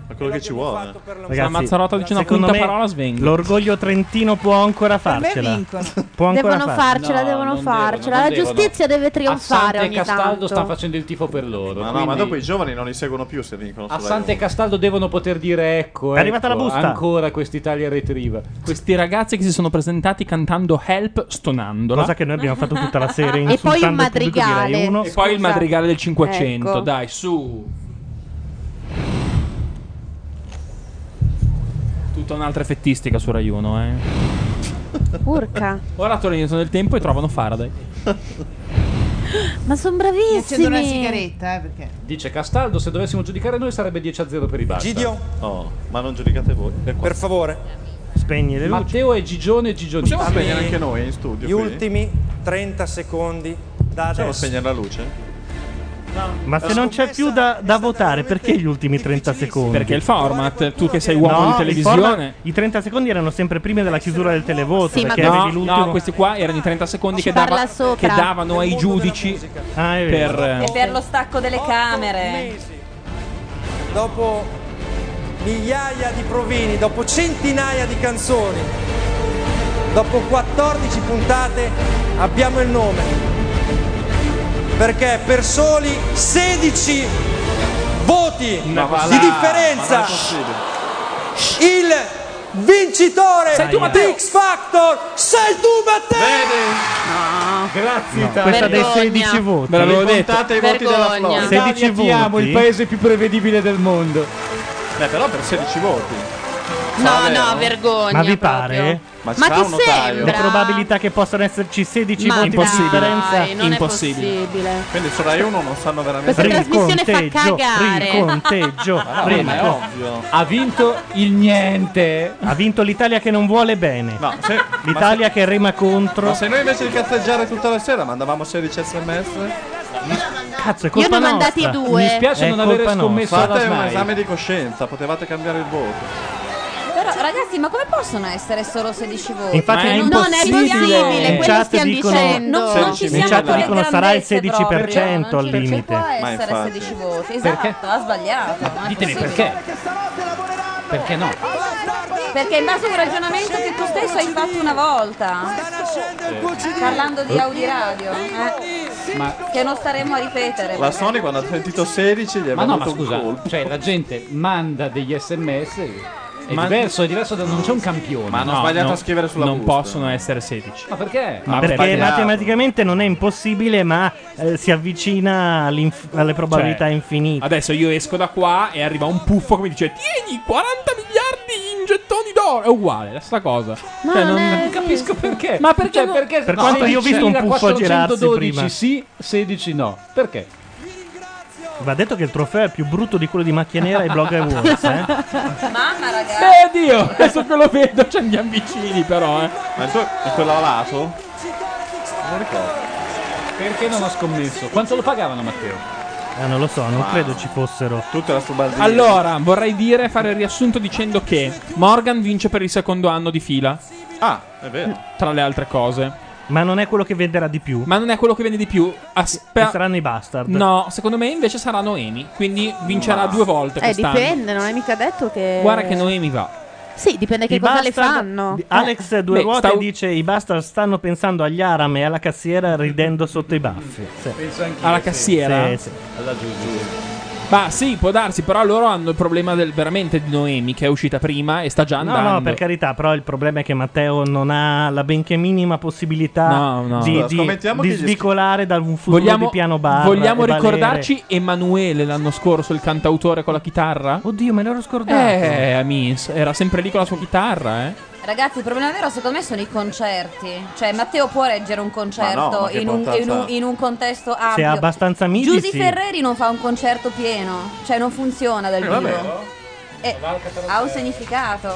Ma quello che ci vuole. La Mazzarotta dice una secondo punta me parola svenga. L'orgoglio trentino può ancora farcela. Può ancora Devono farcela. farcela, devono farcela. La giustizia deve trionfare Assante e ogni Castaldo sta tanto. facendo il tifo per loro. Ma no, ma quindi- dopo i giovani non li seguono più se vincono A sulla Sante e Castaldo devono poter dire ecco, È arrivata ecco, la busta. Ancora quest'Italia retriva. Questi ragazzi che si sono presentati cantando Help stonandola. Cosa che noi abbiamo fatto tutta la (laughs) sera E poi il insultando il pubblico di Rai madrigale. Uno. E poi il madrigale del 500, Ecco. dai, su. Tutta un'altra effettistica su Rai 1, eh. Urca. Ora tornano nel tempo e trovano Faraday. Ma sono Mi bravissimi. accendo una sigaretta, eh, perché. Dice Castaldo, se dovessimo giudicare noi sarebbe 10 a 0 per i Barça. Gidio? No, ma non giudicate voi. Per favore. Spegni le Matteo e Gigione e Gigioni. Possiamo spegnere anche noi in studio? Gli qui? ultimi 30 secondi da Possiamo adesso. spegnere la luce? Ma se non c'è più da, da votare, perché gli ultimi 30 secondi? Perché il format, tu che sei uomo No, di il televisione. format- I 30 secondi erano sempre prima della chiusura del televoto. Sì, ma perché no, avevi l'ultimo. no, questi qua erano i 30 secondi che, parla dava- sopra. che davano ai giudici Ah, è per... vero. E eh, per lo stacco delle camere. Dopo migliaia di provini, dopo centinaia di canzoni, dopo 14 puntate abbiamo il nome. Perché per soli 16 voti Ma va là, di ma differenza non è possibile. il vincitore Sei tu, di X Factor sei tu Matteo! Grazie Italia. questa dei Vergogna. 16 voti. Ve l'avevo detto. Contate i voti della Florida. 16 voti. Siamo il paese più prevedibile del mondo. Beh, però per 16 voti. No, no, vergogna. Ma vi pare? Ma, Ma sarà ti un notaio. Le probabilità che possano esserci 16 Ma voti di dai, differenza non è Impossibile. possibile. Quindi su Rai 1 non sanno veramente Questa trasmissione fa Riconteggio, cagare. riconteggio, Ma no, ma è riconteggio. ovvio. Ha vinto il niente. Ha vinto l'Italia che non vuole bene. L'Italia che rema contro. Ma se noi invece di cazzeggiare tutta la sera mandavamo 16 sms? Cazzo, è colpa nostra. Mi spiace non avere scommesso alla Fate un Snai. esame di coscienza, potevate cambiare il voto. Però ragazzi, ma come possono essere solo 16 voti? Infatti Cioè, è non- impossibile. Non è possibile, In quello chat stiamo dicono- dicendo. Non, non 16 ci siamo in chat con le dicono sarà il grandezze 16% proprio, al non ci- limite. Non ci può Ma essere infatti. 16 voti, esatto, ha sbagliato. non è Ditemi possibile. perché. Perché no? Perché, Perché in base a un ragionamento che tu stesso hai fatto una volta. Parlando di Audi Radio. eh, Ma- Che non staremo a ripetere. La Sony quando ha sentito 16 gli è Ma no, ma venuto un scusa, colpo. cioè la gente manda degli sms. È Ma- diverso, è diverso da non c'è un campione. Ma hanno sbagliato a scrivere sulla Non busta. possono essere 16. Ma perché? Ma perché perché? matematicamente non è impossibile, ma eh, si avvicina all'inf- alle probabilità Cioè, infinite. Adesso io esco da qua e arriva un puffo che mi dice Tieni 40 miliardi in gettoni d'oro. È uguale, la stessa cosa. Ma Cioè, non non- è- capisco perché. Ma perché no? Per quanto io ho visto un puffo girarsi 412 prima. sì, 16 no. Perché? Va detto che il trofeo è più brutto di quello di Macchia Nera e Blog Awards. (laughs) Eh? Mamma ragazzi. Eh Dio, adesso che lo vedo ci andiamo vicini però eh. Ma il tuo è quello alato? Non ricordo. Perché non ho scommesso? Quanto lo pagavano Matteo? Ah, non lo so, non Ma- credo ci fossero. Tutta la subardina. Allora, vorrei dire, fare il riassunto dicendo che Morgan vince per il secondo anno di fila. Ah, è vero. Tra le altre cose. Ma non è quello che venderà di più. Ma non è quello che vende di più. Aspe- Che saranno i bastard. No, secondo me invece sarà Noemi. Quindi vincerà due volte Eh, quest'anno. dipende, non è mica detto che. Guarda che Noemi va. Sì, dipende che I cosa le bastard- fanno. di- Alex Eh. Due Beh, Ruote stavo- dice i bastard stanno pensando agli Aram e alla cassiera ridendo sotto i baffi. Sì. Alla cassiera? Sì, sì. Alla Giugiu. Ma sì, può darsi, però loro hanno il problema del, veramente di Noemi che è uscita prima e sta già No, andando. no, per carità, però il problema è che Matteo non ha la benché minima possibilità No, no. di, Scusa, di- scommettiamo di che gli- svicolare da un futuro Vogliamo, di piano bar. vogliamo e valere. ricordarci Emanuele l'anno scorso, il cantautore con la chitarra? Oddio, me l'ero scordato. Eh, Amis, era sempre lì con la sua chitarra, eh. Ragazzi, il problema vero secondo me sono i concerti. Cioè, Matteo può reggere un concerto Ma no, ma che in, un, importanza in un- ha? in un contesto Se ha ampio. abbastanza amici, Giusy sì. Ferreri non fa un concerto pieno, cioè non funziona dal Eh, vivo. vabbè. Eh, ha un significato.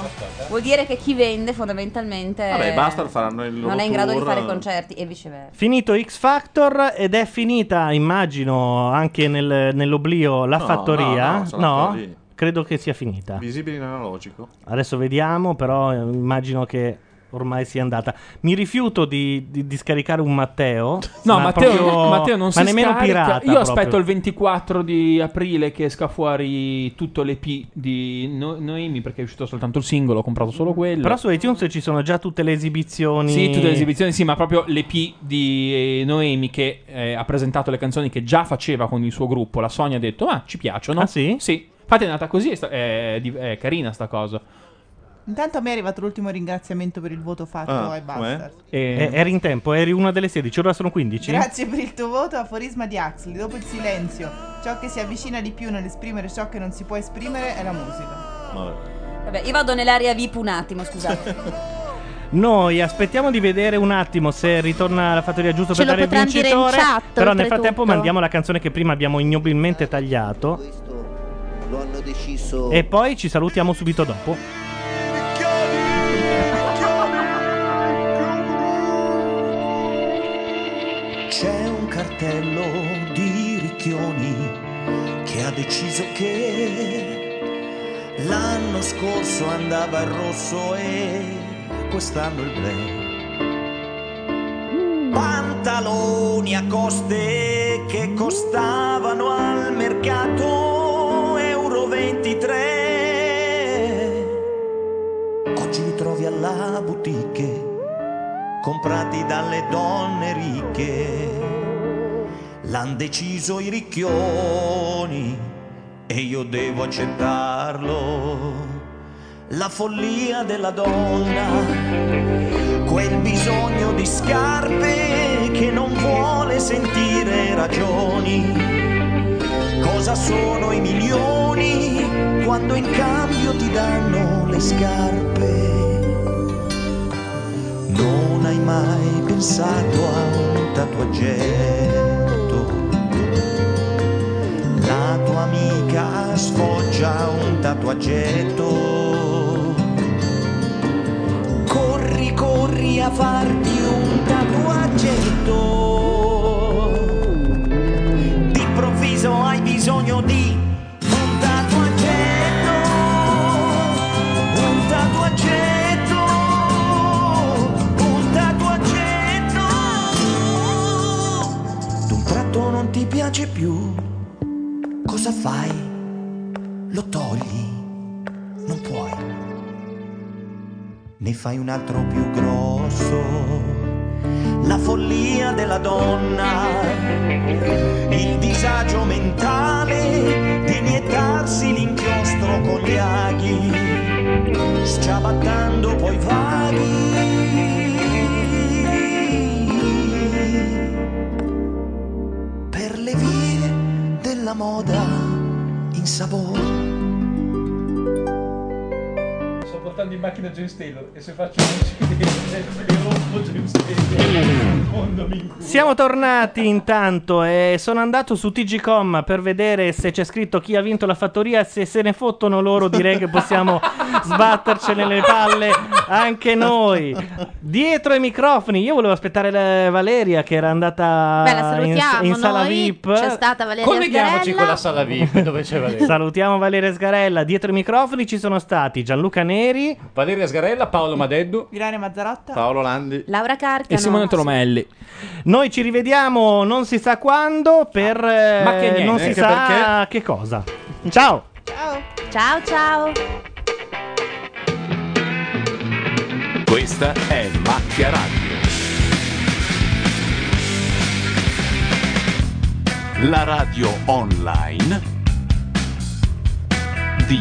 Vuol dire che chi vende fondamentalmente Vabbè, basta, faranno il loro non è in grado di tour. fare concerti e viceversa. Finito X Factor ed è finita, immagino, anche nel- nell'oblio la No, fattoria. no, no, sarà ancora lì. credo che sia finita. Visibile in analogico. Adesso vediamo, però eh, immagino che ormai sia andata. Mi rifiuto di, di- di scaricare un Matteo. (laughs) No, ma Matteo, proprio- Matteo non ma si nemmeno scarica. pirata. Io proprio. aspetto il 24 di aprile che esca fuori tutto l'EP di No- Noemi perché è uscito soltanto il singolo, ho comprato solo quello. Mm. Però su iTunes ci sono già tutte le esibizioni. Sì, tutte le esibizioni, sì, ma proprio l'EP di eh, Noemi che eh, ha presentato le canzoni che già faceva con il suo gruppo. La Sonia ha detto, ma ci piacciono. Ah sì? Sì. Infatti è nata così, è, sta- è di- è carina sta cosa. Intanto a me è arrivato l'ultimo ringraziamento per il voto fatto Ah, ai Bastard. Eh, eri in tempo, eri una delle 16, ora sono 15. Grazie per il tuo voto, aforisma di Huxley. Dopo il silenzio, ciò che si avvicina di più nell'esprimere ciò che non si può esprimere è la musica. Vabbè, io vado nell'area VIP un (laughs) attimo, scusate. Noi aspettiamo di vedere un attimo se ritorna la fattoria giusto Ce per lo dare il potranno dire in vincitore. chat, però nel oltretutto. frattempo mandiamo la canzone che prima abbiamo ignobilmente tagliato. Lo hanno deciso. E poi ci salutiamo subito dopo. C'è un cartello di Ricchioni che ha deciso che l'anno scorso andava al rosso e quest'anno il bre. Pantaloni a coste che costavano al mercato euro 23. Oggi li trovi alla boutique comprati dalle donne ricche. L'han deciso i ricchioni e io devo accettarlo. La follia della donna, quel bisogno di scarpe che non vuole sentire ragioni. Cosa sono i milioni quando in cambio ti danno le scarpe? Non hai mai pensato a un tatuaggetto. La tua amica sfoggia un tatuaggetto. Corri, corri a farti un tatuaggetto. D'improvviso hai bisogno di un tatuaggetto. Un tatuaggetto. Un tatuaggetto. D'un tratto non ti piace più. Cosa fai? Lo togli. Non puoi. ne fai un altro più grosso. La follia della donna, il disagio mentale di iniettarsi l'inchiostro con gli aghi, sciabattando poi vaghi. Per le vie della moda in sapore. Sto portando in macchina James Taylor e se faccio un incidente mi rompo James Taylor. Mondo mi incubo. Siamo tornati intanto e sono andato su TGcom per vedere se c'è scritto chi ha vinto la fattoria e se se ne fottono loro direi che possiamo sbattercene le palle anche noi. Dietro ai microfoni, io volevo aspettare la Valeria che era andata Beh, la in, salutiamo. in sala noi. VIP. C'è stata Valeria Sgarella. sala VIP dove c'è Valeria. Salutiamo Valeria Sgarella. Dietro i microfoni ci sono stati Gianluca Neri, Valeria Sgarella, Paolo Madeddu, Milano Mazzarotta. Paolo Landi. Laura Carcano. Tolomelli. Noi ci rivediamo non si sa quando per ma che eh, niente, non si anche sa che cosa. Ciao. Ciao ciao. Questa è Macchia Radio. La radio online di